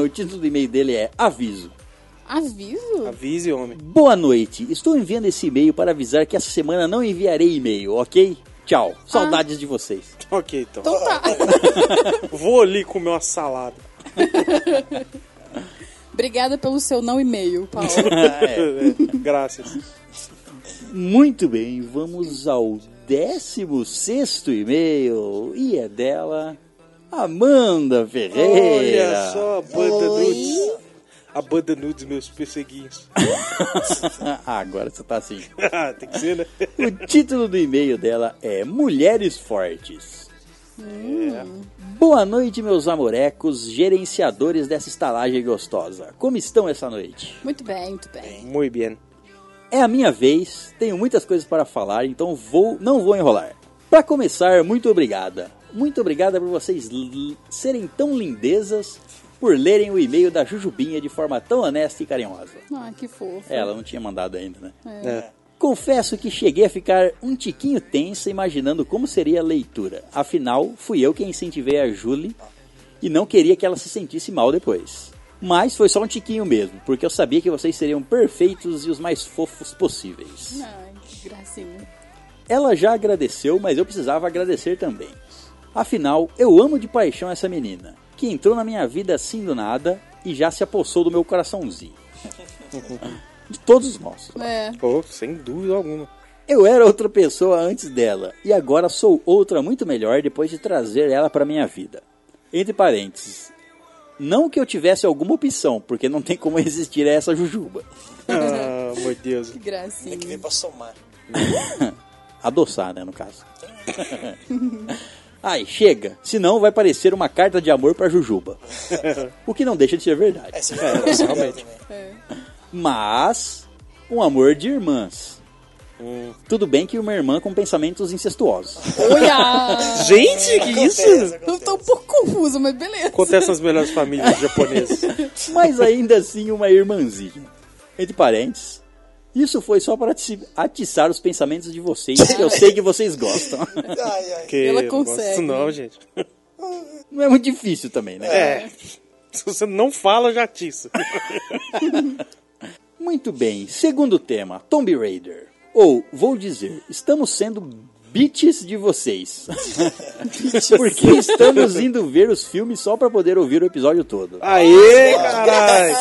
Speaker 1: o título do e-mail dele é Aviso.
Speaker 4: Aviso?
Speaker 2: Avise, homem.
Speaker 1: Boa noite. Estou enviando esse e-mail para avisar que essa semana não enviarei e-mail, ok? Tchau. Saudades de vocês.
Speaker 2: Ok, então.
Speaker 4: Então tá.
Speaker 2: Vou ali comer uma salada.
Speaker 4: Obrigada pelo seu não e-mail, Paulo.
Speaker 1: Ah, é.
Speaker 2: Graças.
Speaker 1: Muito bem, vamos ao 16 e-mail e é dela Amanda Ferreira.
Speaker 2: Olha só a banda
Speaker 3: Oi.
Speaker 2: nudes. A banda nudes, meus perseguinhos.
Speaker 1: Ah, Agora você tá assim.
Speaker 2: Ah, Tem que ser, né?
Speaker 1: O título do e-mail dela é Mulheres Fortes.
Speaker 2: Hum.
Speaker 1: Boa noite, meus amorecos, gerenciadores dessa estalagem gostosa. Como estão essa noite?
Speaker 4: Muito bem, muito bem.
Speaker 2: Muito bem.
Speaker 1: É a minha vez, tenho muitas coisas para falar, então vou, não vou enrolar. Para começar, muito obrigada. Muito obrigada por vocês l- serem tão lindezas, por lerem o e-mail da Jujubinha de forma tão honesta e carinhosa.
Speaker 4: Ah, que fofo.
Speaker 1: É, Ela não tinha mandado ainda, né?
Speaker 2: É.
Speaker 1: Confesso que cheguei a ficar um tiquinho tensa imaginando como seria a leitura. Afinal, fui eu quem incentivei a Julie e não queria que ela se sentisse mal depois. Mas foi só um tiquinho mesmo, porque eu sabia que vocês seriam perfeitos e os mais fofos possíveis.
Speaker 4: Ai, Ah, que gracinha.
Speaker 1: Ela já agradeceu, mas eu precisava agradecer também. Afinal, eu amo de paixão essa menina, que entrou na minha vida assim do nada e já se apossou do meu coraçãozinho. De todos nós.
Speaker 4: É,
Speaker 2: Oh, sem dúvida alguma.
Speaker 1: Eu era outra pessoa antes dela e agora sou outra muito melhor depois de trazer ela para minha vida. Entre parênteses, não que eu tivesse alguma opção, porque não tem como existir a essa jujuba.
Speaker 2: Ah, meu Deus.
Speaker 4: que
Speaker 3: Tem que
Speaker 4: gracinha.
Speaker 3: ver pra somar.
Speaker 1: Adoçar, né, no caso. Ai, chega, senão vai parecer uma carta de amor para Jujuba. O que não deixa de ser verdade.
Speaker 3: É, você já tem o dela
Speaker 2: realmente.
Speaker 3: também.
Speaker 1: mas um amor de irmãs. Tudo bem que uma irmã com pensamentos incestuosos.
Speaker 4: Olha!
Speaker 2: Gente, que isso?
Speaker 4: Eu tô um pouco confusa, mas beleza.
Speaker 2: Acontece nas é melhores famílias japonesas.
Speaker 1: mas ainda assim uma irmãzinha. Entre parênteses, isso foi só para ati- atiçar os pensamentos de vocês, que eu sei que vocês gostam.
Speaker 3: Ai, ai.
Speaker 2: Que
Speaker 4: Ela
Speaker 2: eu não gosto
Speaker 4: consegue.
Speaker 2: disso não, gente.
Speaker 1: Não é muito difícil também, né?
Speaker 2: É. Se você não fala, já atiça.
Speaker 1: Muito bem, segundo tema, Tomb Raider. Ou, vou dizer, estamos sendo bitches de vocês. Porque estamos indo ver os filmes só para poder ouvir o episódio todo.
Speaker 2: Aê, caralho!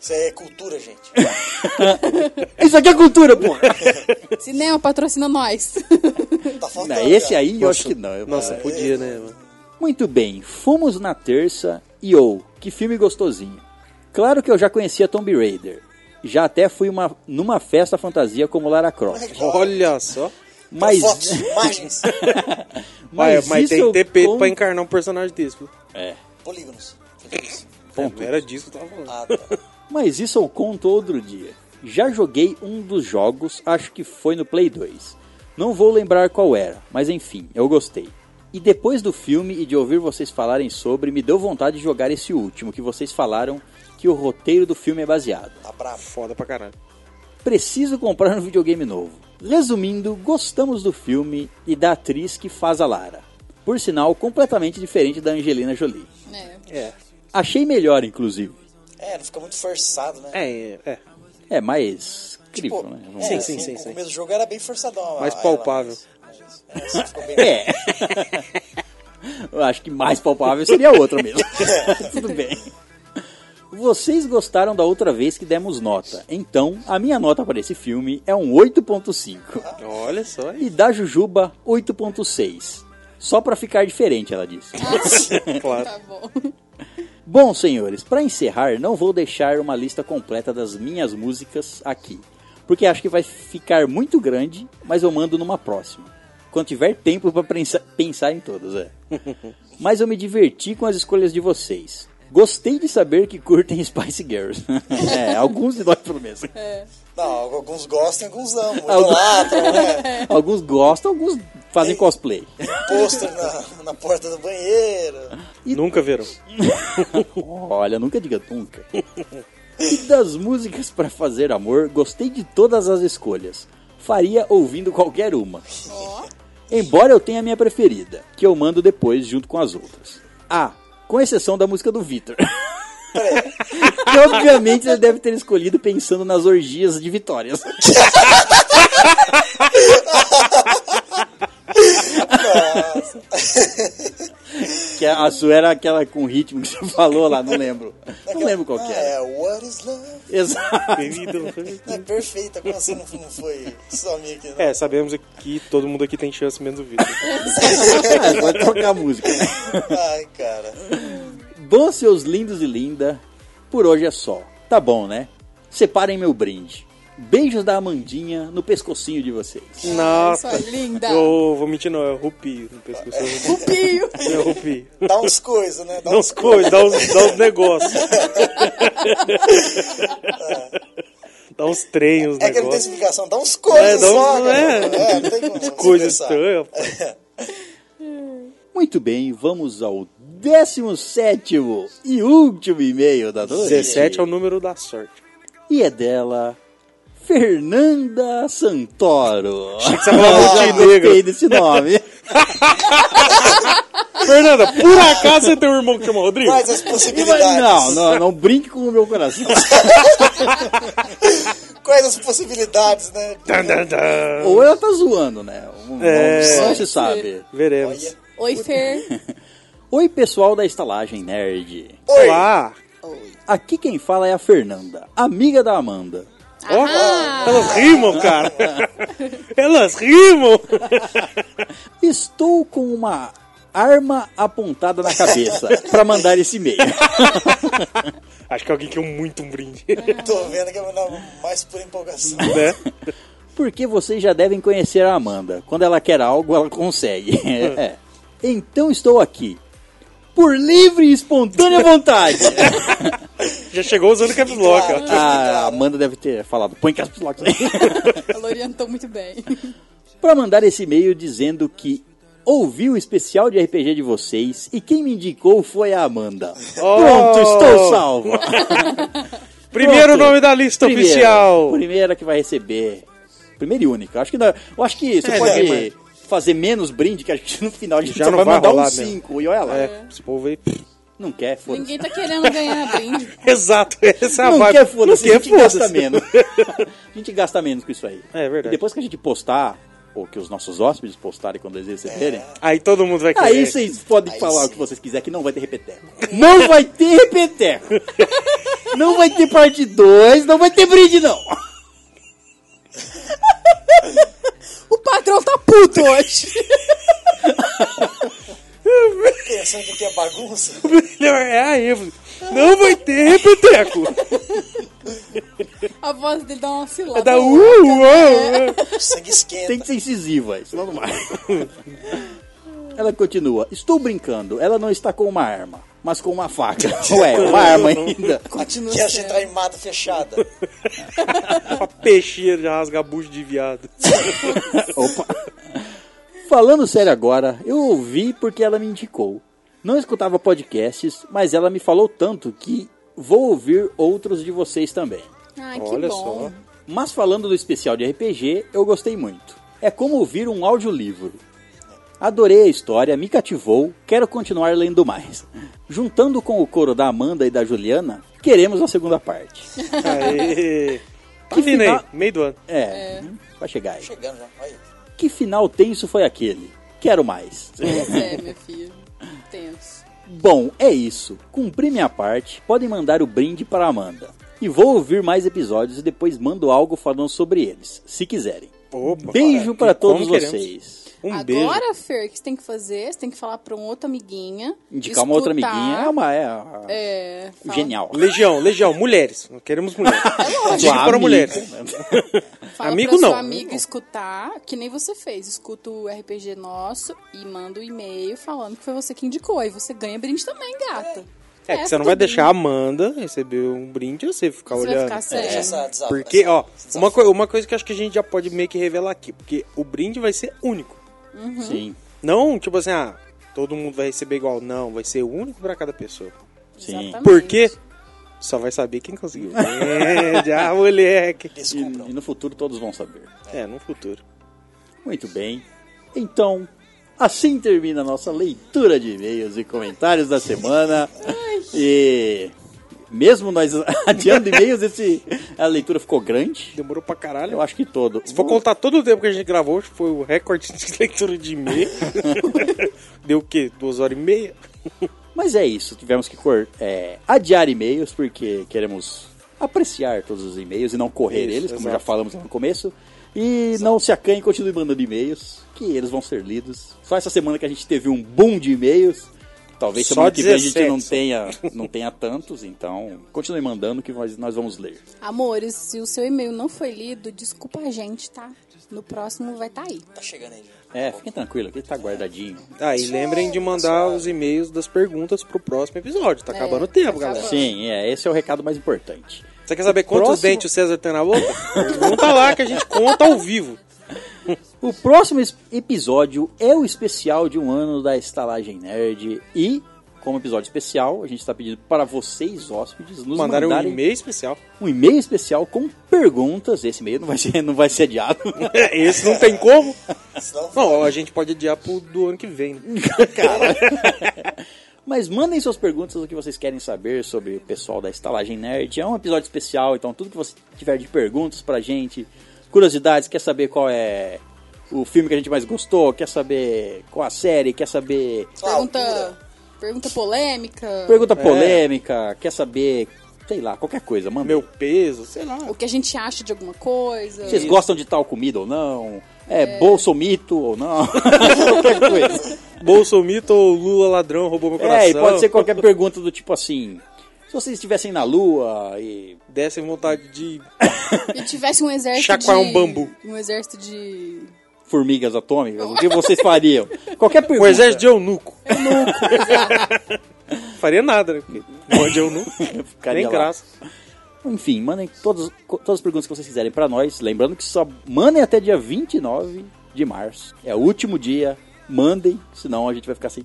Speaker 3: Isso é cultura, gente.
Speaker 1: Isso aqui é cultura, pô!
Speaker 4: Cinema patrocina nós.
Speaker 3: Tá faltando.
Speaker 1: Não, esse
Speaker 3: cara.
Speaker 1: aí eu acho que não. Eu-
Speaker 2: Nossa, podia, né? mano?
Speaker 1: Muito bem, fomos na terça e ou, que filme gostosinho. Claro que eu já conhecia Tomb Raider. Já até fui uma, numa festa fantasia como Lara Croft.
Speaker 2: é Olha só.
Speaker 1: Mas,
Speaker 3: Fotos,
Speaker 2: né?
Speaker 3: imagens,
Speaker 2: Mas, mas
Speaker 1: isso
Speaker 2: tem
Speaker 1: eu
Speaker 2: que ter peito
Speaker 1: con-
Speaker 2: pra encarnar um personagem desse. viu?
Speaker 3: polígonos.
Speaker 2: Não era disso que eu tava falando.
Speaker 3: Ah, tá.
Speaker 1: Mas isso eu conto outro dia. Já joguei um dos jogos, acho que foi no Play 2. Não vou lembrar qual era, mas enfim, eu gostei. E depois do filme e de ouvir vocês falarem sobre, me deu vontade de jogar esse último que vocês falaram que o roteiro do filme é baseado.
Speaker 3: Tá bravo.
Speaker 2: Foda pra caralho.
Speaker 1: preciso comprar um videogame novo. Resumindo, gostamos do filme e da atriz que faz a Lara. Por sinal, completamente diferente da Angelina Jolie.
Speaker 4: É.
Speaker 2: É.
Speaker 1: Achei melhor, inclusive.
Speaker 3: É, não fica muito forçado, né?
Speaker 2: É, é.
Speaker 1: É, mas... Incrível, né?
Speaker 3: é,
Speaker 1: Vamos
Speaker 2: sim,
Speaker 1: ver.
Speaker 2: sim, sim,
Speaker 3: O
Speaker 2: sim.
Speaker 3: começo do jogo era bem forçadão. a-
Speaker 2: Mais
Speaker 3: a-
Speaker 2: palpável.
Speaker 3: Ah, ela, mas- mas- é, assim ficou bem-
Speaker 1: É. Eu acho que mais palpável seria a outra mesmo. Tudo bem. Vocês gostaram da outra vez que demos nota. Então, a minha nota para esse filme é um 8.5.
Speaker 2: Olha só. aí.
Speaker 1: E da Jujuba, 8.6. Só pra ficar diferente, ela disse.
Speaker 2: Claro.
Speaker 4: Tá bom.
Speaker 1: Bom, senhores, pra encerrar, não vou deixar uma lista completa das minhas músicas aqui, porque acho que vai ficar muito grande, mas eu mando numa próxima. Quando tiver tempo pra prensa- pensar em todas, é. mas eu me diverti com as escolhas de vocês. Gostei de saber que curtem Spice Girls. é, alguns de nós pelo menos.
Speaker 3: Não, alguns gostam, alguns não. Muito
Speaker 1: Algum-
Speaker 3: né?
Speaker 1: Alguns gostam, alguns fazem cosplay.
Speaker 3: Pôster na, na porta do banheiro.
Speaker 2: Nunca verão.
Speaker 1: Olha, nunca diga nunca. E das músicas pra fazer amor, gostei de todas as escolhas. Faria ouvindo qualquer uma. Embora eu tenha a minha preferida, que eu mando depois junto com as outras. Ah, com exceção da música do Vitor. que obviamente ele deve ter escolhido pensando nas orgias de vitórias. que a sua era aquela com ritmo que você falou lá, não lembro. Não lembro qual que
Speaker 3: Ah,
Speaker 1: era.
Speaker 3: é What is Love?
Speaker 1: Exato.
Speaker 2: Bem-vindo.
Speaker 3: É perfeita, como assim não, não foi sua amiga aqui? né? Não?
Speaker 2: É, sabemos que todo mundo aqui tem chance menos o Vitor.
Speaker 1: É, vai tocar a música, né?
Speaker 3: Ai, cara.
Speaker 1: Bom, seus lindos e linda, por hoje é só. Tá bom, né? Separem meu brinde. Beijos da Amandinha no pescocinho de vocês.
Speaker 2: Nossa.
Speaker 4: Isso é linda.
Speaker 2: Eu vou mentir, não, é rupi no pescoço. É
Speaker 4: Pio.
Speaker 2: rupi. É rupi.
Speaker 3: Dá uns coisas, né? Dá
Speaker 2: Dá
Speaker 3: uns
Speaker 2: uns coisas, dá uns, dá uns negócios. dá uns trem, uns
Speaker 3: É que não tem
Speaker 2: negócios.
Speaker 3: explicação, dá uns coisas
Speaker 2: É, dá uns-
Speaker 3: só, cara.
Speaker 2: é.
Speaker 3: não tem como. se
Speaker 2: Coisa
Speaker 3: expressar.
Speaker 2: estranha. pô.
Speaker 1: Muito bem, vamos ao 17 e último e-mail da noite.
Speaker 2: 17 é o número da sorte.
Speaker 1: E é dela, Fernanda Santoro.
Speaker 2: Achei que você ia falar
Speaker 1: Eu
Speaker 2: Montenegro.
Speaker 1: gostei desse nome.
Speaker 2: Fernanda, por acaso você tem um irmão que chama Rodrigo?
Speaker 3: Quais as possibilidades?
Speaker 1: Não, não, não brinque com o meu coração.
Speaker 3: Quais as possibilidades, né?
Speaker 2: Tan, tan, tan.
Speaker 1: Ou ela tá zoando, né? Não,
Speaker 2: É.
Speaker 1: não se sabe.
Speaker 2: Veremos.
Speaker 4: Oi, Fer.
Speaker 1: Oi, pessoal da estalagem nerd.
Speaker 3: Oi!
Speaker 2: Olá.
Speaker 1: Aqui quem fala é a Fernanda, amiga da Amanda.
Speaker 2: Ó, elas rimam, cara. Elas rimam.
Speaker 1: Estou com uma arma apontada na cabeça pra mandar esse e-mail.
Speaker 2: Acho que alguém quer muito um brinde.
Speaker 3: Tô vendo que é não, mais por empolgação.
Speaker 2: né?
Speaker 1: Porque vocês já devem conhecer a Amanda. Quando ela quer algo, ela consegue. É. Então estou aqui. Por livre e espontânea vontade.
Speaker 2: Já chegou usando caps lock. ó.
Speaker 1: Ah, A Amanda deve ter falado, põe caps lock aí.
Speaker 4: Ela orientou muito bem.
Speaker 1: para mandar esse e-mail dizendo que ouvi o especial de RPG de vocês e quem me indicou foi a Amanda. Pronto, estou salvo.
Speaker 2: Oh! Primeiro
Speaker 1: Pronto.
Speaker 2: nome da lista
Speaker 1: Primeira,
Speaker 2: oficial.
Speaker 1: Primeira que vai receber. Primeira e única. Acho que não, eu acho que você
Speaker 2: É,
Speaker 1: pode
Speaker 2: né, mas-
Speaker 1: fazer menos brinde, que acho que no final a gente
Speaker 2: Já
Speaker 1: só
Speaker 2: não
Speaker 1: vai
Speaker 2: vai
Speaker 1: mandar
Speaker 2: rolar
Speaker 1: um
Speaker 2: mesmo.
Speaker 1: 5 e olha lá.
Speaker 2: É, esse povo aí.
Speaker 1: Não quer, foda-se.
Speaker 4: Ninguém tá querendo ganhar brinde.
Speaker 2: Exato, essa é a
Speaker 1: Não
Speaker 2: vibe.
Speaker 1: quer, foda-se. A gente
Speaker 2: foda-se.
Speaker 1: gasta menos. a gente gasta menos com isso aí.
Speaker 2: É verdade.
Speaker 1: E depois que a gente postar, ou que os nossos hóspedes postarem quando eles receberem,
Speaker 2: Aí todo mundo vai querer.
Speaker 1: Tá, Aí vocês podem
Speaker 3: Aí
Speaker 1: É, falar
Speaker 3: sim.
Speaker 1: o que vocês quiserem, que não vai ter repeteco. Não vai ter repeteco. Não vai ter parte 2, não vai ter brinde, não.
Speaker 4: O patrão tá puto hoje.
Speaker 3: Pensando que aqui é bagunça.
Speaker 2: Melhor é a Evo. Não vai ter repeteco.
Speaker 4: A voz dele dá uma cilada.
Speaker 2: É da uh, uh, uh.
Speaker 3: O sangue esquenta.
Speaker 1: Tem que ser incisiva, senão não é vai. Ela continua. Estou brincando, ela não está com uma arma, mas com uma faca. Ué, uma arma ainda.
Speaker 4: Continua
Speaker 3: Que a gente
Speaker 4: sendo.
Speaker 3: tá em mata fechada.
Speaker 2: Uma peixeira já rasga bucho de viado.
Speaker 1: Opa. Falando sério agora, eu ouvi porque ela me indicou. Não escutava podcasts, mas ela me falou tanto que vou ouvir outros de vocês também.
Speaker 4: Ai, que
Speaker 2: Olha
Speaker 4: bom.
Speaker 2: só.
Speaker 1: Mas falando do especial de RPG, eu gostei muito. É como ouvir um audiolivro. Adorei a história, me cativou, quero continuar lendo mais. Juntando com o coro da Amanda e da Juliana, queremos a segunda parte.
Speaker 2: Aê. Tá vindo aí,
Speaker 1: final-
Speaker 2: meio do ano.
Speaker 1: É, vai chegar aí.
Speaker 3: Chegando já. Olha.
Speaker 1: Que final tenso foi aquele? Quero mais.
Speaker 4: Pois é, minha filha. Tenso.
Speaker 1: Bom, é isso. Cumpri minha parte, podem mandar o brinde para a Amanda. E vou ouvir mais episódios e depois mando algo falando sobre eles, se quiserem.
Speaker 2: Opa,
Speaker 1: Beijo
Speaker 2: cara,
Speaker 1: para
Speaker 2: que-
Speaker 1: todos
Speaker 2: como queremos.
Speaker 1: vocês.
Speaker 2: Um beijo.
Speaker 4: Agora, Fer, o que você tem que fazer? Você tem que falar pra um outro amiguinha.
Speaker 1: Indicar uma outra
Speaker 4: escutar.
Speaker 1: amiguinha é uma. É, a-
Speaker 4: É, fala-
Speaker 1: Genial.
Speaker 2: Legião, legião, mulheres. Queremos mulheres.
Speaker 4: É
Speaker 2: Digo
Speaker 1: Sua
Speaker 2: para
Speaker 1: amiga.
Speaker 2: mulheres.
Speaker 1: né?
Speaker 4: Fala
Speaker 2: Amigo
Speaker 4: pra
Speaker 2: não.
Speaker 4: sua amiga escutar, que nem você fez. Escuta o RPG nosso e manda o e-mail falando que foi você que indicou. Aí você ganha brinde também, gata.
Speaker 2: É, que você não vai deixar a Amanda receber um brinde e você ficar
Speaker 4: Você vai
Speaker 2: olhando. É.
Speaker 4: ficar
Speaker 3: Deixa
Speaker 4: sério.
Speaker 3: essa desa-
Speaker 2: Porque,
Speaker 3: essa-
Speaker 2: ó,
Speaker 3: essa-
Speaker 2: uma, coi- uma coisa que eu acho que a gente já pode meio que revelar aqui, porque o brinde vai ser único.
Speaker 1: Sim,
Speaker 2: Não, tipo assim, ah, todo mundo vai receber igual. Não, vai ser único pra cada pessoa.
Speaker 1: sim.
Speaker 4: Exatamente.
Speaker 2: Por quê? Só vai saber quem conseguiu. É, já, moleque.
Speaker 1: E,
Speaker 3: Desculpa.
Speaker 1: e no futuro todos vão saber.
Speaker 2: É, no futuro.
Speaker 1: Muito bem. Então, assim termina a nossa leitura de e-mails e comentários da semana. E mesmo nós adiando e-mails, esse, a leitura ficou grande.
Speaker 2: Demorou pra caralho.
Speaker 1: Eu acho que todo.
Speaker 2: Se for contar todo o tempo que a gente gravou, acho que foi o recorde de leitura de e-mail. Deu o quê? Duas horas e meia?
Speaker 1: Mas é isso, tivemos que cor- é, adiar e-mails porque queremos apreciar todos os e-mails e não correr
Speaker 2: Isso,
Speaker 1: eles, como já
Speaker 2: exato.
Speaker 1: falamos lá no começo. E não se acanhe, continue mandando e-mails, que eles vão ser lidos. Só essa semana que a gente teve um boom de e-mails. Talvez
Speaker 2: Só
Speaker 1: semana que vem a gente
Speaker 2: 17
Speaker 1: não
Speaker 2: só.
Speaker 1: tenha, não tenha tantos, então continue mandando que nós, nós vamos ler.
Speaker 4: Amores, se o seu e-mail não foi lido, desculpa a gente, tá? No próximo vai tá aí.
Speaker 3: Tá chegando aí, já.
Speaker 1: É, fiquem tranquilo, que tá guardadinho.
Speaker 2: Ah, e lembrem de mandar os e-mails das perguntas pro próximo episódio. Tá
Speaker 4: É,
Speaker 2: acabando o tempo,
Speaker 4: tá
Speaker 2: galera.
Speaker 4: acabando.
Speaker 1: Sim, é, esse é o recado mais importante.
Speaker 2: Você quer saber quantos
Speaker 1: Próximo-
Speaker 2: dentes o César tem na boca? Pergunta lá que a gente conta ao vivo.
Speaker 1: O próximo es- episódio é o especial de um ano da Estalagem Nerd e, como episódio especial, a gente está pedindo para vocês, hóspedes, nos
Speaker 2: Mandaram um
Speaker 1: mandarem
Speaker 2: e-mail especial.
Speaker 1: um e-mail especial com perguntas. Esse e-mail não vai ser, não vai ser adiado.
Speaker 2: Esse não tem como.
Speaker 3: Senão,
Speaker 2: Não, a gente pode adiar pro do ano que vem. né?
Speaker 1: Mas mandem suas perguntas, o que vocês querem saber sobre o pessoal da Estalagem Nerd. É um episódio especial, então tudo que você tiver de perguntas pra gente, curiosidades, quer saber qual é o filme que a gente mais gostou, quer saber qual a série, quer saber
Speaker 4: Pergunta, pergunta polêmica.
Speaker 2: É.
Speaker 1: Pergunta polêmica, quer saber, sei lá, qualquer coisa, manda.
Speaker 2: Meu peso, sei lá.
Speaker 4: O que a gente acha de alguma coisa.
Speaker 1: Vocês gostam de tal comida ou não? É, bolsomito ou não? qualquer coisa.
Speaker 2: Bolsomito ou Lula ladrão roubou meu coração.
Speaker 1: É, e pode ser qualquer pergunta do tipo assim. Se vocês estivessem na lua e.
Speaker 2: Desce vontade de...
Speaker 4: E tivesse um exército
Speaker 2: Chacoalhar
Speaker 4: de...
Speaker 2: um bambu.
Speaker 4: Um exército de...
Speaker 1: Formigas atômicas, o que vocês fariam? Qualquer pergunta.
Speaker 2: O Um exército de É eunuco. Faria nada, né? Porque Não é de eunuco.
Speaker 1: Ficaria
Speaker 2: Nem
Speaker 1: lá.
Speaker 2: graça.
Speaker 1: Enfim, mandem todas, co- todas as perguntas que vocês quiserem pra nós. Lembrando que só mandem até dia 29 de março. É o último dia. Mandem, senão a gente vai ficar sem.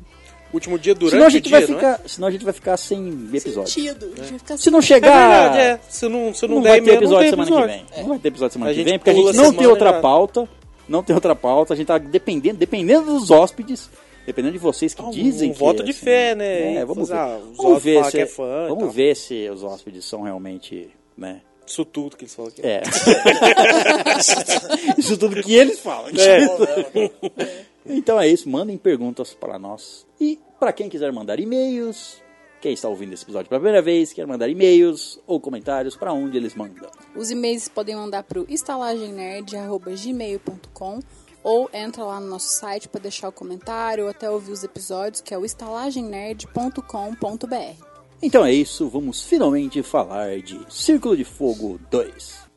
Speaker 2: Último dia durante
Speaker 1: senão a
Speaker 2: o
Speaker 1: gente
Speaker 2: dia,
Speaker 1: vai
Speaker 2: não é?
Speaker 1: ficar, senão a gente vai ficar sem episódio.
Speaker 4: Sentido. A gente vai ficar assim.
Speaker 1: Se não
Speaker 2: É
Speaker 1: chegar,
Speaker 2: verdade, é. Se não, se não,
Speaker 1: Ah, não,
Speaker 2: der
Speaker 1: vai ter
Speaker 2: e-mail, não
Speaker 1: episódio
Speaker 2: tem
Speaker 1: semana
Speaker 2: episódio.
Speaker 1: que vem. Não vai ter episódio semana
Speaker 2: É. A
Speaker 1: que
Speaker 2: gente
Speaker 1: vem, porque a
Speaker 2: pula
Speaker 1: gente não
Speaker 2: semana
Speaker 1: tem outra
Speaker 2: já.
Speaker 1: pauta. Não tem outra pauta. A gente tá dependendo, dependendo dos hóspedes, dependendo de vocês que
Speaker 2: Ah, um-
Speaker 1: dizem
Speaker 2: um
Speaker 1: que...
Speaker 2: voto de fé, né?
Speaker 1: É, vamos ver.
Speaker 2: Ah, os
Speaker 1: vamos
Speaker 2: hóspedes
Speaker 1: ver,
Speaker 2: falam
Speaker 1: se,
Speaker 2: que é fã e
Speaker 1: vamos
Speaker 2: tal.
Speaker 1: ver se os hóspedes são realmente... Né?
Speaker 2: Isso tudo que eles falam aqui.
Speaker 1: É. Isso tudo que eles falam. Então é isso, mandem perguntas para nós. E para quem quiser mandar e-mails, quem está ouvindo esse episódio pela primeira vez, quer mandar e-mails ou comentários, para onde eles mandam?
Speaker 4: Os e-mails podem mandar para o estalagemnerd.gmail.com ou entra lá no nosso site para deixar o comentário ou até ouvir os episódios, que é o estalagemnerd.com.br.
Speaker 1: Então é isso, vamos finalmente falar de Círculo de Fogo 2.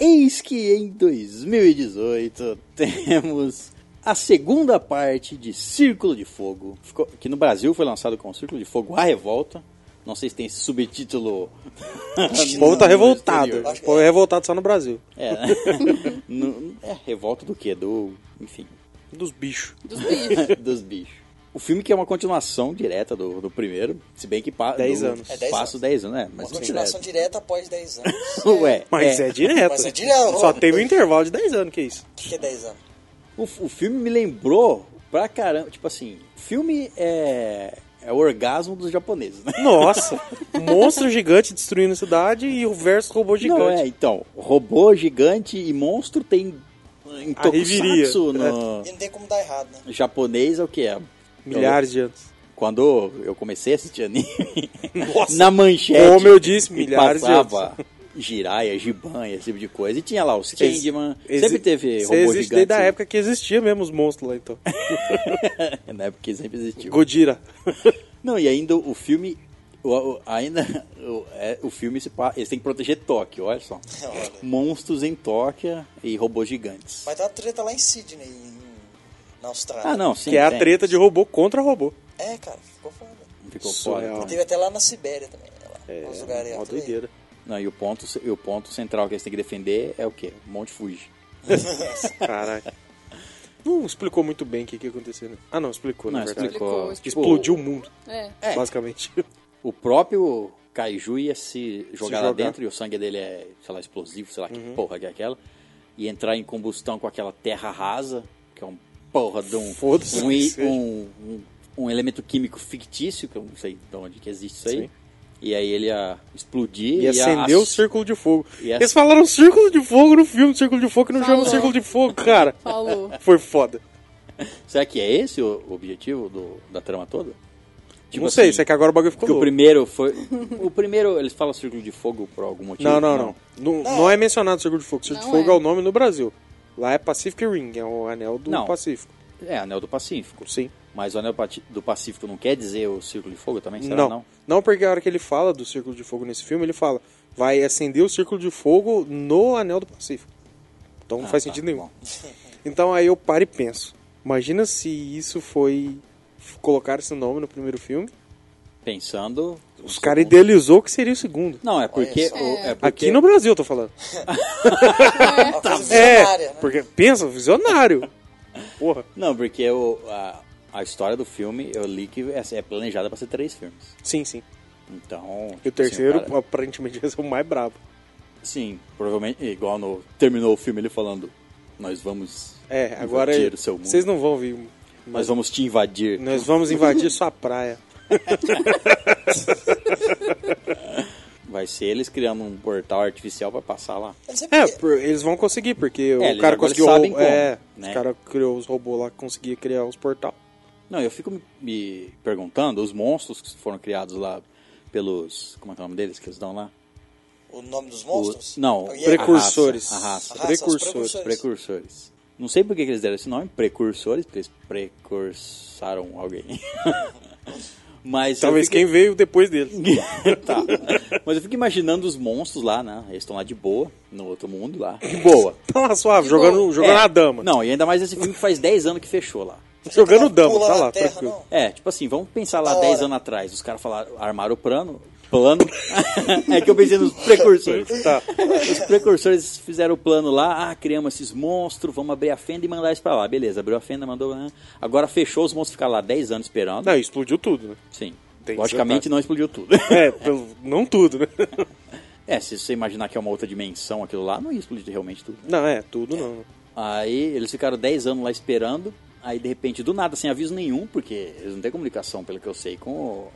Speaker 1: Eis que em 2018 temos a segunda parte de Círculo de Fogo, Ficou- que no Brasil foi lançado com Círculo de Fogo A Revolta. Não sei se tem esse subtítulo.
Speaker 2: O povo tá revoltado.
Speaker 1: exterior.
Speaker 2: O povo é revoltado só no Brasil.
Speaker 1: É, né? No- é, revolta do quê? Do. Enfim,
Speaker 2: Um Dos bichos.
Speaker 4: Dos bichos.
Speaker 1: dos bichos. O filme que é uma continuação direta do, do primeiro, se bem que pa,
Speaker 2: Dez
Speaker 1: do-
Speaker 2: anos.
Speaker 3: É, dez
Speaker 1: passa
Speaker 3: anos.
Speaker 1: 10 anos, né?
Speaker 3: Uma
Speaker 1: Mas
Speaker 3: continuação direta após 10 anos.
Speaker 1: direto. Ué,
Speaker 2: Mas é, direto.
Speaker 3: Mas é direto.
Speaker 2: Só teve um intervalo de 10 anos, que isso.
Speaker 3: O que que é 10 anos?
Speaker 1: O, o filme me lembrou pra caramba. Tipo assim, filme é, é o orgasmo dos japoneses, né?
Speaker 2: Nossa. um monstro gigante destruindo a cidade e o verso robô gigante.
Speaker 1: Não, é, então, robô gigante e monstro tem em
Speaker 2: A reviria.
Speaker 1: tokusatsu no
Speaker 3: E não tem como dar errado, né?
Speaker 1: japonês é o que é?
Speaker 2: Milhares de anos.
Speaker 1: Quando eu comecei a assistir anime,
Speaker 2: Nossa.
Speaker 1: na manchete.
Speaker 2: Como eu disse,
Speaker 1: e
Speaker 2: milhares de
Speaker 1: passava Jiraiya, Giban, esse tipo de coisa. E tinha lá os Changeman. Sempre
Speaker 2: Exi-
Speaker 1: teve
Speaker 2: Isso
Speaker 1: robô
Speaker 2: existe
Speaker 1: gigante.
Speaker 2: desde a época que existia mesmo os monstros lá, então.
Speaker 1: Na época que Né, sempre existiu.
Speaker 2: Godira.
Speaker 1: Não, e ainda o filme. o- o- ainda o, é, o filme se pa- eles têm que proteger Tóquio, olha só.
Speaker 2: É
Speaker 3: Olha.
Speaker 1: Monstros em Tóquio e robôs gigantes.
Speaker 3: Vai dar tá treta lá em Sydney, em- na Austrália.
Speaker 1: Ah, não, sim.
Speaker 2: que é a
Speaker 1: tem.
Speaker 2: treta de robô contra robô.
Speaker 3: É, cara, ficou foda.
Speaker 1: Ficou
Speaker 2: Surreal.
Speaker 1: foda.
Speaker 3: Teve até lá na Sibéria também. né, lá.
Speaker 2: É,
Speaker 3: Os lugares,
Speaker 2: uma
Speaker 3: tudo aí.
Speaker 2: doideira.
Speaker 1: Não, e o ponto, ce- e o ponto central que eles têm que defender é o quê? Monte Fuji.
Speaker 2: Caraca. Não explicou muito bem o que, que aconteceu. né? Ah, não, explicou,
Speaker 1: Não,
Speaker 2: na verdade.
Speaker 1: explicou.
Speaker 4: Explicou,
Speaker 1: tipo,
Speaker 2: Explodiu o mundo,
Speaker 4: É.
Speaker 1: É.
Speaker 2: basicamente.
Speaker 1: O próprio Kaiju ia se jogar lá
Speaker 2: jogar. Uhum.
Speaker 1: dentro e o sangue dele é, sei lá, explosivo, sei lá que porra que é aquela. E entrar em combustão com aquela terra rasa, que é um porra de um.
Speaker 2: Foda-se
Speaker 1: um,
Speaker 2: que
Speaker 1: i-
Speaker 2: seja.
Speaker 1: um- um- um elemento químico fictício, que eu não sei de onde que existe isso aí.
Speaker 2: Sim.
Speaker 1: E aí ele ia explodir
Speaker 2: E
Speaker 1: ia
Speaker 2: acendeu o
Speaker 1: ass-
Speaker 2: Círculo de Fogo.
Speaker 1: E ac-
Speaker 2: Eles falaram Círculo de Fogo no filme, Círculo de Fogo, que não
Speaker 4: Falou.
Speaker 2: chama Círculo de Fogo, cara.
Speaker 4: Falou.
Speaker 2: Foi foda.
Speaker 1: Será que é esse o objetivo do- da trama toda? Tipo
Speaker 2: não sei,
Speaker 1: assim,
Speaker 2: isso é que agora o bagulho ficou
Speaker 1: que o
Speaker 2: louco.
Speaker 1: primeiro foi. O primeiro, eles falam círculo de fogo por algum motivo?
Speaker 2: Não, não, não. Não, não é mencionado Círculo de Fogo. Círculo de
Speaker 4: Não
Speaker 2: Fogo é.
Speaker 4: é.
Speaker 2: o nome no Brasil. Lá é Pacific Ring, é o anel do
Speaker 1: Não.
Speaker 2: Pacífico.
Speaker 1: É, Anel do Pacífico.
Speaker 2: Sim.
Speaker 1: Mas o Anel Pati- do Pacífico não quer dizer o Círculo de Fogo também? Será
Speaker 2: Não.
Speaker 1: não?
Speaker 2: não. porque a hora que ele fala do Círculo de Fogo nesse filme, ele fala, vai acender o Círculo de Fogo no Anel do Pacífico. Então não
Speaker 1: Ah,
Speaker 2: faz
Speaker 1: tá,
Speaker 2: sentido nenhum.
Speaker 1: bom.
Speaker 2: Então aí eu paro e penso. Imagina se isso foi f- colocar esse nome no primeiro filme.
Speaker 1: Pensando.
Speaker 2: Os caras idealizou que seria o segundo.
Speaker 1: Não, é porque.
Speaker 3: só.
Speaker 1: o- é porque-
Speaker 2: Aqui no Brasil, eu tô falando.
Speaker 3: Uma coisa visionária,
Speaker 2: é,
Speaker 3: né?
Speaker 2: porque pensa, visionário. Porra.
Speaker 1: Não, porque o- a, a história do filme, eu li que é, é planejada pra ser três filmes.
Speaker 2: Sim, sim.
Speaker 1: Então.
Speaker 2: E
Speaker 1: tipo assim,
Speaker 2: o terceiro,
Speaker 1: cara-
Speaker 2: aparentemente, vai ser o mais brabo.
Speaker 1: sim, provavelmente. Igual no. Terminou o filme ele falando. Nós vamos.
Speaker 2: É, agora
Speaker 1: Invadir o seu mundo.
Speaker 2: vocês não vão ouvir.
Speaker 1: Nós vamos te invadir.
Speaker 2: Nós vamos invadir sua praia.
Speaker 1: Vai ser eles criando um portal artificial pra passar lá.
Speaker 3: Ele sempre
Speaker 2: É,
Speaker 3: quer.
Speaker 2: por- eles vão conseguir, porque
Speaker 1: É,
Speaker 2: o
Speaker 1: eles agora
Speaker 2: cara conseguiu.
Speaker 1: sabem como,
Speaker 2: é,
Speaker 1: né?
Speaker 2: Os caras criou os robôs lá que conseguia criar os portal.
Speaker 1: Não, eu fico me- me perguntando, os monstros que foram criados lá pelos. Como é que é o nome deles que eles dão lá?
Speaker 3: O nome dos
Speaker 1: O-
Speaker 3: monstros?
Speaker 1: não,
Speaker 3: O Yeti.
Speaker 2: Precursores.
Speaker 1: A raça, a raça.
Speaker 3: A raça, os
Speaker 2: Precursores.
Speaker 3: precursores.
Speaker 1: Precursores. Não sei por que que eles deram esse nome, precursores, porque eles precursaram alguém. Mas eu
Speaker 2: Talvez
Speaker 1: fiquei-
Speaker 2: quem veio depois dele.
Speaker 1: tá. Mas eu fico imaginando os monstros lá, né? Eles estão lá de boa, no outro mundo lá. De boa.
Speaker 2: Tá lá suave, jogando, jogando
Speaker 1: É.
Speaker 2: a dama.
Speaker 1: Não, e ainda mais esse filme que faz 10 anos que fechou lá.
Speaker 2: Jogando
Speaker 3: Não
Speaker 2: dama,
Speaker 3: pula
Speaker 2: tá
Speaker 3: na
Speaker 2: lá,
Speaker 3: terra,
Speaker 2: tranquilo.
Speaker 3: não.
Speaker 1: É, tipo assim, vamos pensar lá
Speaker 3: Da
Speaker 1: 10
Speaker 3: hora.
Speaker 1: anos atrás. Os caras falaram, armaram o plano. Plano. é que eu pensei nos precursores.
Speaker 2: Tá.
Speaker 1: Os precursores fizeram o plano lá, ah, criamos esses monstros, vamos abrir a fenda e mandar eles pra lá. Beleza, abriu a fenda, mandou. ah. Agora fechou, os monstros ficaram lá 10 anos esperando.
Speaker 2: Não, explodiu tudo, né?
Speaker 1: Sim.
Speaker 2: Tem que
Speaker 1: Logicamente
Speaker 2: ser,
Speaker 1: não explodiu tudo.
Speaker 2: É, pelo- não tudo, né?
Speaker 1: é, se você imaginar que é uma outra dimensão aquilo lá, não ia explodir realmente tudo.
Speaker 2: Não, é, tudo não.
Speaker 1: Aí eles ficaram 10 anos lá esperando. Aí de repente, do nada, sem aviso nenhum, porque eles não têm comunicação, pelo que eu sei, com o,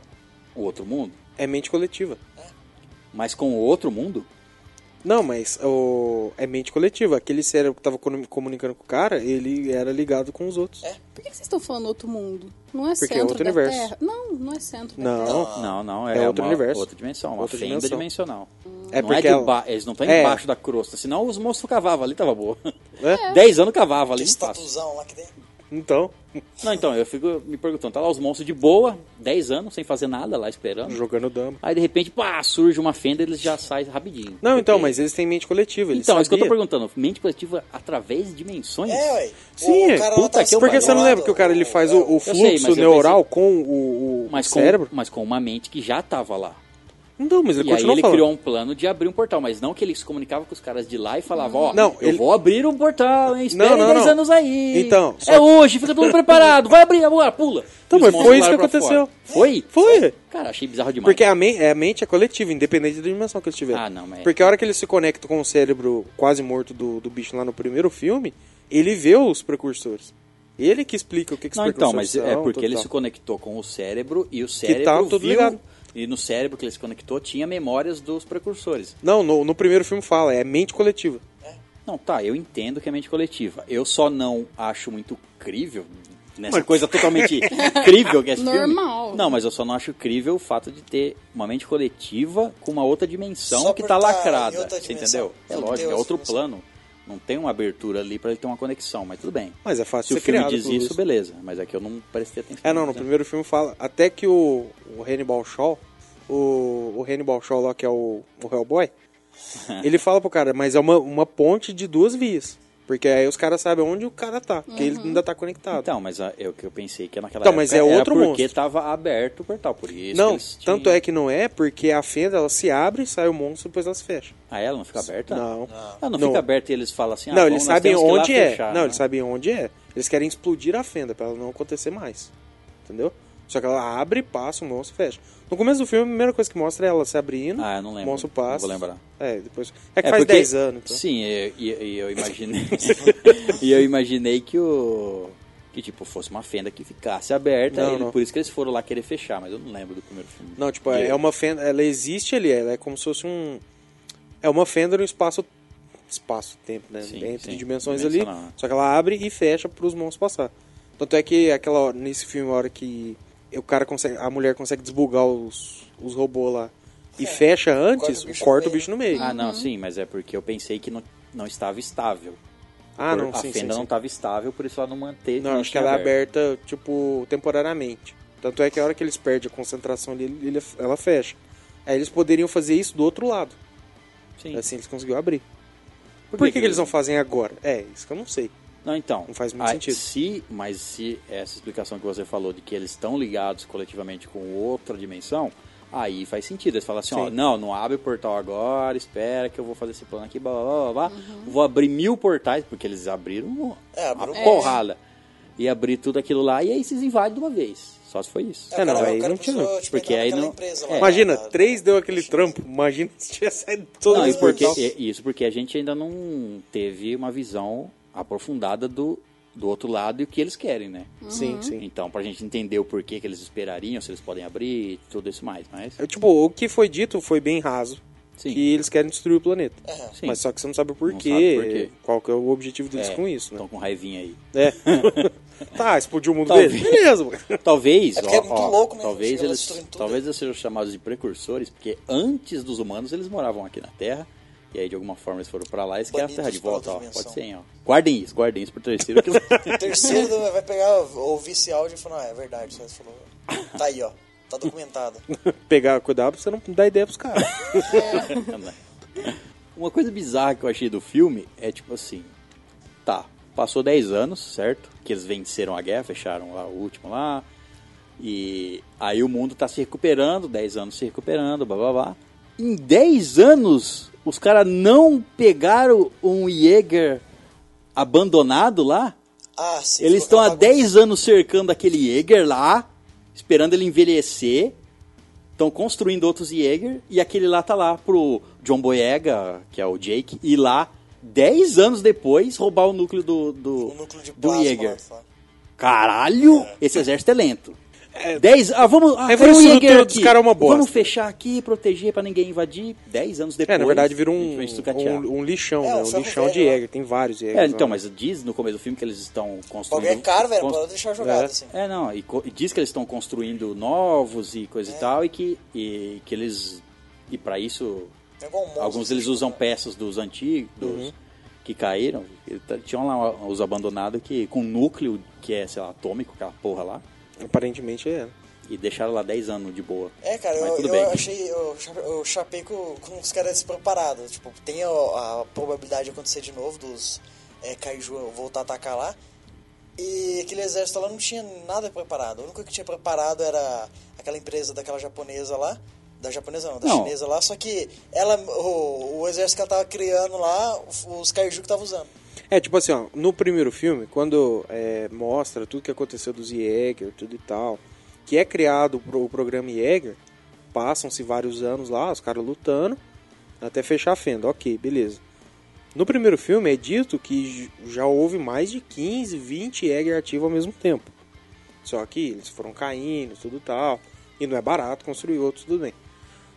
Speaker 1: o outro mundo.
Speaker 2: É mente coletiva.
Speaker 1: Mas com o outro mundo,
Speaker 2: Não, mas o... é mente coletiva. Aquele cérebro que tava comu- comunicando com o cara, ele era ligado com os outros.
Speaker 3: É.
Speaker 4: Por que que vocês estão falando outro mundo? Não é
Speaker 2: Porque é
Speaker 4: centro
Speaker 2: outro
Speaker 4: da
Speaker 2: universo.
Speaker 4: Terra? Não, não é centro da Terra.
Speaker 2: Não.
Speaker 1: não, não, é,
Speaker 2: É outro
Speaker 1: uma
Speaker 2: universo.
Speaker 1: outra dimensão, uma
Speaker 2: Outra
Speaker 1: fenda
Speaker 2: dimensão.
Speaker 1: dimensional.
Speaker 2: É
Speaker 1: não
Speaker 2: porque
Speaker 1: é de
Speaker 2: ela-
Speaker 1: ba- eles não estão
Speaker 2: É.
Speaker 1: embaixo da crosta, senão os monstros cavavam ali, tava boa.
Speaker 2: É.
Speaker 1: 10 anos cavava ali,
Speaker 3: Aquele
Speaker 1: não fácil.
Speaker 3: estatuzão lá que tem.
Speaker 2: Então,
Speaker 1: Não, então, eu fico me perguntando, tá lá os monstros de boa, 10 anos sem fazer nada lá esperando.
Speaker 2: jogando dama.
Speaker 1: Aí de repente, pá, surge uma fenda e eles já saem rapidinho.
Speaker 2: Não, então,
Speaker 1: Porque-
Speaker 2: mas eles têm mente coletiva. Eles
Speaker 1: Então, é isso que eu tô
Speaker 2: sabiam.
Speaker 1: perguntando. Mente coletiva através de dimensões?
Speaker 3: É, ué.
Speaker 2: Sim, é.
Speaker 3: lá tá
Speaker 1: Puta
Speaker 3: tava
Speaker 1: que eu pariu.
Speaker 2: Porque você não
Speaker 3: escalado,
Speaker 2: lembra que o cara ele faz
Speaker 3: é,
Speaker 2: o, o
Speaker 1: sei,
Speaker 2: fluxo
Speaker 1: mas eu
Speaker 2: neural com o, o
Speaker 1: mas com,
Speaker 2: cérebro?
Speaker 1: mas com uma mente que já tava lá.
Speaker 2: Não, mas ele
Speaker 1: e aí
Speaker 2: continua
Speaker 1: ele
Speaker 2: falando.
Speaker 1: criou um plano de abrir um portal, mas não que ele se comunicava com os caras de lá e falava, ó,
Speaker 2: Não,
Speaker 1: eu
Speaker 2: ele-
Speaker 1: vou abrir um portal, hein? Espera
Speaker 2: Não, não,
Speaker 1: 10
Speaker 2: não.
Speaker 1: anos aí.
Speaker 2: Então, só-
Speaker 1: É hoje, fica todo mundo preparado, vai abrir agora, pula.
Speaker 2: Então,
Speaker 1: E os
Speaker 2: mas
Speaker 1: monstros
Speaker 2: foi isso
Speaker 1: lá
Speaker 2: que
Speaker 1: pra
Speaker 2: aconteceu.
Speaker 1: fora. Foi?
Speaker 2: Foi.
Speaker 1: Cara, achei bizarro demais.
Speaker 2: Porque a, men- é, a mente é coletiva, independente da dimensão que eles tiverem.
Speaker 1: Ah, não, mas-
Speaker 2: Porque a hora que ele se conecta com o cérebro quase morto do, do bicho lá no primeiro filme, ele vê os precursores. Ele que explica o que, que os
Speaker 1: Não, então,
Speaker 2: precursores
Speaker 1: mas é
Speaker 2: são,
Speaker 1: porque
Speaker 2: tudo
Speaker 1: ele
Speaker 2: tal.
Speaker 1: se conectou com o cérebro e o cérebro
Speaker 2: tá tudo
Speaker 1: viu-
Speaker 2: ligado.
Speaker 1: E no cérebro que ele se conectou tinha memórias dos precursores.
Speaker 2: Não, no, no primeiro filme fala, é mente coletiva.
Speaker 1: Não, tá, eu entendo que é mente coletiva. Eu só não acho muito crível nessa coisa totalmente crível que é esse filme.
Speaker 4: Normal.
Speaker 1: Não, mas eu só não acho crível o fato de ter uma mente coletiva com uma outra dimensão
Speaker 3: Só
Speaker 1: que
Speaker 3: por
Speaker 1: tá
Speaker 3: tá em
Speaker 1: lacrada,
Speaker 3: outra
Speaker 1: você
Speaker 3: dimensão.
Speaker 1: entendeu? É
Speaker 3: Meu
Speaker 1: lógico, é
Speaker 3: Deus,
Speaker 1: outro
Speaker 3: mas-
Speaker 1: plano. Não tem uma abertura ali pra ele ter uma conexão, mas tudo bem.
Speaker 2: Mas é fácil
Speaker 1: Se o
Speaker 2: ser
Speaker 1: filme
Speaker 2: criado
Speaker 1: diz
Speaker 2: tudo
Speaker 1: isso,
Speaker 2: isso.
Speaker 1: beleza. Mas é que eu não prestei atenção. né?
Speaker 2: É, não, no primeiro filme fala, até que o, o Hannibal Shaw, o, o Hannibal Shaw lá, que é o, o Hellboy, ele fala pro cara, mas é uma, uma ponte de duas vias. Porque aí os caras sabem onde o cara tá, porque ele ainda tá conectado.
Speaker 1: Então, mas a- é o que eu pensei que naquela
Speaker 2: Então,
Speaker 1: época
Speaker 2: mas é
Speaker 1: era
Speaker 2: outro
Speaker 1: porque
Speaker 2: monstro.
Speaker 1: tava aberto o portal, por Então, isso.
Speaker 2: não, tanto é que não é, porque a fenda ela se abre, sai o monstro e depois ela se fecha.
Speaker 1: Ah, ela não fica aberta?
Speaker 2: Não.
Speaker 1: Ela não,
Speaker 2: Não.
Speaker 1: fica aberta e eles falam assim, ah,
Speaker 2: não,
Speaker 1: bom, nós
Speaker 2: eles sabem
Speaker 1: temos que ir lá
Speaker 2: onde é.
Speaker 1: fechar,
Speaker 2: não,
Speaker 1: né?
Speaker 2: eles sabem onde é. Eles querem explodir a fenda pra ela não acontecer mais. Entendeu? Só que ela abre, passa, o monstro fecha. No começo do filme, a primeira coisa que mostra é ela se abrindo.
Speaker 1: Ah, eu não lembro.
Speaker 2: O monstro passa.
Speaker 1: Não vou lembrar.
Speaker 2: É, depois. É que faz
Speaker 1: porque-
Speaker 2: 10 anos. Então.
Speaker 1: Sim, e, e- e eu imaginei. e eu imaginei que o. Que tipo, fosse uma fenda que ficasse aberta.
Speaker 2: Não,
Speaker 1: ele-
Speaker 2: não.
Speaker 1: Por isso que eles foram lá querer fechar, mas eu não lembro do primeiro filme.
Speaker 2: Não, tipo,
Speaker 1: De-
Speaker 2: é uma fenda. Ela existe ali, ela é como se fosse um. É uma fenda no espaço. Espaço-tempo, né?
Speaker 1: Sim,
Speaker 2: Entre
Speaker 1: sim,
Speaker 2: dimensões ali.
Speaker 1: dimensional, né?
Speaker 2: Só que ela abre e fecha para os monstros passar. Tanto é que aquela hora- nesse filme, a hora que o cara consegue. A mulher consegue desbugar os, os robôs lá e fecha antes, É. corta o bicho, no, meio.
Speaker 1: Ah, não, sim, mas é porque eu pensei que não, não estava estável.
Speaker 2: Ah, não,
Speaker 1: Por- a
Speaker 2: sim, sim,
Speaker 1: fenda
Speaker 2: sim.
Speaker 1: não estava estável, por isso ela não manteve.
Speaker 2: Não, acho que ela é aberta, tipo, temporariamente. Tanto é que a hora que eles perdem a concentração ali, ele- ela fecha. Aí eles poderiam fazer isso do outro lado.
Speaker 1: Sim.
Speaker 2: Assim eles conseguiram abrir. Por,
Speaker 1: que que
Speaker 2: que, que eles
Speaker 1: eles-
Speaker 2: não fazem agora? É, isso que eu não sei.
Speaker 1: Não, então.
Speaker 2: Não faz muito sentido.
Speaker 1: Se, mas se essa explicação que você falou de que eles estão ligados coletivamente com outra dimensão, aí faz sentido. Eles falam assim, ó,
Speaker 2: Sim.
Speaker 1: não, não abre o portal agora, espera que eu vou fazer esse plano aqui, blá blá blá, blá.
Speaker 2: Uhum.
Speaker 1: Vou abrir mil portais, porque eles abriram
Speaker 3: É,
Speaker 1: a
Speaker 3: abriu um
Speaker 1: porrada. E abrir tudo aquilo lá, e aí vocês invadem de uma vez. Só se foi isso.
Speaker 2: É, não, aí não tinha, não.
Speaker 3: tipo,
Speaker 1: Porque aí não- É.
Speaker 2: Imagina, três deu aquele trampo. Imagina se tivesse saído todo
Speaker 1: Não, e
Speaker 2: esse
Speaker 1: porque,
Speaker 2: portal.
Speaker 1: e- isso porque a gente ainda não teve uma visão aprofundada do, do outro lado e o que eles querem, né?
Speaker 2: Sim, sim.
Speaker 1: Então, pra gente entender o porquê que eles esperariam, se eles podem abrir e tudo isso mais, mas.
Speaker 2: É, tipo, o que foi dito foi bem raso.
Speaker 1: Sim. É,
Speaker 2: Que eles querem destruir o planeta.
Speaker 1: Sim.
Speaker 2: Mas só que você não sabe o
Speaker 1: Não
Speaker 2: porquê.
Speaker 1: sabe por quê.
Speaker 2: Qual que é o objetivo deles
Speaker 1: É,
Speaker 2: com isso, né?
Speaker 1: Estão com raivinha aí.
Speaker 2: É. tá, explodiu o mundo
Speaker 1: Talvez.
Speaker 2: dele. Beleza, mano.
Speaker 1: Talvez,
Speaker 3: É
Speaker 1: ó,
Speaker 3: porque é muito
Speaker 1: ó,
Speaker 3: louco, né?
Speaker 1: talvez
Speaker 3: Chega lá,
Speaker 1: eles,
Speaker 3: destruem tudo.
Speaker 1: talvez eles sejam chamados de precursores, porque antes dos humanos eles moravam aqui na Terra. E aí, de alguma forma, eles foram pra lá e esqueceram a
Speaker 3: Banidos
Speaker 1: Terra de
Speaker 3: pra
Speaker 1: volta, ó.
Speaker 3: outra dimensão.
Speaker 1: Pode ser, hein, ó. Guardem isso, guardem isso pro terceiro. que eu-
Speaker 3: O terceiro vai pegar, ouvir esse áudio e falar, ah, é verdade, você falou. Tá aí, ó. Tá documentado.
Speaker 2: Pegar, cuidar pra você não dar ideia pros caras.
Speaker 1: Uma coisa bizarra que eu achei do filme é tipo assim: tá, passou 10 anos, certo? Que eles venceram a guerra, fecharam lá o último lá. E aí o mundo tá se recuperando, 10 anos se recuperando, blá blá blá. Em 10 anos, os caras não pegaram um Jäger abandonado lá?
Speaker 3: Ah, sim.
Speaker 1: Eles estão
Speaker 3: ficou
Speaker 1: há
Speaker 3: aquela bagunça.
Speaker 1: 10 anos cercando aquele Jäger lá, esperando ele envelhecer. Estão construindo outros Jäger e aquele lá tá lá pro John Boyega, que é o Jake, ir lá 10 anos depois roubar o núcleo do, do,
Speaker 3: O núcleo de
Speaker 1: do
Speaker 3: plasma lá,
Speaker 1: Jäger.
Speaker 3: tá?
Speaker 1: Caralho! Esse exército é lento. 10 ah,
Speaker 3: é
Speaker 1: vamos. Ah,
Speaker 2: A
Speaker 1: foi um
Speaker 2: evolução do
Speaker 1: Jäger
Speaker 2: teu dos
Speaker 1: aqui.
Speaker 2: cara é uma bosta.
Speaker 1: Vamos fechar aqui, proteger pra ninguém invadir. 10 anos depois.
Speaker 2: É, na verdade virou
Speaker 1: a gente
Speaker 2: um,
Speaker 1: vai sucatear.
Speaker 2: um, um lixão,
Speaker 3: É,
Speaker 2: né?
Speaker 3: um
Speaker 2: Um
Speaker 3: ferro
Speaker 2: lixão de
Speaker 3: velho, né?
Speaker 2: Jäger. Tem vários Jägers.
Speaker 1: É, então,
Speaker 2: lá.
Speaker 1: mas diz no começo do filme que eles estão construindo.
Speaker 3: Qualquer cara, velho,
Speaker 1: constru-
Speaker 3: pode deixar jogado,
Speaker 2: Uhum. É.
Speaker 3: assim.
Speaker 1: É, não, e, co- e diz que eles estão construindo novos e
Speaker 3: É.
Speaker 1: coisa e tal, e que, e que eles. E pra isso,
Speaker 3: É igual um monstro,
Speaker 1: alguns eles
Speaker 3: tipo,
Speaker 1: usam
Speaker 3: né?
Speaker 1: peças dos antigos, dos
Speaker 3: Uhum.
Speaker 1: que caíram. E tá- Tinham lá os abandonados que, com um núcleo, que é, sei lá, atômico, aquela porra lá,
Speaker 2: Aparentemente é.
Speaker 1: e deixaram lá 10 anos de boa.
Speaker 3: É, cara,
Speaker 1: Mas
Speaker 3: eu,
Speaker 1: tudo
Speaker 3: eu
Speaker 1: bem.
Speaker 3: achei. Eu, cha- eu chapei com, com os caras despreparados. Tipo, tem a, a probabilidade de acontecer de novo dos é, Kaiju voltar a atacar lá. E aquele exército lá não tinha nada preparado. O único que tinha preparado era aquela empresa daquela japonesa lá. Da japonesa não, da
Speaker 1: Não.
Speaker 3: chinesa lá. Só que ela, o, o exército que ela tava criando lá, os Kaiju que tava usando.
Speaker 2: É, tipo assim, ó, no primeiro filme, quando é, mostra tudo que aconteceu dos Jäger, tudo e tal, que é criado pro, o programa Jäger, passam-se vários anos lá, os caras lutando, até fechar a fenda, ok, beleza. No primeiro filme é dito que j- já houve mais de 15, 20 Jäger ativos ao mesmo tempo. Só que eles foram caindo, tudo e tal, e não é barato construir outros, tudo bem.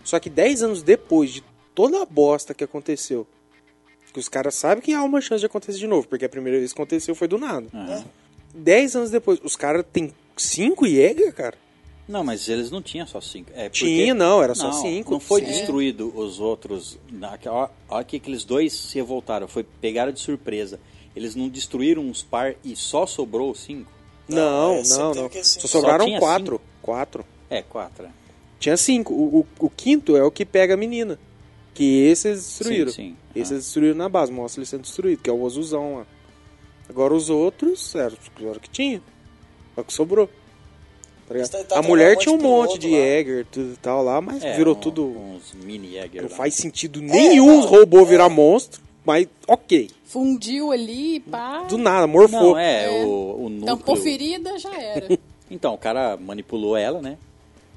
Speaker 2: Só que 10 anos depois de toda a bosta que aconteceu, que os caras sabem que há uma chance de acontecer de novo, porque a primeira vez que aconteceu foi do nada.
Speaker 3: né?
Speaker 1: Aham.
Speaker 2: Dez anos depois, os caras têm cinco Jäger, cara?
Speaker 1: Não, mas eles não tinham só cinco. É, porque-
Speaker 2: Tinha, não, era só cinco.
Speaker 1: Não foi
Speaker 2: Sim.
Speaker 1: destruído os outros. Naquela, a hora que aqueles dois se revoltaram, foi pegaram de surpresa. Eles não destruíram uns par e só sobrou os cinco?
Speaker 2: Não,
Speaker 3: é, sempre
Speaker 2: não,
Speaker 3: teve
Speaker 2: não.
Speaker 3: que ser
Speaker 2: Só
Speaker 3: cinco.
Speaker 1: Só
Speaker 2: sobraram
Speaker 1: tinha
Speaker 2: quatro. Quatro.
Speaker 1: É, quatro. é.
Speaker 2: Tinha cinco. O, o- o quinto é o que pega a menina. Que esse eles destruíram.
Speaker 1: Sim, sim.
Speaker 2: Esse
Speaker 1: Ah.
Speaker 2: eles destruíram na base, mostra ele sendo destruído, que é o Ozuzão lá. Agora os outros era o que tinha. Só que sobrou. Tá ligado?
Speaker 3: Mas tá- tá
Speaker 2: a mulher
Speaker 3: trabalhando
Speaker 2: tinha um
Speaker 3: um
Speaker 2: monte
Speaker 3: monte
Speaker 2: de
Speaker 3: de piloto lá.
Speaker 2: Jäger tudo e tal lá, mas
Speaker 1: É,
Speaker 2: virou
Speaker 1: um-
Speaker 2: tudo.
Speaker 1: Uns mini Jäger
Speaker 2: Não
Speaker 1: lá.
Speaker 2: faz sentido nenhum os robô virar monstro, mas ok.
Speaker 4: Fundiu ali, pá.
Speaker 2: Do nada, morfou.
Speaker 1: Não, é,
Speaker 4: É.
Speaker 1: o, o núcleo.
Speaker 4: Tampou ferida, já era.
Speaker 1: Então, o cara manipulou ela, né?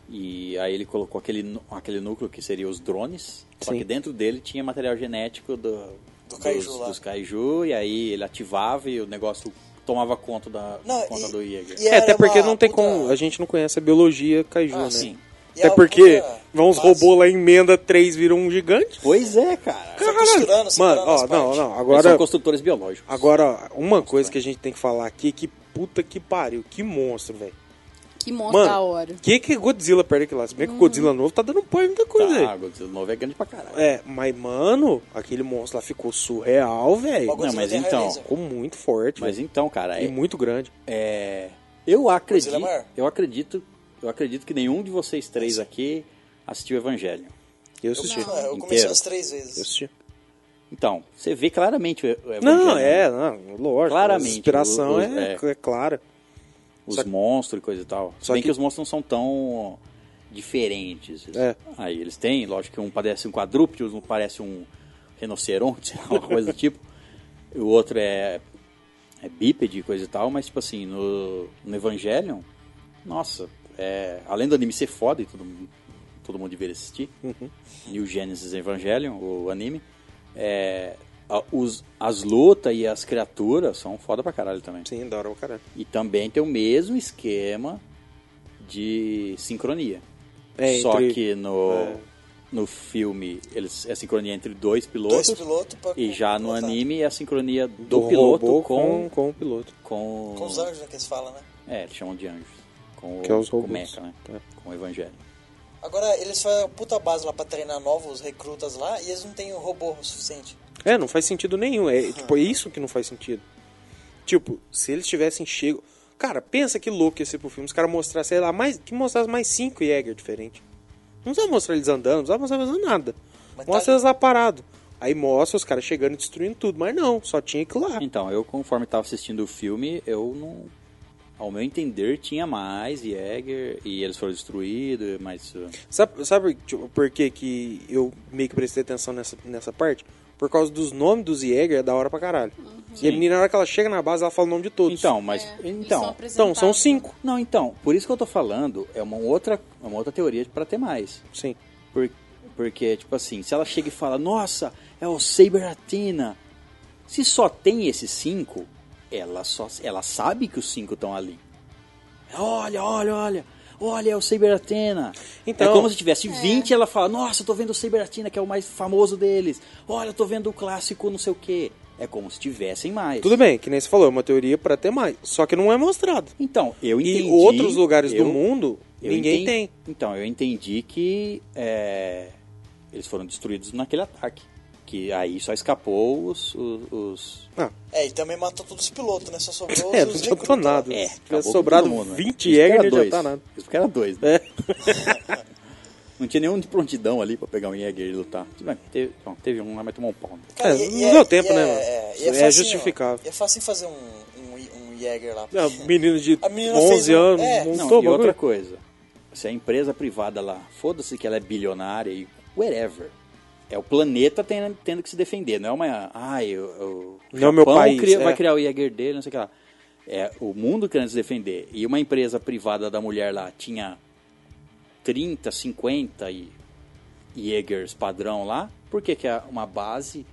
Speaker 1: E aí ele colocou aquele, nu- aquele núcleo que seria os drones. Só
Speaker 2: Sim.
Speaker 1: que dentro dele tinha material genético do, dos,
Speaker 3: kaiju lá.
Speaker 1: dos kaiju. E aí ele ativava e o negócio tomava conta, da, conta do Jäger.
Speaker 3: e
Speaker 2: É, até
Speaker 3: era
Speaker 2: porque
Speaker 3: uma
Speaker 2: não tem
Speaker 3: puta-
Speaker 2: como. A gente não conhece a biologia kaiju,
Speaker 3: Ah,
Speaker 2: né?
Speaker 1: sim.
Speaker 3: E
Speaker 2: Até
Speaker 3: a
Speaker 2: porque
Speaker 3: puta
Speaker 2: vão os
Speaker 3: base.
Speaker 2: robôs lá, emenda três viram um gigante.
Speaker 1: Pois é, cara.
Speaker 3: Só costurando, separando
Speaker 2: Mano,
Speaker 3: as
Speaker 2: ó, não,
Speaker 3: partes.
Speaker 2: não.
Speaker 1: Eles
Speaker 2: Agora,
Speaker 1: são construtores biológicos.
Speaker 2: agora, ó, uma coisa que a gente tem que falar aqui, que puta que pariu, que monstro, velho.
Speaker 4: Que monstro da hora.
Speaker 2: Mano, o que que Godzilla perde aqui lá? Se bem que o
Speaker 3: Uhum.
Speaker 2: Godzilla novo tá dando pau em muita coisa
Speaker 1: tá,
Speaker 2: aí.
Speaker 1: Godzilla novo é grande pra caralho.
Speaker 2: É, mas, mano, aquele monstro lá ficou surreal, velho.
Speaker 3: Bagulho-
Speaker 1: não, mas
Speaker 3: Godzilla tem
Speaker 1: então...
Speaker 3: raio laser.
Speaker 2: Ficou muito forte,
Speaker 1: Mas
Speaker 2: velho.
Speaker 1: então, cara,
Speaker 2: E
Speaker 1: é,
Speaker 2: muito grande.
Speaker 1: É, eu acredito,
Speaker 3: Godzilla é maior.
Speaker 1: eu acredito, eu acredito que nenhum de vocês três aqui assistiu Evangelho.
Speaker 2: Eu é,
Speaker 3: Eu,
Speaker 2: assisti.
Speaker 3: eu comecei
Speaker 1: Inteiro.
Speaker 3: umas três
Speaker 2: Eu
Speaker 3: vezes.
Speaker 2: assisti.
Speaker 1: Então, você vê claramente o o Evangelho.
Speaker 2: Não,
Speaker 1: né?
Speaker 2: é, não, lógico.
Speaker 1: Claramente,
Speaker 2: A inspiração
Speaker 1: o- o-
Speaker 2: é, é clara.
Speaker 1: Os
Speaker 2: só que-
Speaker 1: monstros e coisa e tal. Se
Speaker 2: só
Speaker 1: bem que...
Speaker 2: que
Speaker 1: os monstros não são tão diferentes. assim.
Speaker 2: É.
Speaker 1: Aí eles têm, lógico que um parece um quadrúpede, um parece um rinoceronte, sei lá, uma coisa do tipo. O outro é, é bípede e coisa e tal, mas tipo assim, no, no Evangelion, nossa, é, além do anime ser foda e todo, mundo- todo mundo deveria assistir,
Speaker 2: Uhum.
Speaker 1: New Genesis Evangelion, o anime, é, a- os, as lutas e as criaturas são foda pra caralho também.
Speaker 2: Sim, da hora pra caralho.
Speaker 1: E também tem o mesmo esquema de sincronia.
Speaker 2: É,
Speaker 1: Só
Speaker 2: entre-
Speaker 1: que no,
Speaker 2: é.
Speaker 1: no filme eles, é a sincronia entre dois pilotos.
Speaker 3: Dois pilotos pra
Speaker 1: e já no
Speaker 3: pilotar.
Speaker 1: anime é a sincronia do, piloto
Speaker 2: robô
Speaker 1: com,
Speaker 2: com, o piloto.
Speaker 1: com.
Speaker 3: Com os
Speaker 2: um
Speaker 3: anjos, né, que eles falam, né?
Speaker 1: É, eles chamam de anjos. Com
Speaker 2: Que é
Speaker 1: o,
Speaker 2: os
Speaker 1: com o
Speaker 2: robôs. É.
Speaker 1: Mecha, né? Com o Evangelho.
Speaker 3: Agora, eles fazem uma puta base lá pra treinar novos recrutas lá e eles não têm um robô o suficiente.
Speaker 2: É, não faz sentido nenhum. É, tipo, é isso que não faz sentido. Tipo, se eles tivessem chego. Cara, pensa que louco ia ser pro filme. Os caras mostrassem, sei lá, mais, que mostrassem mais cinco Jäger diferentes. Não precisa mostrar eles andando, não precisa mostrar eles fazendo nada.
Speaker 3: Mas tá
Speaker 2: mostra
Speaker 3: ali.
Speaker 2: eles lá parados. Aí mostra os caras chegando e destruindo tudo. Mas não, só tinha que lá.
Speaker 1: Então, eu conforme estava assistindo o filme, eu não. Ao meu entender, tinha mais Jäger e eles foram destruídos, mas. uh,
Speaker 2: Sabe, sabe tipo, por que, que eu meio que prestei atenção nessa, nessa parte? Por causa dos nomes dos Jäger é da hora pra caralho. E a menina, na hora que ela chega na base, ela fala o nome de todos.
Speaker 1: Então, mas.
Speaker 4: É, eles são
Speaker 1: então,
Speaker 2: Então, são
Speaker 4: apresentados.
Speaker 2: cinco.
Speaker 1: Não, então, por isso que eu tô falando, é uma outra, é uma outra teoria para ter mais.
Speaker 2: Sim.
Speaker 1: Por- porque, tipo assim, se ela chega e fala, nossa, é o Saber Athena. Se só tem esses cinco, ela, só, ela sabe que os cinco estão ali. Olha, olha, olha. Olha, é o Saber Athena.
Speaker 2: Então-
Speaker 1: é como se tivesse 20 e ela fala, nossa, eu tô vendo o Saber Athena, que é o mais famoso deles. Olha, eu tô vendo o clássico não sei o quê. É como se tivessem mais.
Speaker 2: Tudo bem, que nem você falou, é uma teoria pra ter mais. Só que não é mostrado.
Speaker 1: Então, eu entendi...
Speaker 2: e outros lugares
Speaker 1: eu-
Speaker 2: do mundo,
Speaker 1: Eu
Speaker 2: ninguém
Speaker 1: enten-
Speaker 2: tem.
Speaker 1: Então, eu entendi que é, eles foram destruídos naquele ataque. Que aí só escapou os. os, os-
Speaker 2: Ah,
Speaker 3: É, e também matou todos os pilotos, né? Só sobrou
Speaker 2: é, não
Speaker 3: os os
Speaker 2: adiantou
Speaker 3: recrutas.
Speaker 2: nada.
Speaker 1: É,
Speaker 2: Se
Speaker 1: acabou
Speaker 2: tivesse
Speaker 1: com
Speaker 2: sobrado
Speaker 1: todo mundo, né?
Speaker 2: 20
Speaker 1: Isso que era
Speaker 2: Jäger, não
Speaker 1: dois.
Speaker 2: adianta nada.
Speaker 1: Isso que era dois, né?
Speaker 2: É.
Speaker 1: Não tinha nenhum de prontidão ali pra pegar um Jäger e lutar. Tudo bem, teve, bom, teve um lá, mas tomou um pau. né?
Speaker 2: É, não deu tempo, né, mano?
Speaker 3: e
Speaker 2: É
Speaker 3: facinho, ó.
Speaker 2: justificável.
Speaker 3: É fácil fazer um, um, um Jäger lá.
Speaker 2: Não, Ah, menino de
Speaker 3: A menina
Speaker 2: 11
Speaker 3: fez um-
Speaker 2: anos,
Speaker 3: é.
Speaker 1: Não,
Speaker 2: montou
Speaker 1: e
Speaker 2: o
Speaker 1: outra
Speaker 2: bagulho.
Speaker 1: coisa. Se a empresa privada lá, foda-se que ela é bilionária e wherever. É o planeta tendo, tendo que se defender, não é uma. Ai, o, o
Speaker 2: Não é o meu
Speaker 1: Japão
Speaker 2: país,
Speaker 1: cria-
Speaker 2: é.
Speaker 1: vai criar o Jäger dele, não sei o que lá. É o mundo querendo se defender. E uma empresa privada da mulher lá tinha 30, 50 e Jägers padrão lá. Por que, que é uma base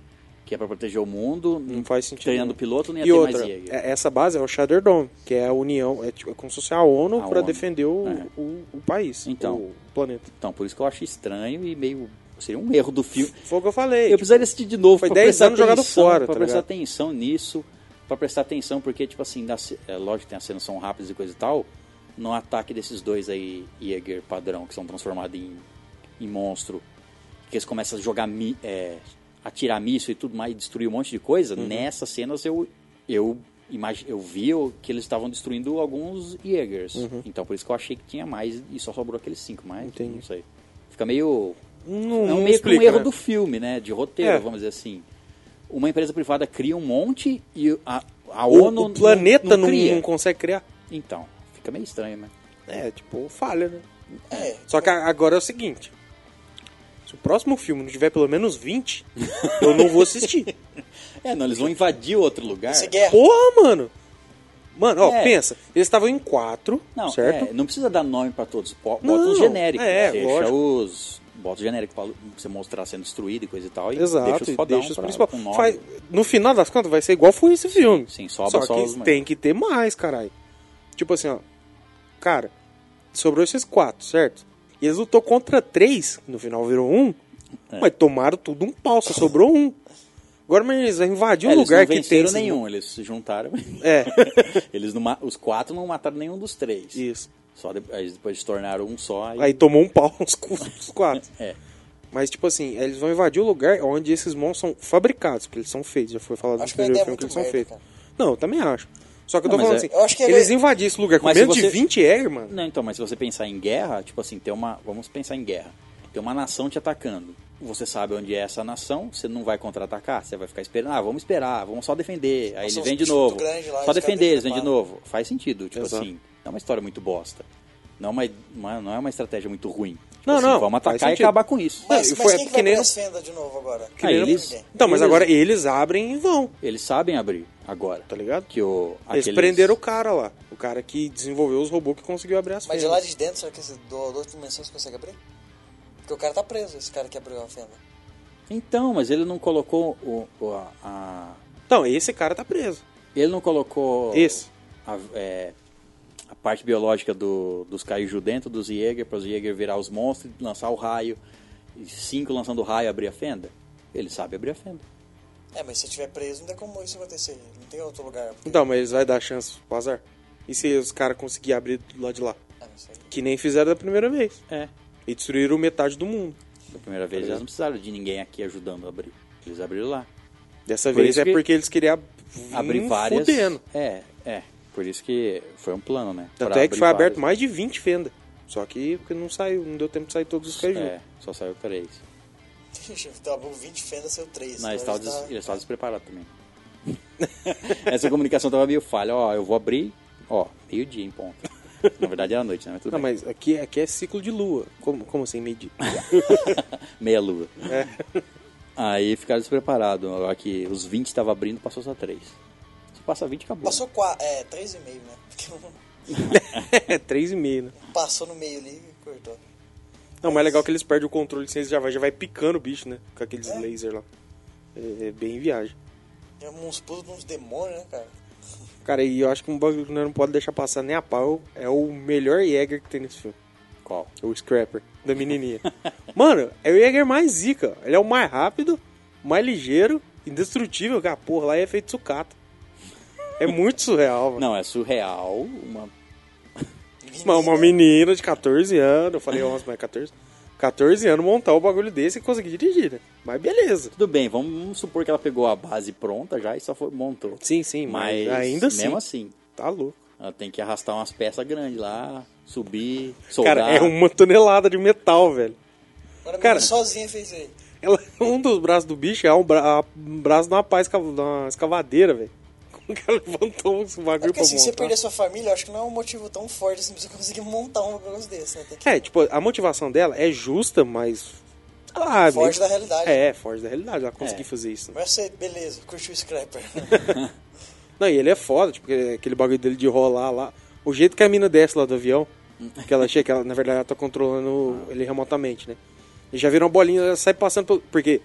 Speaker 1: que é pra proteger o mundo,
Speaker 2: Não faz sentido.
Speaker 1: treinando
Speaker 2: nenhum.
Speaker 1: piloto, nem ia
Speaker 2: e
Speaker 1: ter
Speaker 2: outra,
Speaker 1: mais Jäger?
Speaker 2: é- essa base é o Shadow Dome, que é a união, é, tipo, é como se fosse a ONU
Speaker 1: A
Speaker 2: pra
Speaker 1: ONU,
Speaker 2: defender o,
Speaker 1: é.
Speaker 2: o, o país,
Speaker 1: Então.
Speaker 2: o planeta.
Speaker 1: Então, por isso que eu acho estranho e meio. Seria um erro do filme.
Speaker 2: Foi o que eu falei. tipo,
Speaker 1: Eu precisaria assistir de novo
Speaker 2: foi
Speaker 1: pra
Speaker 2: 10
Speaker 1: prestar
Speaker 2: anos jogado
Speaker 1: atenção,
Speaker 2: fora,
Speaker 1: pra
Speaker 2: tá
Speaker 1: prestar
Speaker 2: ligado?
Speaker 1: atenção nisso, pra prestar atenção, porque, tipo assim, na ce- é, lógico que tem as cenas são rápidas e coisa e tal, no ataque desses dois aí, Jäger padrão, que são transformados em, em monstro, que eles começam a jogar, mi- é, atirar míssil e tudo mais, e destruir um monte de coisa,
Speaker 2: Uhum.
Speaker 1: nessas cenas eu, eu, imagi- eu vi o- que eles estavam destruindo alguns Jägers. Então, por isso que eu achei que tinha mais e só sobrou aqueles cinco, mas
Speaker 2: Uhum. Entendi.
Speaker 1: não sei. Fica meio
Speaker 2: não,
Speaker 1: é
Speaker 2: não
Speaker 1: um meio que
Speaker 2: explica,
Speaker 1: um erro
Speaker 2: né?
Speaker 1: do filme, né? De roteiro,
Speaker 2: É.
Speaker 1: vamos dizer assim. Uma empresa privada cria um monte e a, a a
Speaker 2: O,
Speaker 1: ONU
Speaker 2: o planeta não,
Speaker 1: cria.
Speaker 2: não consegue criar.
Speaker 1: Então, fica meio estranho, né?
Speaker 2: É, tipo, falha, né?
Speaker 3: É,
Speaker 2: Só que a- agora é o seguinte. Se o próximo filme não tiver pelo menos 20, eu não vou assistir.
Speaker 1: É, não, eles vão invadir outro lugar.
Speaker 3: se guerra.
Speaker 2: Porra, mano! Mano, ó,
Speaker 1: É.
Speaker 2: pensa. Eles estavam em quatro,
Speaker 1: Não,
Speaker 2: certo?
Speaker 1: é, não precisa dar nome pra todos. po- Bota
Speaker 2: Não,
Speaker 1: um genérico.
Speaker 2: é,
Speaker 1: deixa
Speaker 2: lógico.
Speaker 1: os. Bota o genérico pra você mostrar sendo destruído e coisa e tal. E
Speaker 2: Exato,
Speaker 1: deixa os
Speaker 2: e
Speaker 1: fodão
Speaker 2: deixa os
Speaker 1: pra-
Speaker 2: principais.
Speaker 1: com nome.
Speaker 2: Faz- um no final das contas vai ser igual foi esse filme.
Speaker 1: sim, sobra
Speaker 2: só
Speaker 1: só
Speaker 2: que
Speaker 1: os mais.
Speaker 2: tem que ter mais, caralho. Tipo assim, ó. Cara, sobrou esses quatro, certo? E eles lutou contra três, no final virou um.
Speaker 1: É.
Speaker 2: Mas tomaram tudo um pau, só sobrou um. Agora, mas eles vão invadir
Speaker 1: É,
Speaker 2: um
Speaker 1: eles
Speaker 2: lugar
Speaker 1: não
Speaker 2: que tem.
Speaker 1: venceram
Speaker 2: esses-
Speaker 1: nenhum, eles se juntaram.
Speaker 2: É.
Speaker 1: eles não ma- os quatro não mataram nenhum dos três.
Speaker 2: Isso.
Speaker 1: Só de- aí depois se tornaram um só. Aí,
Speaker 2: Aí tomou um pau uns, cu- uns quatro.
Speaker 1: É.
Speaker 2: Mas, tipo assim, eles vão invadir o lugar onde esses monstros são fabricados, porque eles são feitos. Já foi falado
Speaker 3: Acho
Speaker 2: no
Speaker 3: que a
Speaker 2: primeiro
Speaker 3: ideia é
Speaker 2: filme que eles
Speaker 3: muito
Speaker 2: são
Speaker 3: merda,
Speaker 2: feitos. Não, eu também acho. Só que eu tô
Speaker 1: Não, mas
Speaker 2: falando
Speaker 1: é-
Speaker 2: assim,
Speaker 3: Eu acho que ele-
Speaker 2: eles invadirem esse lugar com
Speaker 1: Mas se
Speaker 2: menos de
Speaker 1: você-
Speaker 2: 20 air, mano.
Speaker 1: Não, então, mas se você pensar em guerra, tipo assim, tem uma. Vamos pensar em guerra. Tem uma nação te atacando. Você sabe onde é essa nação, você não vai contra-atacar, você vai ficar esperando. Ah, vamos esperar, vamos só defender. Aí
Speaker 3: Nossa,
Speaker 1: ele vem
Speaker 3: uns
Speaker 1: de
Speaker 3: bichos
Speaker 1: novo.
Speaker 3: muito grandes lá,
Speaker 1: só
Speaker 3: os caras
Speaker 1: defender, eles vêm de
Speaker 3: preparam.
Speaker 1: novo. Faz sentido, tipo
Speaker 2: Exato.
Speaker 1: assim. Não é uma história muito bosta. Não é uma, uma- não é uma estratégia muito ruim. Tipo
Speaker 2: Não,
Speaker 1: assim,
Speaker 2: não,
Speaker 1: Vamos atacar
Speaker 2: faz
Speaker 1: e
Speaker 2: sentido.
Speaker 1: acabar com isso.
Speaker 3: Mas,
Speaker 2: e
Speaker 3: mas
Speaker 2: foi
Speaker 3: quem que
Speaker 2: que
Speaker 3: vai
Speaker 2: nem-
Speaker 3: pra fenda de novo agora?
Speaker 1: Ah,
Speaker 2: nem-
Speaker 1: eles-
Speaker 3: Ninguém.
Speaker 2: Então, mas
Speaker 1: eles-
Speaker 2: agora eles abrem e vão,
Speaker 1: Eles sabem abrir agora.
Speaker 2: tá ligado?
Speaker 1: Que o,
Speaker 2: Eles
Speaker 1: aqueles-
Speaker 2: prenderam o cara lá. O cara que desenvolveu os robôs que conseguiu abrir as
Speaker 3: Mas
Speaker 2: fendas.
Speaker 3: de lá de dentro, será que esse do, do outro dimensão você consegue abrir? Porque o cara tá preso, esse cara que abriu a fenda.
Speaker 1: Então, mas ele não colocou o, o- a- a-
Speaker 2: Não, esse cara tá preso.
Speaker 1: ele não colocou
Speaker 2: Esse.
Speaker 1: a, é, a parte biológica do- dos Kaiju dentro dos Jäger para os Jäger virar os monstros, e lançar o raio, e cinco lançando o raio abrir a fenda. Ele sabe abrir a fenda.
Speaker 3: É, mas se você tiver preso, não tem como isso acontecer. Não tem outro lugar. porque-
Speaker 2: Então, mas eles vai dar chance pro azar. E se os caras conseguirem abrir do lado de lá?
Speaker 3: Ah, não sei.
Speaker 2: Que nem fizeram da primeira vez.
Speaker 1: É.
Speaker 2: E destruíram metade do mundo.
Speaker 1: Da primeira vez eles não precisaram de ninguém aqui ajudando a abrir. Eles abriram lá.
Speaker 2: Dessa
Speaker 1: Por
Speaker 2: vez
Speaker 1: isso
Speaker 2: é
Speaker 1: que-
Speaker 2: porque eles queriam ab-
Speaker 1: Abrir
Speaker 2: vir
Speaker 1: várias.
Speaker 2: Fudendo.
Speaker 1: É, é. Por isso que foi um plano, né?
Speaker 2: Tanto
Speaker 1: Pra
Speaker 2: é que
Speaker 1: abrir
Speaker 2: foi aberto
Speaker 1: várias.
Speaker 2: mais de 20 fendas. Só que porque não saiu, não deu tempo de sair todos os caju.
Speaker 1: É, só saiu três.
Speaker 3: Então abriu 20 fendas, saiu 3.
Speaker 1: Não, eles estavam des...
Speaker 3: tá-
Speaker 1: eles estavam despreparados também. Essa comunicação tava meio falha. Ó, eu vou abrir, ó, meio-dia em ponto. Na verdade era noite, né? Mas tudo
Speaker 2: Não,
Speaker 1: bem.
Speaker 2: mas aqui, aqui é ciclo de lua. Como, como assim medir?
Speaker 1: Meia-lua.
Speaker 2: É.
Speaker 1: Aí ficaram despreparados. ó, Aqui os 20 estavam abrindo, passou só 3. Se passa 20, acabou. né?
Speaker 3: Passou 4, é, 3,5, né? Porque um
Speaker 2: é 3,5, né?
Speaker 3: passou no meio ali e cortou.
Speaker 2: Não, mas é legal que eles perdem o controle sem eles já vai, já vai picando o bicho, né? Com aqueles laser lá. É, é bem viagem.
Speaker 3: Tem é uns pulos de uns demônios, né, cara?
Speaker 2: Cara, e eu acho que um bagulho que nós não pode deixar passar nem a pau é o melhor Jäger que tem nesse filme.
Speaker 1: Qual?
Speaker 2: O Scrapper, da menininha. Mano, é o Jäger mais zica. Ele é o mais rápido, mais ligeiro, indestrutível. Cara, porra, lá é feito sucata. É muito surreal, mano.
Speaker 1: Não, é surreal. Uma...
Speaker 2: Uma, uma menina de 14 anos, eu falei 11, mas é 14. 14 anos montar um bagulho desse e conseguir dirigir, né? Mas beleza.
Speaker 1: Tudo bem, vamos, vamos supor que ela pegou a base pronta já e só foi, montou.
Speaker 2: Sim, sim, mas,
Speaker 1: Mas
Speaker 2: ainda assim,
Speaker 1: mesmo assim,
Speaker 2: tá louco.
Speaker 1: ela tem que arrastar umas peças grandes lá, subir, soldar.
Speaker 2: Cara, é uma tonelada de metal, velho.
Speaker 3: Agora a
Speaker 2: Cara-
Speaker 3: menina sozinha fez isso aí. É
Speaker 2: Ela, um dos braços do bicho é um, bra, um braço de uma pá esca- de uma escavadeira, velho. Como que ela levantou esse
Speaker 3: É
Speaker 2: bagulho
Speaker 3: porque
Speaker 2: pra
Speaker 3: assim, você
Speaker 2: montar?
Speaker 3: perder sua família, eu acho que não é um motivo tão forte assim pra você conseguir montar um negócio desse, né? Tem que
Speaker 2: É, tipo, a motivação dela é justa, mas... Ah,
Speaker 3: Foge da realidade.
Speaker 2: É, foge da realidade. Ela conseguiu
Speaker 1: É.
Speaker 2: fazer isso. né?
Speaker 3: Mas você, beleza, curtiu o Scrapper.
Speaker 2: Não, e ele é foda, tipo, é aquele bagulho dele de rolar lá. O jeito que a mina desce lá do avião, que ela chega, que ela, na verdade ela tá controlando ele remotamente, né? E já vira uma bolinha, ela sai passando pelo... Porque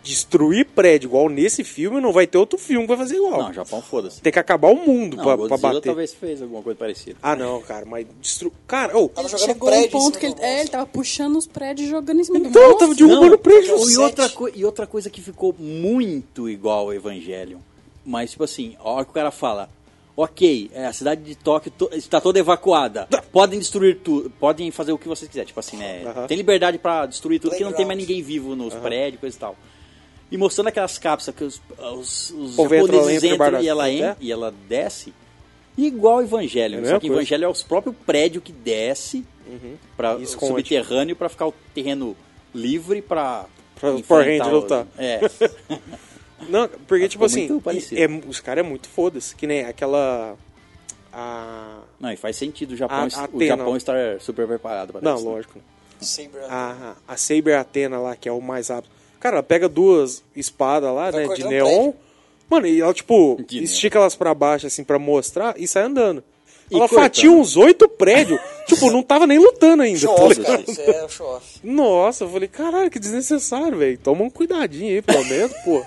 Speaker 2: destruir prédio igual nesse filme, não vai ter outro filme que vai fazer igual.
Speaker 1: Não, Japão, foda-se.
Speaker 2: Tem que acabar o mundo
Speaker 1: Não,
Speaker 2: pra, pra
Speaker 1: Godzilla
Speaker 2: bater.
Speaker 1: talvez fez alguma coisa parecida.
Speaker 2: Ah, não, cara, mas destru... Cara, ô,
Speaker 3: Tava jogando
Speaker 4: Chegou um
Speaker 3: prédio em
Speaker 4: ponto
Speaker 3: cima
Speaker 4: que ele,
Speaker 3: do
Speaker 4: é,
Speaker 3: monstro.
Speaker 4: ele tava puxando os prédios e jogando em cima do
Speaker 2: então,
Speaker 4: monstro.
Speaker 2: tava derrubando o
Speaker 3: Não.
Speaker 2: prédio.
Speaker 1: e,
Speaker 3: Sete.
Speaker 1: outra coi- e outra coisa que ficou muito igual ao Evangelion. Mas, tipo assim, a hora que o cara fala, ok, é, a cidade de Tóquio to- está toda evacuada,
Speaker 2: Tá.
Speaker 1: podem destruir tudo, podem fazer o que vocês quiserem. Tipo assim, né?
Speaker 2: Aham.
Speaker 1: Tem liberdade pra destruir tudo, que não tem mais
Speaker 3: Playground.
Speaker 1: ninguém vivo nos prédios, coisa e tal. E mostrando aquelas cápsulas que os, os, os
Speaker 2: povo entra lá,
Speaker 1: japoneses
Speaker 2: entra
Speaker 1: entram
Speaker 2: embaixo
Speaker 1: e ela,
Speaker 2: da
Speaker 1: en-
Speaker 2: terra.
Speaker 1: e ela desce, igual ao Evangelho.
Speaker 2: É a
Speaker 1: só
Speaker 2: mesma
Speaker 1: que o
Speaker 2: coisa. Uhum.
Speaker 1: Evangelho é os próprios prédios que desce para
Speaker 2: E esconde.
Speaker 1: subterrâneo para ficar o terreno livre para
Speaker 2: Pra o Power Ranger lutar.
Speaker 1: É.
Speaker 2: Não, porque,
Speaker 1: ficou
Speaker 2: tipo assim,
Speaker 1: muito parecido.
Speaker 2: é- os caras é muito foda-se, que nem aquela. A.
Speaker 1: Não, e faz sentido o Japão,
Speaker 2: A-
Speaker 1: o
Speaker 2: Atena.
Speaker 1: Japão estar super preparado pra
Speaker 2: Não,
Speaker 1: isso. né?
Speaker 2: lógico.
Speaker 3: Saber.
Speaker 2: A, a Saber Athena lá, que é o mais rápido. Cara, ela pega duas espadas lá,
Speaker 3: Vai
Speaker 2: né, de
Speaker 3: cortando
Speaker 2: neon.
Speaker 3: prédio.
Speaker 2: Mano, e ela, tipo,
Speaker 1: Tá De
Speaker 2: estica elas pra baixo, assim, pra mostrar e sai andando.
Speaker 1: E
Speaker 2: ela
Speaker 1: cortando.
Speaker 2: fatia uns oito prédios. tipo, não tava nem lutando ainda. tá
Speaker 3: Show-off,
Speaker 2: ligado?
Speaker 3: cara. Isso é o show-off.
Speaker 2: Nossa, eu falei, caralho, que desnecessário, velho. Toma um cuidadinho aí, pelo menos, pô.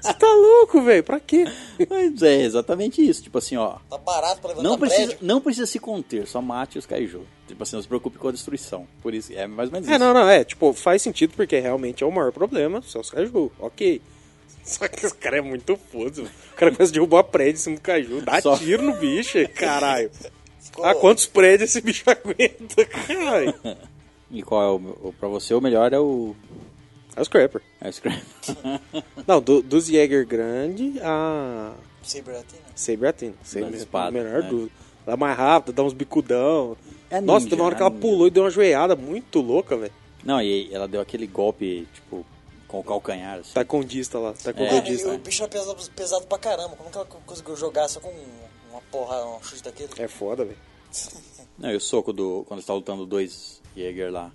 Speaker 2: Você tá louco, velho? Pra quê?
Speaker 1: Mas é exatamente isso. Tipo assim, ó.
Speaker 3: Tá barato pra levantar
Speaker 1: Não precisa,
Speaker 3: prédio.
Speaker 1: não precisa se conter, só mate os kaiju. Tipo assim, não se preocupe com a destruição. Por isso, é mais ou menos
Speaker 2: É,
Speaker 1: isso.
Speaker 2: não, não, é, tipo, faz sentido porque realmente é o maior problema, só os caju, ok. Só que esse cara é muito foda, mano. o cara começa a derrubar prédio em cima do caju, dá
Speaker 1: Só-
Speaker 2: tiro no bicho, caralho.
Speaker 3: Ficou-
Speaker 2: Ah, quantos prédios esse bicho aguenta, caralho.
Speaker 1: E qual é o, o. Pra você, o melhor é o.
Speaker 2: É o Scrapper.
Speaker 1: É o Scrap.
Speaker 2: Não, do- dos Jäger grande a
Speaker 3: Saber Athena.
Speaker 2: Saber Athena, sem
Speaker 1: Das espadas,
Speaker 2: menor
Speaker 1: né?
Speaker 2: dúvida. Ela é mais rápida, dá uns bicudão.
Speaker 1: É
Speaker 2: Nossa,
Speaker 1: ninja,
Speaker 2: teve uma hora
Speaker 1: é
Speaker 2: que ela
Speaker 1: ninja.
Speaker 2: pulou e deu uma joelhada muito louca, velho.
Speaker 1: Não, e ela deu aquele golpe, tipo, com o calcanhar. Assim.
Speaker 2: Tá Taekwondo lá,
Speaker 3: Mano,
Speaker 2: taekwondista.
Speaker 3: É, e
Speaker 1: né?
Speaker 3: o bicho era pesado, pesado pra caramba. Como que ela conseguiu jogar só com uma porra, um chute daquele?
Speaker 2: É foda, velho.
Speaker 1: Não, e o soco do. Quando eles tá lutando dois Jäger lá.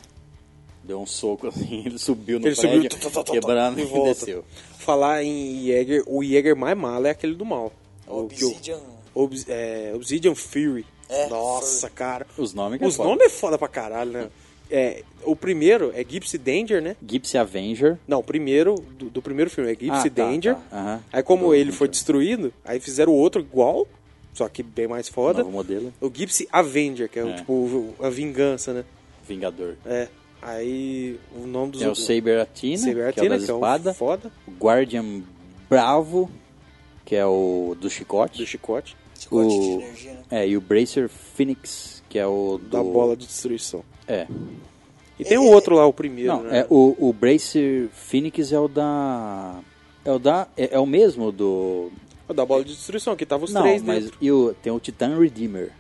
Speaker 1: Deu um soco assim, ele subiu no
Speaker 2: Ele subiu,
Speaker 1: prédio,
Speaker 2: tá, tu, tu, tu, tu,
Speaker 1: quebrando
Speaker 2: e
Speaker 1: e,
Speaker 2: volta.
Speaker 1: desceu.
Speaker 2: Falar em Jäger, o Jäger mais mala é aquele do mal.
Speaker 3: O
Speaker 2: que o-
Speaker 3: Obsidian.
Speaker 2: Obs- é, Obsidian Fury.
Speaker 3: É,
Speaker 2: Nossa, cara.
Speaker 1: Os nomes que é
Speaker 2: Os
Speaker 1: foda.
Speaker 2: nomes é foda pra caralho, né? É, o primeiro é Gypsy Danger, né?
Speaker 1: Gypsy Avenger.
Speaker 2: Não, o primeiro do, do primeiro filme é Gypsy
Speaker 1: Ah, tá,
Speaker 2: Danger.
Speaker 1: tá. Aham.
Speaker 2: Aí como
Speaker 1: Do
Speaker 2: ele foi
Speaker 1: Danger.
Speaker 2: destruído, aí fizeram o outro igual, só que bem mais foda.
Speaker 1: Novo modelo.
Speaker 2: O Gypsy Avenger, que é, o
Speaker 1: É.
Speaker 2: tipo o- a vingança, né?
Speaker 1: Vingador.
Speaker 2: É. Aí o nome dos
Speaker 1: É o Saber Atina,
Speaker 2: Saber
Speaker 1: que é o
Speaker 2: Athena,
Speaker 1: das
Speaker 2: que é
Speaker 1: espadas.
Speaker 2: um foda
Speaker 1: o Guardian Bravo, que é o do
Speaker 2: do
Speaker 1: chicote.
Speaker 2: chicote,
Speaker 3: Chicote de
Speaker 1: o,
Speaker 3: energia, né?
Speaker 1: é, e o Bracer Phoenix, que é o do...
Speaker 2: da bola de destruição.
Speaker 1: É.
Speaker 2: E tem o outro lá, o primeiro,
Speaker 1: Não,
Speaker 2: né?
Speaker 1: é, o, o Bracer Phoenix é o da... É o da... É, é o mesmo do...
Speaker 2: O da bola de destruição, que tava os
Speaker 1: Não,
Speaker 2: três né?
Speaker 1: mas
Speaker 2: dentro.
Speaker 1: e o, tem o Titan Redeemer,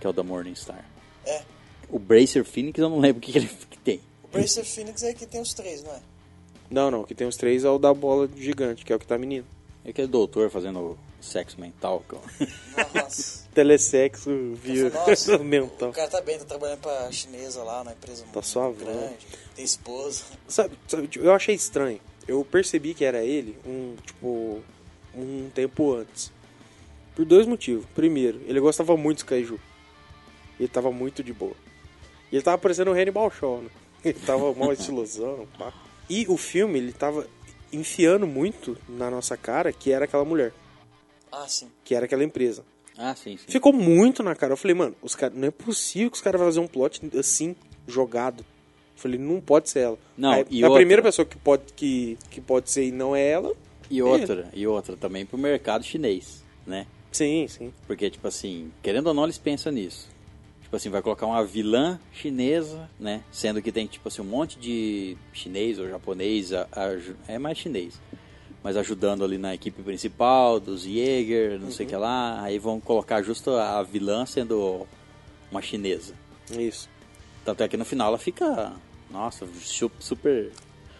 Speaker 1: que é o da Morningstar.
Speaker 3: É.
Speaker 1: O Bracer Phoenix eu não lembro o que, que ele que tem.
Speaker 3: O Bracer Phoenix é que tem os três, não é?
Speaker 2: Não, não, que tem os três é o da bola gigante, que é o que tá menino.
Speaker 1: É aquele doutor fazendo sexo mental. que eu-
Speaker 3: Nossa.
Speaker 2: Telesexo
Speaker 3: Eu
Speaker 2: via
Speaker 3: falei, Nossa,
Speaker 2: mental.
Speaker 3: o cara tá bem, tá trabalhando pra chinesa lá, na empresa
Speaker 2: Tá suave, né?
Speaker 3: grande, tem esposa.
Speaker 2: Sabe, sabe, tipo, eu achei estranho. Eu percebi que era ele um, tipo, um tempo antes. Por dois motivos. Primeiro, ele gostava muito do Kaiju. Ele tava muito de boa. E ele tava parecendo o Hannibal Shaw, né? Ele tava mal estilosão, pá. E o filme, ele tava enfiando muito na nossa cara que era aquela mulher,
Speaker 3: Ah, sim.
Speaker 2: que era aquela empresa.
Speaker 1: Ah, sim, sim.
Speaker 2: Ficou muito na cara. Eu falei, mano, os cara, não é possível que os caras vão fazer um plot assim, jogado. Eu falei, não pode ser ela.
Speaker 1: Não,
Speaker 2: Aí,
Speaker 1: e
Speaker 2: a
Speaker 1: outra?
Speaker 2: primeira pessoa que pode, que, que pode ser e não é ela.
Speaker 1: E outra, e outra também pro mercado chinês, né?
Speaker 2: Sim, sim.
Speaker 1: Porque, tipo assim, querendo ou não, eles pensam nisso. Tipo assim, vai colocar uma vilã chinesa, né? Sendo que tem, tipo assim, um monte de chinês ou japonês, a- aju- é mais chinês, mas ajudando ali na equipe principal, dos Jäger, não sei o que lá. Aí vão colocar justo a vilã sendo uma chinesa.
Speaker 2: é Isso.
Speaker 1: Tanto é que no final ela fica, nossa, su- super,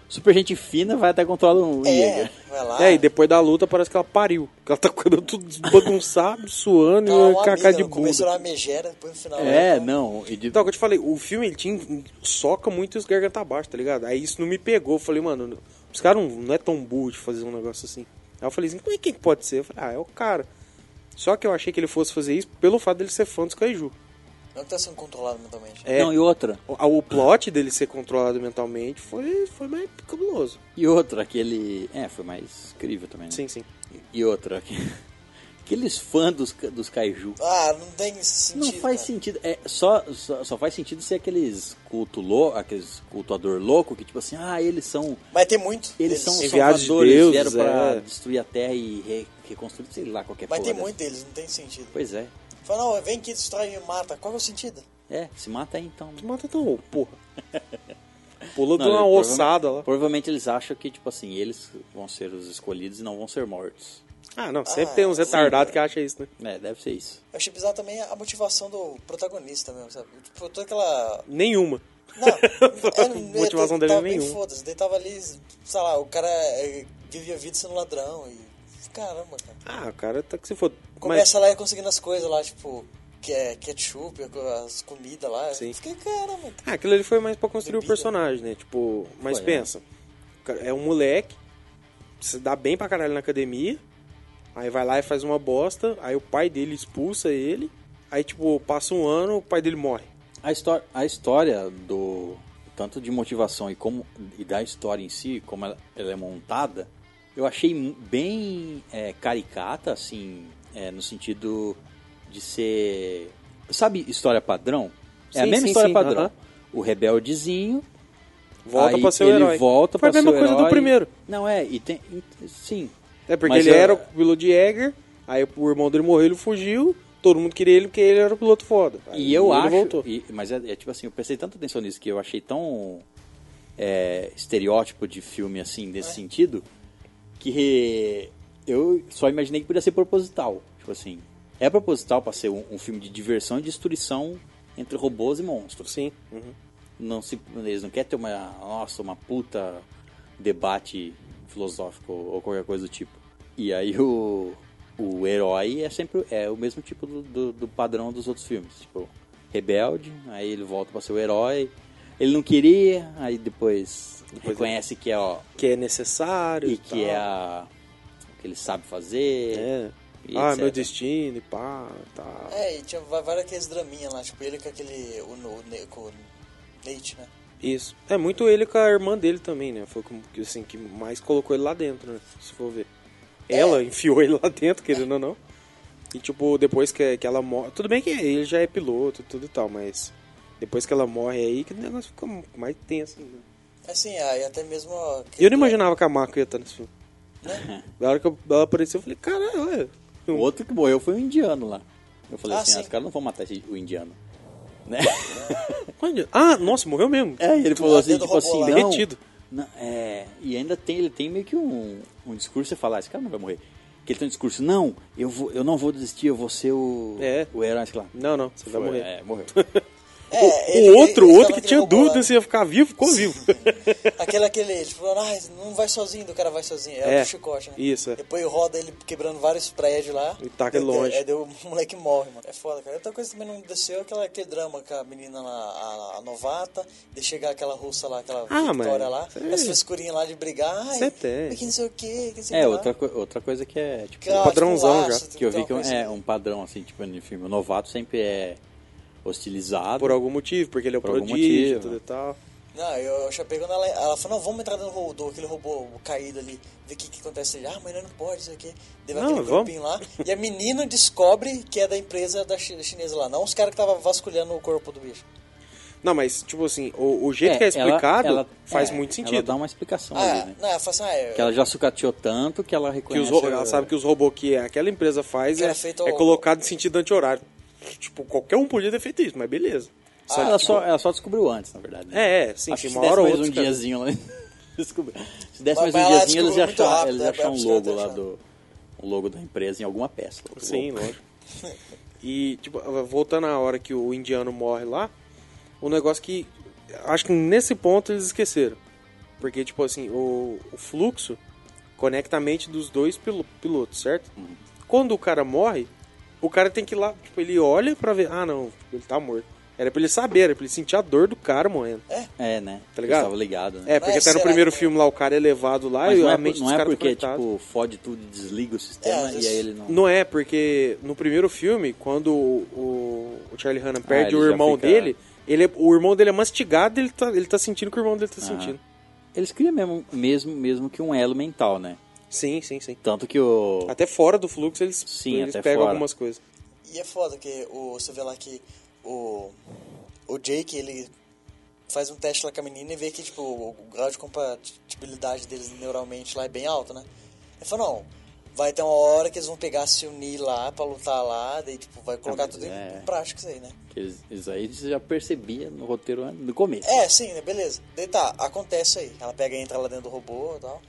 Speaker 1: super gente fina, vai até controla um
Speaker 3: É,
Speaker 1: Jäger.
Speaker 3: vai lá.
Speaker 2: É, e depois da luta parece que ela pariu. Que Ela tá ficando tudo bagunçado, suando
Speaker 3: Tá
Speaker 2: e
Speaker 3: uma
Speaker 2: uma cacá
Speaker 3: amiga,
Speaker 2: de
Speaker 3: no começo
Speaker 2: bunda.
Speaker 3: era uma megera, depois no final...
Speaker 1: É,
Speaker 3: era-
Speaker 1: não. E de-
Speaker 2: Então, que eu te falei, o filme ele tinha, soca muito os garganta abaixo, tá ligado? Aí isso não me pegou. Eu falei, mano, os caras não, não é tão burro de fazer um negócio assim. Aí eu falei assim, como é que pode ser? Eu falei, ah, é o cara. Só que eu achei que ele fosse fazer isso pelo fato dele ser fã dos Kaiju.
Speaker 3: Não que tá sendo controlado mentalmente.
Speaker 2: É.
Speaker 1: Não, e outra.
Speaker 2: O, o plot dele ser controlado mentalmente foi, foi mais cabuloso.
Speaker 1: E outra, aquele. É, foi mais incrível também, né?
Speaker 2: Sim, sim.
Speaker 1: E outra, que- aqueles fãs dos, ca- dos Kaiju.
Speaker 3: Ah, não tem sentido,
Speaker 1: Não faz
Speaker 3: cara.
Speaker 1: sentido. É, só, só, só faz sentido ser aqueles culto lou aqueles cultuador louco que, tipo assim, ah, eles são.
Speaker 3: Mas tem muito.
Speaker 1: Eles são
Speaker 3: deles.
Speaker 2: Enviados de
Speaker 1: salvadores,
Speaker 2: Deus,
Speaker 1: vieram pra
Speaker 2: é.
Speaker 1: destruir a terra e re- reconstruir, sei lá, qualquer
Speaker 3: Mas
Speaker 1: porra
Speaker 3: tem
Speaker 1: dessa.
Speaker 3: muito deles, não tem sentido.
Speaker 1: Pois é.
Speaker 3: Fala, não, vem aqui, destrói e mata. Qual que é o sentido?
Speaker 1: É, se mata aí então. né?
Speaker 2: Tu mata tão, porra. Pulou de
Speaker 1: Não,
Speaker 2: uma
Speaker 1: ele-
Speaker 2: ossada lá.
Speaker 1: Provavelmente eles acham que, tipo assim, eles vão ser os escolhidos e não vão ser mortos.
Speaker 2: Ah, não, sempre
Speaker 3: Ah,
Speaker 2: tem uns
Speaker 3: sim,
Speaker 2: retardados que acham isso, né?
Speaker 1: É, deve ser isso.
Speaker 3: Eu achei bizarro também a motivação do protagonista mesmo, sabe? Tipo, toda aquela...
Speaker 2: Nenhuma.
Speaker 3: Não, é,
Speaker 2: Motivação
Speaker 3: ele
Speaker 2: dele
Speaker 3: tava
Speaker 2: nenhuma.
Speaker 3: bem foda-se. Ele tava ali, sei lá, o cara é, vive a vida sendo ladrão e. Caramba, cara.
Speaker 2: Ah, cara, tá que se for. Mas,
Speaker 3: Começa lá e conseguindo as coisas lá, tipo, que é ketchup, as comidas lá.
Speaker 2: Sim.
Speaker 3: Eu Fiquei, caramba,
Speaker 2: ah, aquilo ali foi mais pra construir o
Speaker 3: Bebida.
Speaker 2: personagem, né? Tipo, mas
Speaker 1: Foi, é.
Speaker 2: pensa. cara, É um moleque, se dá bem pra caralho na academia, aí vai lá e faz uma bosta, aí o pai dele expulsa ele, aí, tipo, passa um ano, o pai dele morre.
Speaker 1: A, histó- a história do tanto de motivação e como e da história em si, como ela, ela é montada, eu achei mu- bem é, caricata, assim, é, no sentido de ser, sabe, história padrão. É a
Speaker 2: Sim,
Speaker 1: mesma
Speaker 2: sim,
Speaker 1: história
Speaker 2: sim,
Speaker 1: padrão.
Speaker 2: aham.
Speaker 1: O rebeldezinho
Speaker 2: Volta
Speaker 1: aí
Speaker 2: pra ser o
Speaker 1: ele
Speaker 2: herói.
Speaker 1: volta
Speaker 2: Foi
Speaker 1: pra
Speaker 2: a mesma
Speaker 1: ser o
Speaker 2: coisa do
Speaker 1: herói.
Speaker 2: primeiro.
Speaker 1: Não é, e tem e- sim.
Speaker 2: É porque
Speaker 1: Mas
Speaker 2: ele
Speaker 1: eu-
Speaker 2: era o piloto de Jäger, aí o irmão dele morreu, ele fugiu, todo mundo queria ele porque ele era o piloto foda. Aí
Speaker 1: E eu
Speaker 2: ele
Speaker 1: acho.
Speaker 2: voltou.
Speaker 1: e- mas é, é tipo assim, eu prestei tanta atenção nisso que eu achei tão é, estereótipo de filme assim, nesse sentido, que eu só imaginei que podia ser proposital. Tipo assim, é proposital pra ser um, um filme de diversão e destruição entre robôs e monstros.
Speaker 2: Sim. uhum.
Speaker 1: Não se, eles não querem ter uma, nossa, uma puta debate filosófico ou qualquer coisa do tipo. E aí o, o herói é sempre é o mesmo tipo do, do, do padrão dos outros filmes. Tipo, rebelde, aí ele volta pra ser o herói. Ele não queria, aí depois, reconhece que é, ó,
Speaker 2: Que é necessário.
Speaker 1: e que é a, o que ele sabe fazer.
Speaker 2: É.
Speaker 1: e
Speaker 2: Ah,
Speaker 1: etc.
Speaker 2: meu destino, e pá, tá.
Speaker 3: É, e tinha va- várias aqueles draminhas lá, tipo, ele com aquele. O, no- o, ne- com o Nate, né?
Speaker 2: Isso. É muito ele com a irmã dele também, né? Foi como que, assim, que mais colocou ele lá dentro, né? Se for ver.
Speaker 1: É.
Speaker 2: Ela enfiou ele lá dentro, querendo ou não. E tipo, depois que, que ela morre. Tudo bem que ele já é piloto e tudo e tal, mas depois que ela morre aí, que o negócio fica mais tenso. Né?
Speaker 3: Assim, aí até mesmo. ó, que-
Speaker 2: Eu não imaginava que a maca ia estar nesse filme. Na hora que eu- ela apareceu, eu falei, caralho, olha.
Speaker 1: O outro que morreu foi um indiano lá. Eu falei
Speaker 3: Ah,
Speaker 1: assim,
Speaker 3: sim.
Speaker 1: ah, os caras não vão matar esse- o indiano. Né?
Speaker 2: Olha. Ah, nossa, morreu mesmo.
Speaker 1: É, ele falou
Speaker 3: lá
Speaker 1: assim,
Speaker 3: dentro do
Speaker 1: tipo
Speaker 3: robô
Speaker 1: assim,
Speaker 3: lá.
Speaker 1: não,
Speaker 2: Derretido.
Speaker 1: não, é, e ainda tem, ele tem meio que um, um discurso, você fala, "Ah, esse cara não vai morrer. Que ele tem um discurso, não, eu, vou, eu não vou desistir, eu vou ser o,
Speaker 2: É.
Speaker 1: o herói, sei lá.
Speaker 2: Não, não, você vai
Speaker 1: Foi,
Speaker 2: morrer.
Speaker 1: É, morreu.
Speaker 3: É, ele-
Speaker 2: O outro,
Speaker 3: ele-
Speaker 2: o
Speaker 3: ele
Speaker 2: outro
Speaker 3: fala
Speaker 2: que tinha
Speaker 3: roubou lá,
Speaker 2: dúvida
Speaker 3: né?
Speaker 2: se ia ficar vivo, ficou vivo.
Speaker 3: Aquele, aquele, tipo, ah, não vai sozinho, o cara vai sozinho. É,
Speaker 2: É,
Speaker 3: o do chicote, né?
Speaker 2: isso, é.
Speaker 3: Depois roda ele quebrando vários prédios lá.
Speaker 2: E taca ele
Speaker 3: Deu-
Speaker 2: longe.
Speaker 3: É, deu, o moleque morre, mano. É foda, cara. Outra coisa que também não desceu é aquela, aquele drama com a menina lá, a, a novata, de chegar aquela russa lá, aquela
Speaker 2: Ah,
Speaker 3: Vitória
Speaker 2: mas-
Speaker 3: lá,
Speaker 2: cê-
Speaker 3: essa frescurinha lá de brigar. Ai,
Speaker 2: Cê é tem.
Speaker 3: Que não sei o que, que não sei o
Speaker 1: é
Speaker 3: que
Speaker 1: outra,
Speaker 3: lá.
Speaker 1: co- outra coisa que é, tipo,
Speaker 3: Que ela,
Speaker 2: padrãozão
Speaker 3: tipo,
Speaker 2: já,
Speaker 3: laço,
Speaker 1: que eu vi
Speaker 3: tem
Speaker 1: que é
Speaker 3: uma
Speaker 1: um-
Speaker 3: coisa
Speaker 1: é
Speaker 3: assim.
Speaker 1: um padrão, assim, tipo, no filme, o novato sempre é hostilizado.
Speaker 2: Por algum motivo, porque ele é o
Speaker 1: Por algum
Speaker 2: prodígio
Speaker 1: motivo,
Speaker 2: tudo e
Speaker 1: né?
Speaker 2: tal.
Speaker 3: Não, eu eu já pegando ela. Ela falou, não, vamos entrar dentro do robô, do- aquele robô caído ali, ver o que, que acontece ali. Ah, mas não pode, isso aqui. Deve
Speaker 2: Não,
Speaker 3: aquele
Speaker 2: vamos.
Speaker 3: grupinho lá. E a menina descobre que é da empresa da chi- chinesa lá, não os caras que estavam vasculhando o corpo do bicho.
Speaker 2: Não, mas, tipo assim, o, o jeito
Speaker 1: É,
Speaker 2: que é
Speaker 1: ela-
Speaker 2: explicado
Speaker 1: ela-
Speaker 2: faz
Speaker 1: é,
Speaker 2: muito
Speaker 1: Ela
Speaker 2: sentido.
Speaker 1: dá uma explicação
Speaker 3: Ah,
Speaker 1: ali, né?
Speaker 3: não, ela fala assim, ah, é,
Speaker 1: Que ela já sucateou tanto que ela
Speaker 2: Que os
Speaker 1: reconhece...
Speaker 2: ro- ela sabe que os robôs que aquela empresa faz
Speaker 3: Que
Speaker 2: é,
Speaker 3: era feito
Speaker 2: é
Speaker 3: ao-
Speaker 2: colocado em sentido anti-horário. Tipo, qualquer um podia ter feito isso, mas beleza.
Speaker 1: Ah, ela,
Speaker 2: tipo
Speaker 1: só, ela só descobriu antes, na verdade. né?
Speaker 2: É, é, sim,
Speaker 1: Acho que
Speaker 2: sim,
Speaker 1: se
Speaker 2: uma hora
Speaker 1: desse mais
Speaker 2: ou outra.
Speaker 1: um
Speaker 2: cara.
Speaker 1: diazinho lá. Descobriu. Se desse
Speaker 3: Mas-
Speaker 1: mais um
Speaker 3: mas ela
Speaker 1: diazinho, eles
Speaker 3: descobriu muito
Speaker 1: acharam,
Speaker 3: rápido,
Speaker 1: eles
Speaker 3: né?
Speaker 1: acharam um
Speaker 3: Pra
Speaker 1: logo
Speaker 3: buscar
Speaker 1: lá
Speaker 3: até
Speaker 1: do. Um logo da empresa em alguma peça. logo.
Speaker 2: Sim, né? lógico. E, tipo, voltando à hora que o indiano morre lá, o negócio que. Acho que nesse ponto eles esqueceram. Porque, tipo assim, o, o fluxo conecta a mente dos dois pilo- pilotos, certo?
Speaker 1: Uhum.
Speaker 2: Quando o cara morre, o cara tem que ir lá, tipo, ele olha pra ver. Ah, não, ele tá morto. Era pra ele saber, era pra ele sentir a dor do cara morrendo.
Speaker 1: É, né?
Speaker 2: Tá ligado?
Speaker 1: Estava ligado, né?
Speaker 2: É, porque
Speaker 3: Mas
Speaker 2: até no
Speaker 3: será
Speaker 2: primeiro
Speaker 3: que-
Speaker 2: filme lá o cara é levado lá
Speaker 1: Mas
Speaker 2: e
Speaker 1: não é,
Speaker 2: a
Speaker 1: por-
Speaker 2: mente
Speaker 1: não
Speaker 2: dos
Speaker 1: é
Speaker 2: caras tá
Speaker 1: porque,
Speaker 2: conectada.
Speaker 1: tipo, fode tudo e desliga o
Speaker 3: É,
Speaker 1: sistema
Speaker 3: às
Speaker 1: e aí
Speaker 3: vezes-
Speaker 1: ele não.
Speaker 2: Não é, porque no primeiro filme, quando o, o Charlie Hunnam perde
Speaker 1: Ah, ele
Speaker 2: o
Speaker 1: já
Speaker 2: irmão
Speaker 1: fica-
Speaker 2: dele, ele, é- o irmão dele é mastigado ele tá, ele tá sentindo o que o irmão dele
Speaker 1: Ah.
Speaker 2: tá sentindo.
Speaker 1: Eles criam mesmo, mesmo, mesmo que um elo mental, né?
Speaker 2: Sim, sim, sim.
Speaker 1: Tanto que o.
Speaker 2: Até fora do fluxo eles,
Speaker 1: Sim,
Speaker 2: eles
Speaker 1: até
Speaker 2: pegam
Speaker 1: fora.
Speaker 2: algumas coisas.
Speaker 3: E é foda que o, você vê lá que o, o Jake, ele faz um teste lá com a menina e vê que tipo, o, o grau de compatibilidade deles neuralmente lá é bem alto, né? Ele falou, não, vai ter uma hora que eles vão pegar, se unir lá pra lutar lá, daí tipo, vai colocar
Speaker 1: mas
Speaker 3: tudo em-
Speaker 1: é.
Speaker 3: em prática isso aí, né?
Speaker 1: que Eles, isso aí você já percebia no roteiro an- no começo.
Speaker 3: É, sim, né? Beleza. Daí tá, acontece aí. Ela pega e entra lá dentro do robô e tal.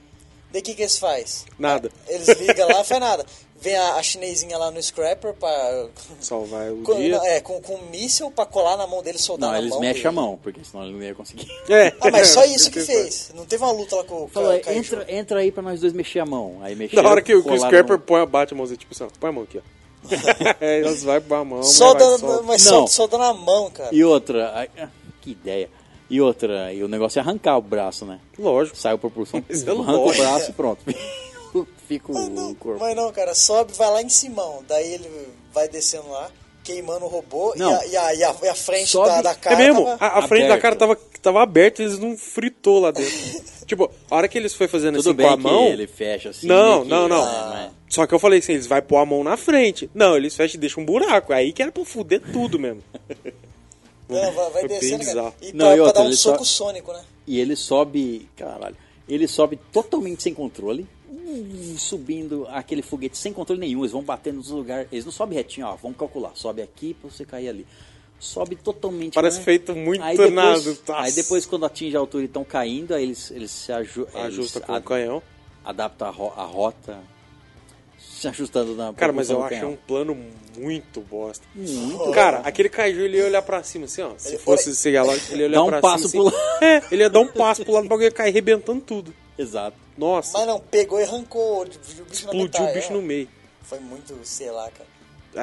Speaker 3: Daí o que que eles faz?
Speaker 2: Nada.
Speaker 3: Eles ligam lá, faz nada. Vem a, a chinesinha lá no Scrapper pra.
Speaker 2: Salvar o
Speaker 3: Com,
Speaker 2: dia.
Speaker 3: é, com, com um míssil pra colar na mão dele e
Speaker 2: tá
Speaker 3: soldar
Speaker 1: Não,
Speaker 3: na
Speaker 1: eles
Speaker 3: mão.
Speaker 1: mexem
Speaker 3: dele.
Speaker 1: a mão, porque senão ele não ia conseguir.
Speaker 2: É.
Speaker 3: Ah, mas só isso que
Speaker 2: Porque
Speaker 3: fez. Não teve uma luta lá com o
Speaker 1: Falou,
Speaker 3: Ca- Kaiju.
Speaker 1: entra, entra aí pra nós dois mexer a mão. Aí mexeu,
Speaker 2: Na hora que, o- que o
Speaker 1: colaram-
Speaker 2: Scraper põe a bate a mãozinha, tipo assim, ó, põe a mão aqui, ó. Aí elas vai pôr a mão, mas
Speaker 3: Só
Speaker 2: vai,
Speaker 3: dando,
Speaker 2: solta.
Speaker 3: mas
Speaker 1: Não.
Speaker 3: só, só dando a mão, cara.
Speaker 1: E outra, ai, ah, que ideia. E outra, e o negócio é arrancar o braço, né?
Speaker 2: Lógico.
Speaker 1: Sai o propulsão,
Speaker 2: Isso é
Speaker 1: arranca o
Speaker 2: lógico.
Speaker 1: braço e pronto. Fica
Speaker 3: Mas
Speaker 1: o
Speaker 3: não,
Speaker 1: corpo.
Speaker 3: mas não, cara, sobe, vai lá em Simão. Daí ele vai descendo lá, queimando o robô e
Speaker 1: Não.
Speaker 3: a, e a, e a- e a frente
Speaker 1: Sobe. Ah.
Speaker 3: da, da cara.
Speaker 2: é mesmo,
Speaker 3: tava-
Speaker 2: a, a frente da
Speaker 1: aberto.
Speaker 2: cara tava, tava aberta e eles não fritou lá dentro. tipo, a hora que eles foi fazendo
Speaker 1: Tudo
Speaker 2: assim
Speaker 1: bem
Speaker 2: com a mão.
Speaker 1: que ele fecha assim.
Speaker 2: Não,
Speaker 1: né, que-
Speaker 2: não, não.
Speaker 1: né,
Speaker 2: Só que eu falei assim, eles vai pôr a mão na frente. Não, eles fecham e deixam um buraco. Aí que era pra fuder tudo mesmo.
Speaker 3: Não, vai, vai
Speaker 2: Foi bem
Speaker 3: descendo, cara.
Speaker 2: bizarro.
Speaker 3: E
Speaker 1: Não,
Speaker 3: pra,
Speaker 1: e
Speaker 3: pra
Speaker 1: outra,
Speaker 3: dar um
Speaker 1: ele só-
Speaker 3: soco sônico, né?
Speaker 1: E ele sobe, caralho, ele sobe totalmente sem controle, hum, subindo aquele foguete sem controle nenhum, eles vão batendo nos lugares, eles não sobem retinho, ó, vamos calcular, sobe aqui pra você cair ali. Sobe totalmente.
Speaker 2: Parece
Speaker 1: né?
Speaker 2: feito muito
Speaker 1: aí depois,
Speaker 2: nada, nossa.
Speaker 1: Aí depois, quando atinge a altura e estão caindo, aí eles, eles se aju eles
Speaker 2: Ajusta Ah, com
Speaker 1: a-
Speaker 2: o canhão.
Speaker 1: adaptam a, ro- a rota, se ajustando na
Speaker 2: Cara, mas
Speaker 1: propulsão
Speaker 2: eu
Speaker 1: do
Speaker 2: achei um
Speaker 1: canhão.
Speaker 2: plano muito bosta. Cara, aquele Kaiju, ele ia olhar pra cima, assim, ó. Se fosse esse Galactic, ele ia olhar
Speaker 1: Dá um
Speaker 2: pra
Speaker 1: passo
Speaker 2: cima.
Speaker 1: pro
Speaker 2: assim. É, ele ia dar um passo pro lado, o bagulho ia cair arrebentando tudo.
Speaker 1: Exato.
Speaker 2: Nossa,
Speaker 3: Mas não, pegou e arrancou o bicho na
Speaker 2: explodiu
Speaker 3: metade,
Speaker 2: o bicho
Speaker 3: é.
Speaker 2: no meio.
Speaker 3: Foi muito, sei lá, cara.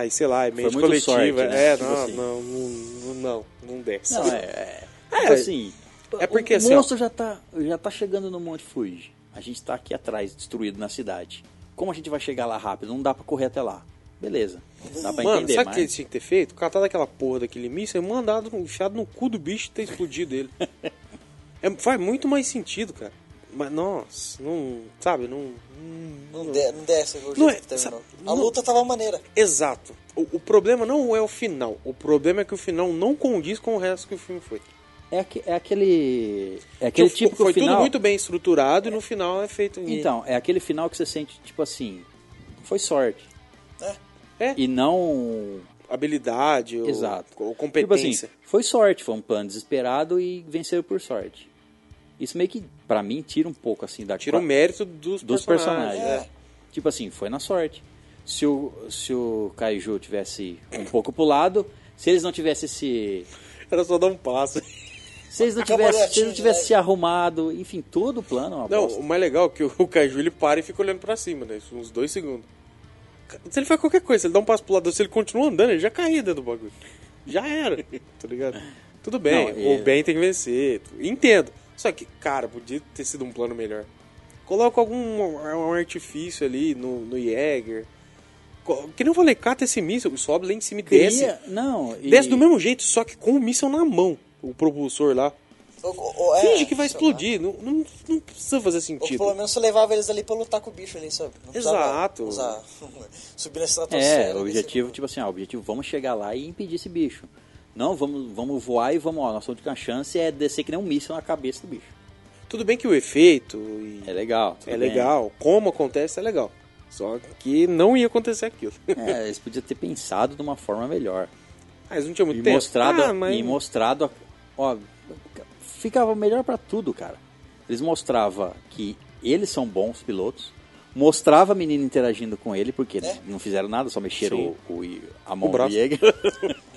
Speaker 2: Aí, sei lá, é meio
Speaker 1: muito
Speaker 2: coletiva.
Speaker 1: sorte, né?
Speaker 2: É,
Speaker 1: Tipo
Speaker 2: não,
Speaker 1: assim.
Speaker 2: não, não, não, não desce.
Speaker 1: Não, é. é,
Speaker 2: É,
Speaker 1: assim.
Speaker 2: é porque,
Speaker 1: o
Speaker 2: assim, ó.
Speaker 1: monstro já, tá, já tá chegando no Monte Fuji. A gente tá aqui atrás, destruído na cidade. Como a gente vai chegar lá rápido? Não dá pra correr até lá. Beleza. Dá pra
Speaker 2: Mano,
Speaker 1: entender,
Speaker 2: sabe o
Speaker 1: mas...
Speaker 2: que eles tinham que ter feito? Catar daquela porra daquele míssil e mandado no- enfiado no cu do bicho e ter explodido ele. É, faz muito mais sentido, cara. Mas, nossa, não. Sabe, não. não-
Speaker 3: Não, de- não desce o jeito
Speaker 2: Não é-
Speaker 3: que terminou.
Speaker 2: sa-
Speaker 3: A
Speaker 2: não-
Speaker 3: luta tava maneira.
Speaker 2: Exato. O, o problema não é o final. O problema é que o final não condiz com o resto que o filme foi.
Speaker 1: É, aque- é aquele. É aquele
Speaker 2: Tipo,
Speaker 1: tipo que
Speaker 2: foi
Speaker 1: o final.
Speaker 2: tudo muito bem estruturado e no final é feito.
Speaker 1: Então, é aquele final que você sente, tipo assim. Foi sorte.
Speaker 3: É.
Speaker 2: É.
Speaker 1: E não.
Speaker 2: habilidade ou-
Speaker 1: Exato.
Speaker 2: ou,
Speaker 1: Tipo assim,
Speaker 2: competência.
Speaker 1: foi sorte, foi um plano desesperado e venceram por sorte. Isso meio que, pra mim, tira um pouco assim da
Speaker 2: Tira o mérito dos,
Speaker 1: dos personagens.
Speaker 2: personagens.
Speaker 1: né? Tipo assim, foi na sorte. Se o, se o Kaiju tivesse um pouco pro lado, se eles não tivessem se.
Speaker 2: é. Era só dar um passo.
Speaker 1: Se eles não
Speaker 3: Acabou
Speaker 1: tivessem,
Speaker 3: ali,
Speaker 1: se, eles não
Speaker 3: atinge,
Speaker 1: tivessem
Speaker 3: né?
Speaker 1: se arrumado, enfim, todo o plano é uma
Speaker 2: Não,
Speaker 1: bosta.
Speaker 2: o mais legal é que o, o Caju ele para e fica olhando pra cima, né? Isso, Uns dois segundos. Ca- Se ele faz qualquer coisa, se ele dá um passo pro lado, se ele continua andando, ele já caiu dentro do bagulho. Já era, tá ligado? Tudo bem,
Speaker 1: Não, e-
Speaker 2: o bem tem que vencer, tu- entendo. Só que, cara, podia ter sido um plano melhor. Coloca algum um artifício ali no, no Jäger. Co- Que nem eu falei, cata esse míssil, sobe lá em cima e desce.
Speaker 1: Queria- não, e-
Speaker 2: Desce do mesmo jeito, só que com o míssil na mão, o propulsor lá.
Speaker 3: O- o- o- é,
Speaker 2: Finge que vai
Speaker 3: sei lá.
Speaker 2: explodir, não, não, não precisa fazer
Speaker 3: Ou
Speaker 1: Tipo-
Speaker 2: sentido.
Speaker 3: pelo menos você levava eles ali pra lutar com o bicho ali, sabe? Não precisava
Speaker 2: Exato.
Speaker 3: Usar, subir né? na estratosfera.
Speaker 1: É, o objetivo, tipo assim, ah, o objetivo, vamos chegar lá e impedir esse bicho. Não, vamos, vamos voar e vamos, ó, nossa única chance é descer que nem um míssil na cabeça do bicho.
Speaker 2: Tudo bem que o efeito e-
Speaker 1: É legal. tudo
Speaker 2: é
Speaker 1: bem.
Speaker 2: legal, como acontece é legal. Só que não ia acontecer aquilo.
Speaker 1: É, eles podiam ter pensado de uma forma melhor.
Speaker 2: Mas não tinha muito
Speaker 1: E
Speaker 2: tempo.
Speaker 1: mostrado,
Speaker 2: Ah, mas-
Speaker 1: e mostrado, a- ó, ficava melhor pra tudo, cara. Eles mostrava que eles são bons pilotos, mostrava a menina interagindo com ele, porque eles não fizeram nada, só mexeram
Speaker 2: É. Sim.
Speaker 1: o, o- a mão
Speaker 2: O
Speaker 1: do
Speaker 2: braço.
Speaker 1: Jäger.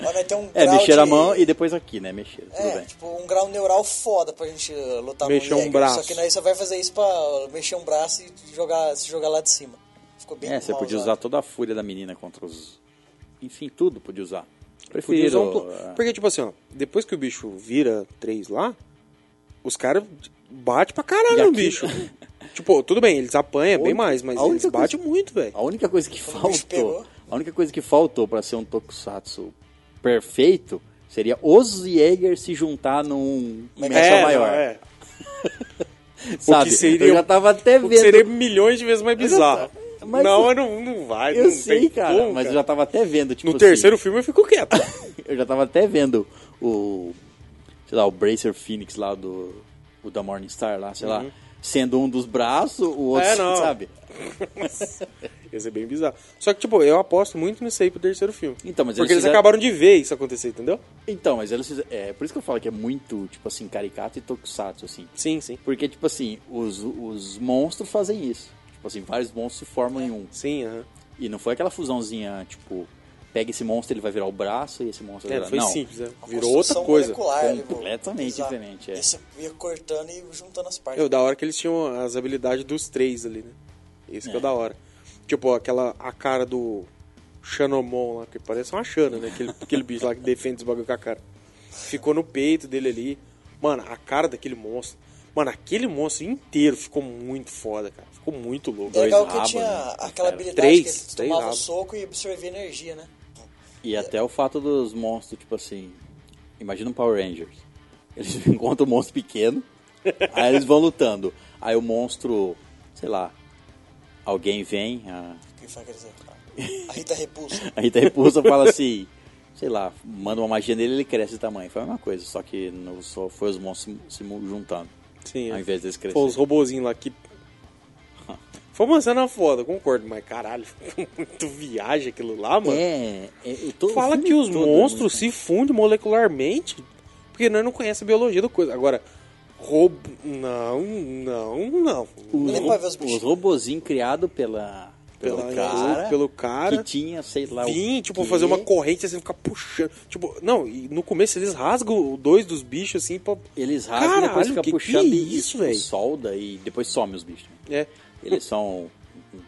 Speaker 3: Mas vai ter um
Speaker 1: É,
Speaker 3: grau
Speaker 1: mexeram a
Speaker 3: de-
Speaker 1: mão e depois aqui, né, mexeram, tudo
Speaker 3: É,
Speaker 1: bem.
Speaker 3: tipo, um grau neural foda pra gente uh, lutar
Speaker 2: Mexer
Speaker 3: no
Speaker 2: um
Speaker 3: Jäger.
Speaker 2: braço.
Speaker 3: Só que nós só vai fazer isso pra mexer um braço e jogar, se jogar lá de cima. Ficou bem
Speaker 1: É, você
Speaker 3: mal
Speaker 1: podia
Speaker 3: usado.
Speaker 1: usar toda a fúria da menina contra os... Enfim, tudo podia usar.
Speaker 2: Podia
Speaker 1: Prefiro...
Speaker 2: usar
Speaker 1: é.
Speaker 2: um pl- Porque, tipo assim, ó, depois que o bicho vira três lá, os caras batem pra
Speaker 1: E
Speaker 2: caralho no
Speaker 1: aqui-
Speaker 2: bicho. tipo, tudo bem, eles apanham bem
Speaker 1: única-
Speaker 2: mais, mas
Speaker 1: a única
Speaker 2: eles batem muito, velho.
Speaker 1: A única coisa que
Speaker 3: Quando o bicho
Speaker 1: faltou,
Speaker 3: pegou.
Speaker 1: a única coisa que faltou para ser um tokusatsu perfeito seria os Jäger se juntar num
Speaker 3: Mas-
Speaker 1: mecha
Speaker 3: É,
Speaker 1: maior.
Speaker 2: não, é. O
Speaker 1: Sabe?
Speaker 2: que seria,
Speaker 1: eu já tava até
Speaker 2: o
Speaker 1: vendo.
Speaker 2: que seria milhões de vezes mais bizarro.
Speaker 1: Mas-
Speaker 2: não, não, não vai,
Speaker 1: Eu
Speaker 2: não
Speaker 1: sei,
Speaker 2: tem
Speaker 1: cara,
Speaker 2: como,
Speaker 1: mas eu
Speaker 2: um cara.
Speaker 1: já tava até vendo, tipo
Speaker 2: No
Speaker 1: assim,
Speaker 2: terceiro filme eu fico quieto.
Speaker 1: eu já tava até vendo o sei lá, o Bracer Phoenix lá do o da Morningstar lá, sei lá, sendo um dos braços, o outro,
Speaker 2: Uhum. É, não.
Speaker 1: sabe?
Speaker 2: Ia ser bem bizarro. Só que, tipo, eu aposto muito nisso aí pro terceiro filme.
Speaker 1: Então, mas
Speaker 2: Porque
Speaker 1: eles
Speaker 2: eles
Speaker 1: fizeram-
Speaker 2: acabaram de ver isso acontecer, entendeu?
Speaker 1: Então, mas eles fizeram- é, por isso que eu falo que é muito, tipo assim, caricato e tokusatsu assim.
Speaker 2: Sim, sim.
Speaker 1: Porque, tipo assim, os, os monstros fazem isso. Tipo assim, vários monstros se formam em um.
Speaker 2: Sim, aham.
Speaker 1: E não foi aquela fusãozinha, tipo, pega esse monstro, ele vai virar o braço e esse monstro vai
Speaker 2: É,
Speaker 1: virar...
Speaker 2: foi
Speaker 1: não.
Speaker 2: simples, né?
Speaker 3: Uma
Speaker 2: virou outra
Speaker 3: construção
Speaker 2: coisa.
Speaker 3: molecular, ele-
Speaker 1: Completamente
Speaker 3: Exato.
Speaker 1: diferente, é.
Speaker 3: E você ia cortando e juntando as partes.
Speaker 2: Eu, da hora que eles tinham as habilidades dos três ali, né? Isso que é
Speaker 1: É.
Speaker 2: da hora. Tipo, aquela a cara do Xanomon lá, que parece uma Xana, né? Aquele, aquele bicho lá que defende os bagulho com a cara. Ficou no peito dele ali. Mano, a cara daquele monstro. Mano, aquele monstro inteiro ficou muito foda, cara. Ficou muito louco.
Speaker 3: É legal
Speaker 1: dois
Speaker 3: que
Speaker 1: rabos,
Speaker 3: tinha
Speaker 1: né?
Speaker 3: aquela
Speaker 1: Era
Speaker 3: habilidade
Speaker 2: três,
Speaker 3: que ele
Speaker 2: três
Speaker 3: tomava um
Speaker 2: rabos.
Speaker 3: soco e absorvia energia, né?
Speaker 1: E até o fato dos monstros, tipo assim. Imagina um Power Rangers. Eles encontram um monstro pequeno, aí eles vão lutando. Aí o monstro, sei lá, alguém vem, a,
Speaker 3: Que foi aquele exemplo? A Rita Repulsa.
Speaker 1: a Rita Repulsa fala assim, sei lá, manda uma magia nele ele cresce de tamanho. Foi a mesma coisa, só que no, só foi os monstros se, se juntando.
Speaker 2: Sim,
Speaker 1: ao
Speaker 2: é.
Speaker 1: invés deles
Speaker 2: Pô, os
Speaker 1: crescerem.
Speaker 2: robozinhos lá que. Foi uma cena foda, concordo, mas caralho, muito viagem aquilo lá, mano.
Speaker 1: É, é, eu tô- o
Speaker 2: Fala
Speaker 1: filme
Speaker 2: que os
Speaker 1: todo é
Speaker 2: monstros
Speaker 1: muito-
Speaker 2: se fundem molecularmente, porque nós não conhecemos a biologia da coisa. Agora, roubo. Não, não, não.
Speaker 1: Os,
Speaker 3: Ele
Speaker 1: ro-
Speaker 3: vai ver os
Speaker 1: os,
Speaker 3: bichinhos.
Speaker 1: robozinhos criados pela, pelo,
Speaker 2: Pela-
Speaker 1: cara,
Speaker 2: pelo cara.
Speaker 1: que tinha, sei lá,
Speaker 2: Vim,
Speaker 1: o
Speaker 2: tipo,
Speaker 1: quê.
Speaker 2: fazer uma corrente assim, ficar puxando. Tipo, não, e no começo eles rasgam dois dos bichos assim pra.
Speaker 1: Eles rasgam e depois
Speaker 2: Caralho,
Speaker 1: fica
Speaker 2: que que
Speaker 1: puxando
Speaker 2: é
Speaker 1: e tipo,
Speaker 2: isso, velho?
Speaker 1: solda e depois some os bichos.
Speaker 2: É.
Speaker 1: Eles são um,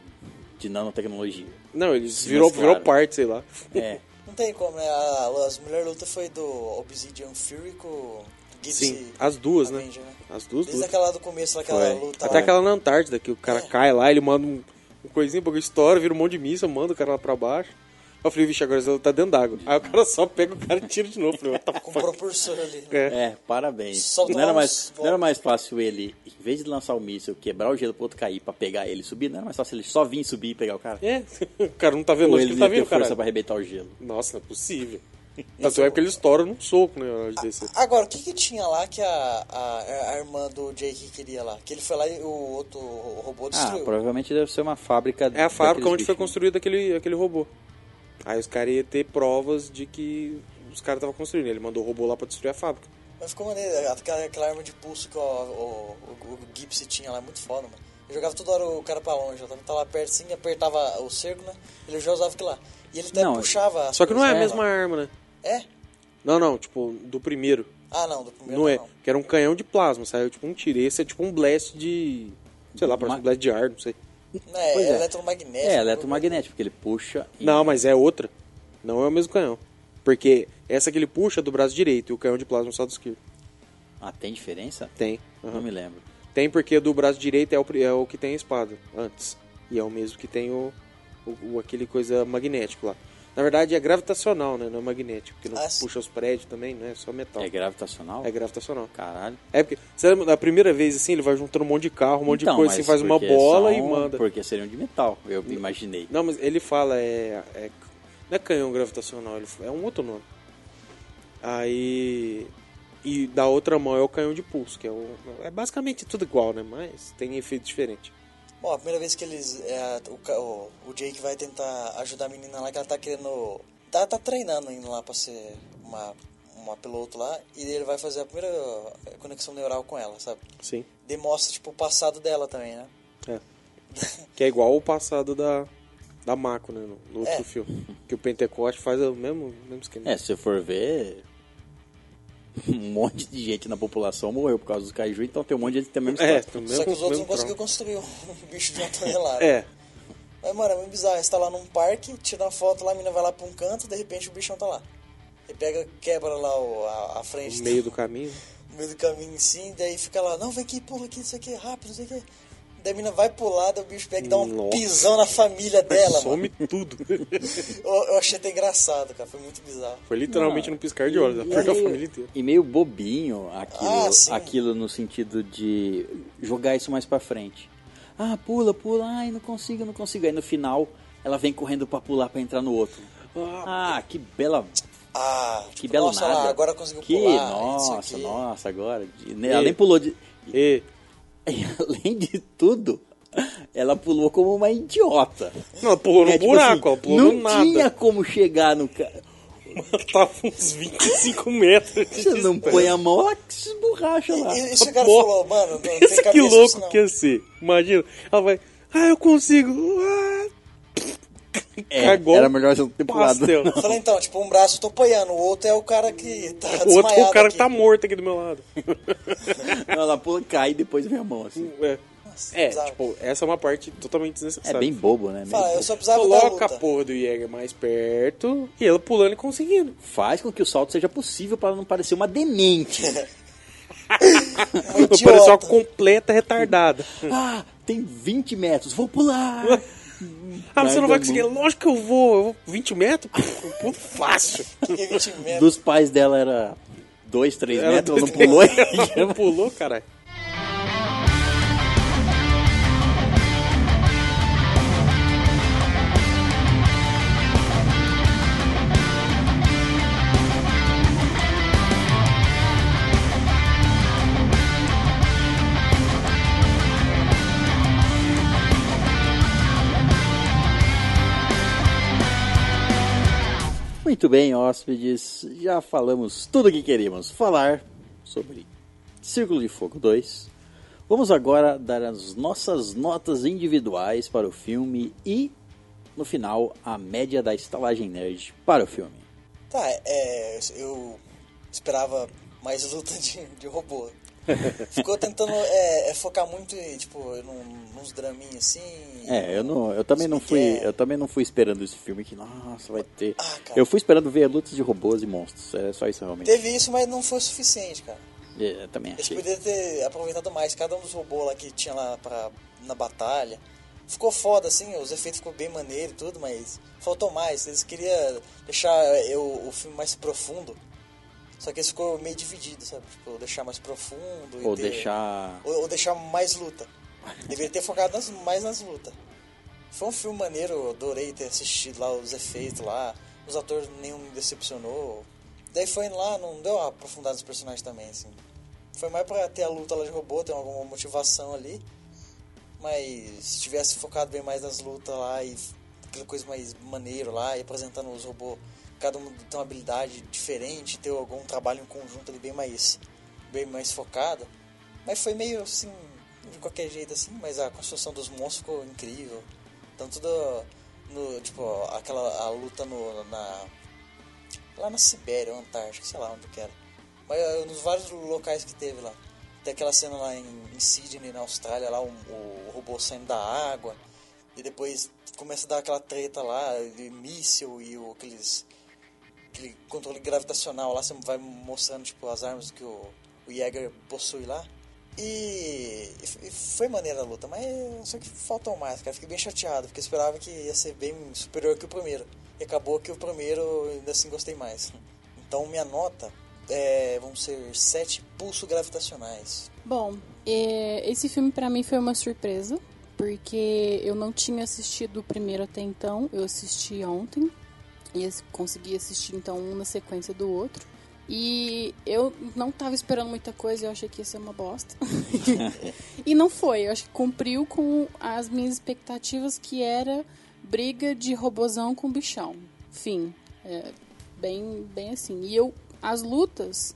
Speaker 1: de nanotecnologia.
Speaker 2: Não, eles
Speaker 1: Se
Speaker 2: virou,
Speaker 1: mesclaram.
Speaker 2: virou parte, sei lá.
Speaker 1: É,
Speaker 3: Não tem como, né? A, as Mulher Luta foi do Obsidian Fury com Gipsy.
Speaker 2: Sim, as duas, né?
Speaker 3: Avenger, né?
Speaker 2: As duas,
Speaker 3: Desde
Speaker 2: duas.
Speaker 3: aquela lá do começo, aquela
Speaker 1: Foi.
Speaker 3: luta.
Speaker 2: Até
Speaker 3: lá.
Speaker 2: aquela na Antártida, que o cara
Speaker 3: É.
Speaker 2: cai lá, ele manda um, um coisinho, porque estoura, vira um monte de missa, manda o cara lá pra baixo. Aí Eu falei, vixe, agora ela tá dentro d'água. Aí o cara só pega o cara e tira de novo. Eu Falei, what the
Speaker 3: Com o
Speaker 2: fuck?
Speaker 3: propulsor ali. né?
Speaker 2: É.
Speaker 1: é, parabéns.
Speaker 3: Solta
Speaker 1: Não era,
Speaker 3: uns
Speaker 1: mais, não
Speaker 3: voos.
Speaker 1: era mais fácil ele, em vez de lançar o míssil, quebrar o gelo pro outro cair pra pegar ele e subir, não era mais fácil ele só vir subir e pegar o cara.
Speaker 2: É, o cara não tá vendo
Speaker 1: Ou
Speaker 2: onde que
Speaker 1: ele
Speaker 2: ele tá
Speaker 1: ia ter
Speaker 2: vendo, cara.
Speaker 1: força pra arrebentar o gelo.
Speaker 2: Nossa, não é possível. Tanto é que ele estoura num soco, né, na hora de descer.
Speaker 3: Agora, o que que tinha lá que a, a, a irmã do Jake queria lá? Que ele foi lá e o outro robô
Speaker 1: Ah,
Speaker 3: destruiu.
Speaker 1: provavelmente deve ser uma fábrica
Speaker 2: É a fábrica
Speaker 1: daqueles
Speaker 2: onde foi
Speaker 1: bichos.
Speaker 2: construído aquele, aquele robô. Aí os caras iam ter provas de que os caras estavam construindo. Ele mandou o robô lá pra destruir a fábrica.
Speaker 3: Mas ficou maneiro, né? aquela, aquela arma de pulso que o, o, o, o Gipsy tinha lá, é muito foda, mano. Eu jogava toda hora o cara pra longe, eu tava- tava lá perto assim, apertava o cerco, né? Ele já usava aquilo lá. E ele até
Speaker 1: Não,
Speaker 3: puxava as
Speaker 2: Só que não é a
Speaker 3: coisas,
Speaker 2: mesma arma, né?
Speaker 3: né? É?
Speaker 2: Não, não, tipo, do primeiro.
Speaker 3: Ah, não, do primeiro
Speaker 2: Não é, que era um canhão de plasma, saiu tipo um tiro. Esse é tipo um blast de. Sei lá, parece
Speaker 1: Ma-
Speaker 2: um blast de ar, não sei.
Speaker 3: Não é,
Speaker 1: Pois
Speaker 3: é
Speaker 1: é.
Speaker 3: eletromagnético.
Speaker 1: É, eletromagnético, porque ele puxa e
Speaker 2: Não, mas é outra. Não é o mesmo canhão. Porque essa que ele puxa é do braço direito e o canhão de plasma só do esquerdo.
Speaker 1: Ah, tem diferença?
Speaker 2: Tem. aham.
Speaker 1: Não me lembro.
Speaker 2: Tem porque do braço direito é o, pri- é o que tem a espada antes. E é o mesmo que tem o, o- o- aquele coisa magnético lá. Na verdade é gravitacional, né? Não é magnético, porque não
Speaker 3: Ah, sim.
Speaker 2: puxa os prédios também, não é só metal.
Speaker 1: É gravitacional?
Speaker 2: É gravitacional.
Speaker 1: Caralho.
Speaker 2: É porque, você lembra, da primeira vez assim, ele vai juntando um monte de carro, um monte de coisa,
Speaker 1: Então, mas
Speaker 2: assim, faz uma
Speaker 1: porque
Speaker 2: bola
Speaker 1: são-
Speaker 2: e manda.
Speaker 1: Porque seriam de metal, eu imaginei.
Speaker 2: Não, mas ele fala, é, é- Não é canhão gravitacional, ele, é um outro nome. Aí. E da outra mão é o canhão de pulso, que é o. É basicamente tudo igual, né? Mas tem efeito diferente.
Speaker 3: Bom, a primeira vez que eles. é, o, ca- o, o Jake vai tentar ajudar a menina lá, que ela tá querendo. Tá, tá treinando indo lá pra ser uma, uma piloto lá. E ele vai fazer a primeira conexão neural com ela, sabe?
Speaker 2: Sim.
Speaker 3: Demonstra, tipo, o passado dela também, né?
Speaker 2: É. que é igual o passado da. Da Mako, né? No, no outro
Speaker 3: É.
Speaker 2: filme. Que o Pentecoste faz o mesmo, mesmo esquema.
Speaker 1: É, se você for ver. Um monte de gente na população morreu por causa dos caju, então tem um monte de gente que tem o mesmo
Speaker 2: É,
Speaker 1: status.
Speaker 2: do mesmo,
Speaker 3: Só que os outros não
Speaker 2: mesmo
Speaker 3: conseguiram
Speaker 2: tronco.
Speaker 3: construir um bicho de uma tonelada.
Speaker 2: É,
Speaker 3: Mas, mano, é muito bizarro. Você tá lá num parque, tira uma foto lá, a menina vai lá pra um canto, de repente o bichão tá lá. Ele pega, quebra lá o, a, a frente
Speaker 2: no meio do caminho.
Speaker 3: no meio do caminho assim, daí fica lá, não, vem aqui, pula aqui, isso aqui, é rápido, isso aqui. Daí a mina vai pular, daí o bicho pega e dá um
Speaker 2: Nossa.
Speaker 3: pisão na família dela, mano.
Speaker 2: Some tudo.
Speaker 3: Eu, eu achei até engraçado, cara, foi muito bizarro.
Speaker 2: Foi literalmente num piscar de olhos,
Speaker 1: E
Speaker 2: apertou a
Speaker 1: meio-
Speaker 2: família inteira.
Speaker 1: E meio bobinho aquilo,
Speaker 3: Ah, sim.
Speaker 1: aquilo no sentido de jogar isso mais pra frente. Ah, pula, pula, ai, não consigo, não consigo. Aí no final, ela vem correndo pra pular pra entrar no outro. Ah, que bela.
Speaker 3: Ah,
Speaker 1: Que
Speaker 3: tipo,
Speaker 1: belo
Speaker 3: nossa,
Speaker 1: nada.
Speaker 3: lá, agora conseguiu
Speaker 1: que,
Speaker 3: pular. isso
Speaker 1: Nossa,
Speaker 3: aqui.
Speaker 1: nossa, agora. Ela nem pulou de.
Speaker 2: E,
Speaker 1: E além de tudo, ela pulou como uma idiota.
Speaker 2: não, ela pulou num
Speaker 1: É, tipo
Speaker 2: buraco,
Speaker 1: assim,
Speaker 2: ela pulou
Speaker 1: não
Speaker 2: no nada.
Speaker 1: tinha como chegar no cara.
Speaker 2: Ela tava uns 25 metros. de
Speaker 1: Você não
Speaker 2: distância.
Speaker 1: põe a mão, ela que se esborracha lá.
Speaker 3: E, e esse cara
Speaker 2: Porra.
Speaker 3: falou, mano, não tem
Speaker 2: Pensa
Speaker 3: cabeça
Speaker 2: que
Speaker 3: pra isso
Speaker 2: louco
Speaker 3: não.
Speaker 2: que ia ser. Imagina, ela vai, ah, eu consigo. Ah.
Speaker 1: É,
Speaker 2: Cagou um
Speaker 1: era melhor essa temporada.
Speaker 2: pastel.
Speaker 1: Não.
Speaker 3: Eu falei, então, tipo, um braço eu tô apoiando, o outro é o cara que tá
Speaker 2: O outro
Speaker 3: desmaiado
Speaker 2: o cara
Speaker 3: aqui.
Speaker 2: que tá morto aqui do meu lado.
Speaker 1: Ela pula, cai e depois vem a mão, assim.
Speaker 2: É,
Speaker 3: Nossa,
Speaker 2: É,
Speaker 3: bizarro.
Speaker 2: tipo, essa é uma parte totalmente
Speaker 1: É
Speaker 2: desnecessária.
Speaker 1: bem bobo, né?
Speaker 3: Fala,
Speaker 1: Meio
Speaker 3: eu só precisava
Speaker 2: tá Coloca
Speaker 3: da
Speaker 2: a
Speaker 3: luta.
Speaker 2: porra do Jäger mais perto e ela pulando e conseguindo.
Speaker 1: Faz com que o salto seja possível para não parecer uma demente. É
Speaker 3: Um
Speaker 2: Não parecer uma
Speaker 3: idiota.
Speaker 2: completa retardada.
Speaker 1: ah, tem 20 metros, vou pular.
Speaker 2: Ah, você não
Speaker 1: Larga
Speaker 2: vai
Speaker 1: a
Speaker 2: conseguir.
Speaker 1: mão.
Speaker 2: Lógico que eu vou. Eu vou 20 metros? Pff, eu pulo fácil.
Speaker 3: Fiquei 20 metros.
Speaker 1: Dos pais dela era 2, 3
Speaker 2: Ela
Speaker 1: metros, ela não pulou.
Speaker 2: Ela não pulou, caralho.
Speaker 1: Muito bem, hóspedes, já falamos tudo o que queríamos falar sobre Círculo de Fogo 2. Vamos agora dar as nossas notas individuais para o filme e, no final, a média da estalagem nerd para o filme.
Speaker 3: Tá, é, eu esperava mais luta de, de robô. Ficou tentando é, é, focar muito, em, tipo, num- nos draminhos assim.
Speaker 1: É, eu, não, eu, também não fui, eu também não fui esperando esse filme que, nossa, vai ter.
Speaker 3: É. Ah, cara.
Speaker 1: Eu fui esperando ver lutas de robôs e monstros, é só isso realmente.
Speaker 3: Teve isso, mas não foi o suficiente, cara.
Speaker 1: É, eu também
Speaker 3: Eles
Speaker 1: achei.
Speaker 3: poderiam ter aproveitado mais cada um dos robôs lá que tinha lá pra, na batalha. Ficou foda, assim, os efeitos ficou bem maneiro e tudo, mas faltou mais. Eles queriam deixar eu, o filme mais profundo. Só que eles ficou meio dividido, sabe? Tipo, deixar mais profundo. e
Speaker 1: Ou
Speaker 3: ter-
Speaker 1: deixar.
Speaker 3: ou, ou deixar mais luta. Deveria ter focado nas- mais nas lutas. Foi um filme maneiro, eu adorei ter assistido lá os efeitos lá. Os atores nenhum me decepcionou. Daí foi lá, não deu uma aprofundada nos personagens também, assim. Foi mais pra ter a luta lá de robô, ter alguma motivação ali. Mas se tivesse focado bem mais nas lutas lá e aquela coisa mais maneiro lá, e apresentando os robôs, cada um tem uma habilidade diferente, ter algum trabalho em conjunto ali bem mais, bem mais focado. Mas foi meio assim, de qualquer jeito assim, mas a construção dos monstros ficou incrível. Tanto do, no, tipo, aquela a luta no, na, lá na Sibéria, ou Antártica, sei lá onde que era. Mas eh, nos vários locais que teve lá. Tem aquela cena lá em, em Sydney, na Austrália, lá o, o robô saindo da água. E depois começa a dar aquela treta lá, de míssil e o, aqueles aquele controle gravitacional lá, você vai mostrando tipo, as armas que o, o Jäger possui lá. E, e f- e foi maneira a luta, mas só que faltou mais, cara. Fiquei bem chateado, porque eu esperava que ia ser bem superior que o primeiro. E acabou que o primeiro eu ainda assim gostei mais. Então minha nota é, vão ser sete pulsos gravitacionais.
Speaker 4: Bom, é, esse filme pra mim foi uma surpresa, porque eu não tinha assistido o primeiro até então, eu assisti ontem e as- consegui assistir então um na sequência do outro. E eu não tava esperando muita coisa, eu achei que ia ser uma bosta. e não foi, eu acho que cumpriu com as minhas expectativas que era briga de robozão com bichão. Fim. É, bem, bem assim. E eu as lutas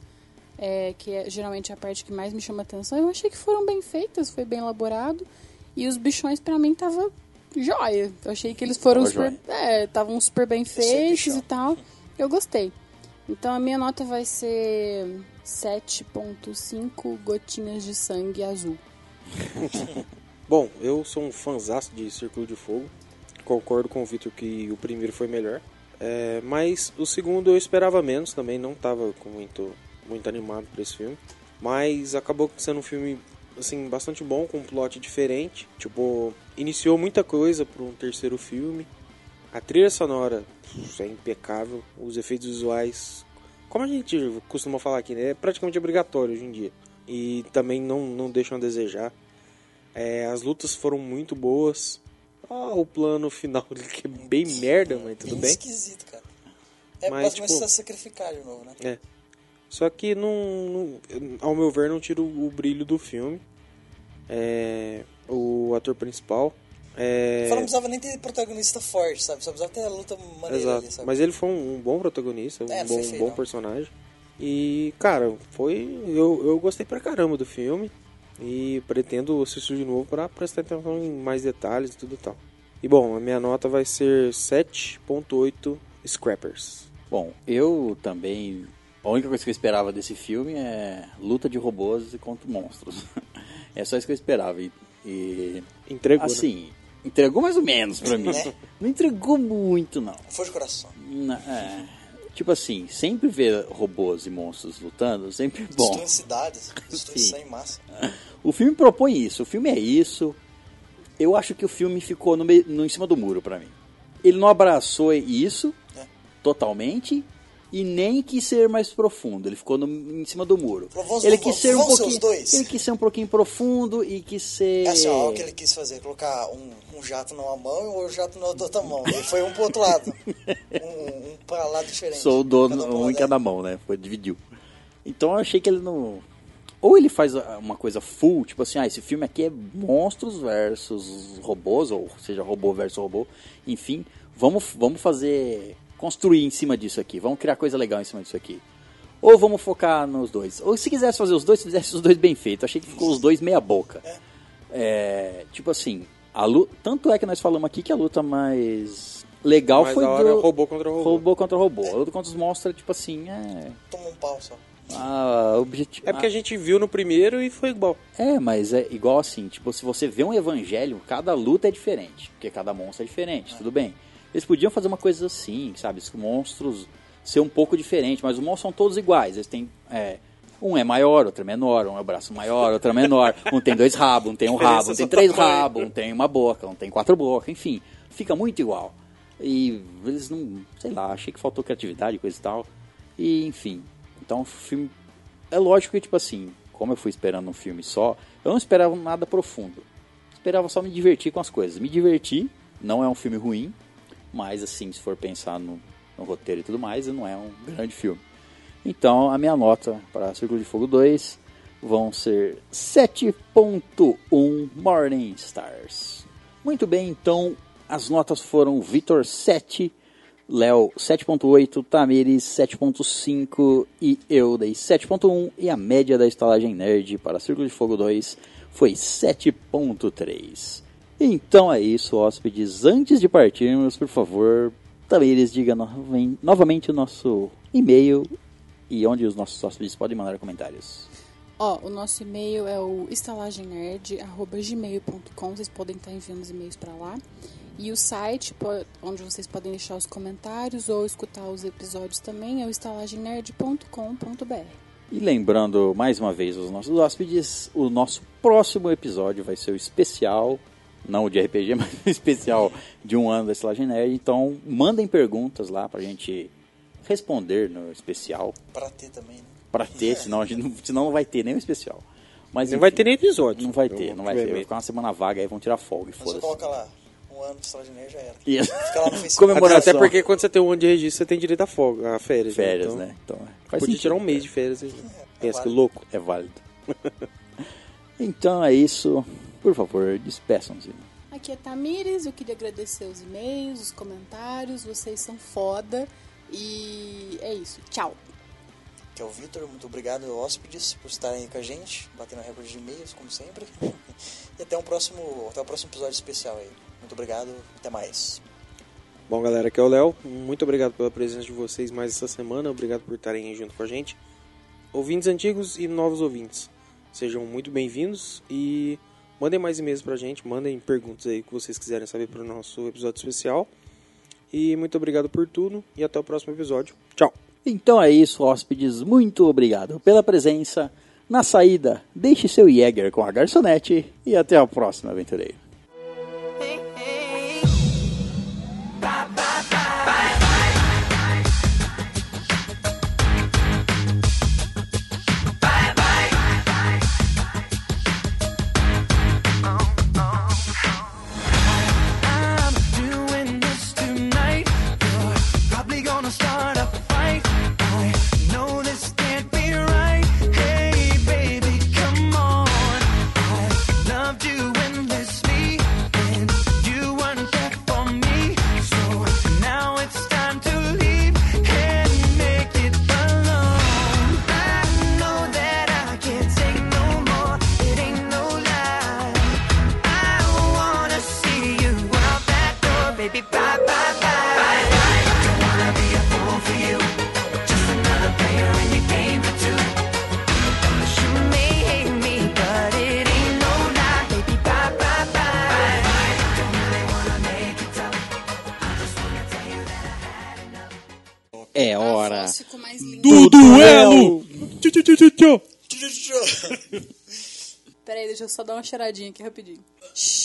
Speaker 4: é, que é geralmente a parte que mais me chama atenção, eu achei que foram bem feitas, foi bem elaborado. E os bichões, pra mim, tava jóia. Eu achei que eles foram
Speaker 1: Tava
Speaker 4: super. É, estavam super bem
Speaker 3: é
Speaker 4: feitos
Speaker 3: bichão.
Speaker 4: e tal. Eu gostei. Então a minha nota vai ser 7.5 gotinhas de sangue azul.
Speaker 2: Bom, eu sou um fanzaço de Círculo de Fogo. Concordo com o Vitor que o primeiro foi melhor. É, mas o segundo eu esperava menos também, não tava com muito, muito animado pra esse filme. Mas acabou sendo um filme assim bastante bom, com um plot diferente. Tipo, iniciou muita coisa para um terceiro filme. A trilha sonora pff, é impecável, os efeitos visuais, como a gente costuma falar aqui, né? É praticamente obrigatório hoje em dia. E também não, não deixam a desejar. É, as lutas foram muito boas. Ah, o plano final que é bem merda, mas tudo bem.
Speaker 3: esquisito, cara. É
Speaker 2: Mas,
Speaker 3: basicamente
Speaker 2: tipo-
Speaker 3: só sacrificar de novo, né?
Speaker 2: É. Só que não, não- ao meu ver não tira o, o brilho do filme. É, o ator principal é,
Speaker 3: Fala, não precisava nem ter protagonista forte, sabe? Só precisava ter a luta maneira
Speaker 2: Exato.
Speaker 3: ali, sabe?
Speaker 2: Mas ele foi um, um bom protagonista, um
Speaker 3: É, não
Speaker 2: bom,
Speaker 3: foi
Speaker 2: um
Speaker 3: feio,
Speaker 2: bom
Speaker 3: não.
Speaker 2: personagem. E, cara, foi. Eu, eu gostei pra caramba do filme. E pretendo assistir de novo pra prestar atenção em mais detalhes e tudo e tal. E bom, a minha nota vai ser 7.8 Scrappers.
Speaker 1: Bom, eu também. A única coisa que eu esperava desse filme é luta de robôs e contra monstros. É só isso que eu esperava. E, e,
Speaker 2: Entregou, né?
Speaker 1: assim, entregou mais ou menos pra mim.
Speaker 3: Né?
Speaker 1: Não entregou muito, não.
Speaker 3: Foi de coração.
Speaker 1: Na- é, tipo assim, sempre ver robôs e monstros lutando, sempre é bom.
Speaker 3: Destruindo cidades, destruição em massa.
Speaker 1: O filme propõe isso, o filme é isso. Eu acho que o filme ficou no, meio- no- em cima do muro pra mim. Ele não abraçou isso
Speaker 3: É.
Speaker 1: totalmente e nem quis ser mais profundo. Ele ficou no- em cima do muro.
Speaker 3: Falou, "Vamos-
Speaker 1: ele quis ser um
Speaker 3: vamos ser os
Speaker 1: pouquinho,
Speaker 3: dois."
Speaker 1: ele quis ser um pouquinho profundo e quis ser
Speaker 3: É assim, ó, o que ele quis fazer, colocar um, um jato numa mão e outro jato na outra mão. Ele foi um pro outro llado. Um, um pra lado diferente.
Speaker 1: Sou o dono,
Speaker 3: Cada
Speaker 1: um em
Speaker 3: lado,
Speaker 1: cada mão, né? Foi, dividiu. Então eu achei que ele não. Ou ele faz a- uma coisa full, tipo assim, ah, esse filme aqui é monstros versus robôs, ou seja, robô versus robô. Enfim, vamos, vamos fazer. construir em cima disso aqui, vamos criar coisa legal em cima disso aqui. Ou vamos focar nos dois. Ou se quisesse fazer os dois, fizesse os dois bem feito. Achei que ficou os dois meia boca. É, tipo assim, a lu... tanto é que nós falamos aqui que a luta mais legal
Speaker 2: Mas
Speaker 1: foi
Speaker 2: a hora
Speaker 1: do...
Speaker 2: é robô contra robô.
Speaker 1: Robô contra robô. A luta contra os monstros, é tipo assim, é.
Speaker 3: Toma um pau só.
Speaker 1: A objeti...
Speaker 2: É porque a gente viu no primeiro e foi igual.
Speaker 1: É, mas é igual assim, tipo, se você vê um evangelho, cada luta é diferente. Porque cada monstro é diferente, tudo bem. Eles podiam fazer uma coisa assim, sabe? Os monstros ser um pouco diferente, mas os monstros são todos iguais. Eles têm. é, um é maior, outro é menor, um é o braço maior, outro é menor, um tem dois rabos, um tem um rabo, um
Speaker 2: Diferença
Speaker 1: tem
Speaker 2: só
Speaker 1: três
Speaker 2: tamanho.
Speaker 1: rabos, um tem uma boca, um tem quatro bocas, enfim, fica muito igual. E eles não, sei lá, achei que faltou criatividade, coisa e tal. E enfim, então o filme é lógico que tipo assim, como eu fui esperando um filme só, eu não esperava nada profundo. Esperava só me divertir com as coisas. Me diverti, não é um filme ruim, mas assim, se for pensar no, no roteiro e tudo mais, não é um grande filme. Então, a minha nota para Círculo de Fogo 2 vão ser 7.1 Morning Stars. Muito bem, então as notas foram Vitor 7, Léo 7.8, Tamires 7.5 e eu dei 7.1 e a média da estalagem nerd para Círculo de Fogo 2 foi 7.3. Então é isso, hóspedes. Antes de partirmos, por favor, Tamires diga noven- novamente o nosso e-mail e onde os nossos hóspedes podem mandar comentários.
Speaker 4: Ó, o nosso e-mail é o estalagemnerd.gmail.com, vocês podem estar enviando os e-mails pra lá. E o site, po- onde vocês podem deixar os comentários ou escutar os episódios também, é o estalagemnerd.com.br.
Speaker 1: E lembrando mais uma vez os nossos hóspedes, o nosso próximo episódio vai ser o especial, não o de RPG, mas o especial de um ano da Estelagem Nerd. Então mandem perguntas lá pra gente responder no especial,
Speaker 3: Pra ter também, né?
Speaker 1: pra ter, senão, a gente não, senão não vai ter nenhum especial. Mas,
Speaker 2: É. Não vai
Speaker 1: enfim,
Speaker 2: ter nem episódio.
Speaker 1: Não vai ter, não vai ter. Vai
Speaker 2: Primeiro.
Speaker 1: ficar uma semana vaga, aí vão tirar folga e
Speaker 3: Mas você
Speaker 1: foda-se.
Speaker 3: coloca lá, um ano de extraordinário já era.
Speaker 1: Isso.
Speaker 3: Fica lá no Facebook.
Speaker 1: Comemoração.
Speaker 2: Até porque quando você tem um ano de registro, você tem direito a folga, a férias.
Speaker 1: Férias,
Speaker 2: então,
Speaker 1: né? Então, é. faz
Speaker 2: Podia
Speaker 1: sentido,
Speaker 2: tirar um
Speaker 1: cara.
Speaker 2: mês de férias. hein? Pensa que
Speaker 3: válido.
Speaker 2: louco.
Speaker 1: É válido. então é isso. Por favor, despeçam-se.
Speaker 4: Aqui é Tamires, eu queria agradecer os e-mails, os comentários, vocês são foda. E é isso, tchau.
Speaker 3: Que é o Vitor, muito obrigado, hóspedes, por estarem aí com a gente, batendo recorde de e-mails, como sempre. E até, um próximo, até o próximo episódio especial aí. Muito obrigado, até mais.
Speaker 2: Bom, galera, aqui é o Léo. Muito obrigado pela presença de vocês mais essa semana. Obrigado por estarem aí junto com a gente. Ouvintes antigos e novos ouvintes, sejam muito bem-vindos e mandem mais e-mails pra gente, mandem perguntas aí que vocês quiserem saber pro nosso episódio especial. E muito obrigado por tudo e até o próximo episódio. Tchau!
Speaker 1: Então é isso, hóspedes. Muito obrigado pela presença. Na saída, deixe seu Jäger com a garçonete e até a próxima, aventureiro.
Speaker 6: I'm doing this tonight. You're probably gonna start a fight. I know this can't be right. Hey, baby, come on. I love doing this. to you. baby, bye, bye, bye. Don't wanna be a fool for you. Just another player in your game for two. You may hate me, but it ain't no lie, baby, bye, bye, bye.
Speaker 1: É hora.
Speaker 4: Nossa, ficou mais lindo.
Speaker 2: Do duelo! Tchau, tchau, tchau, tchau, tchau.
Speaker 4: Peraí, deixa eu só dar uma cheiradinha aqui rapidinho. Shhh.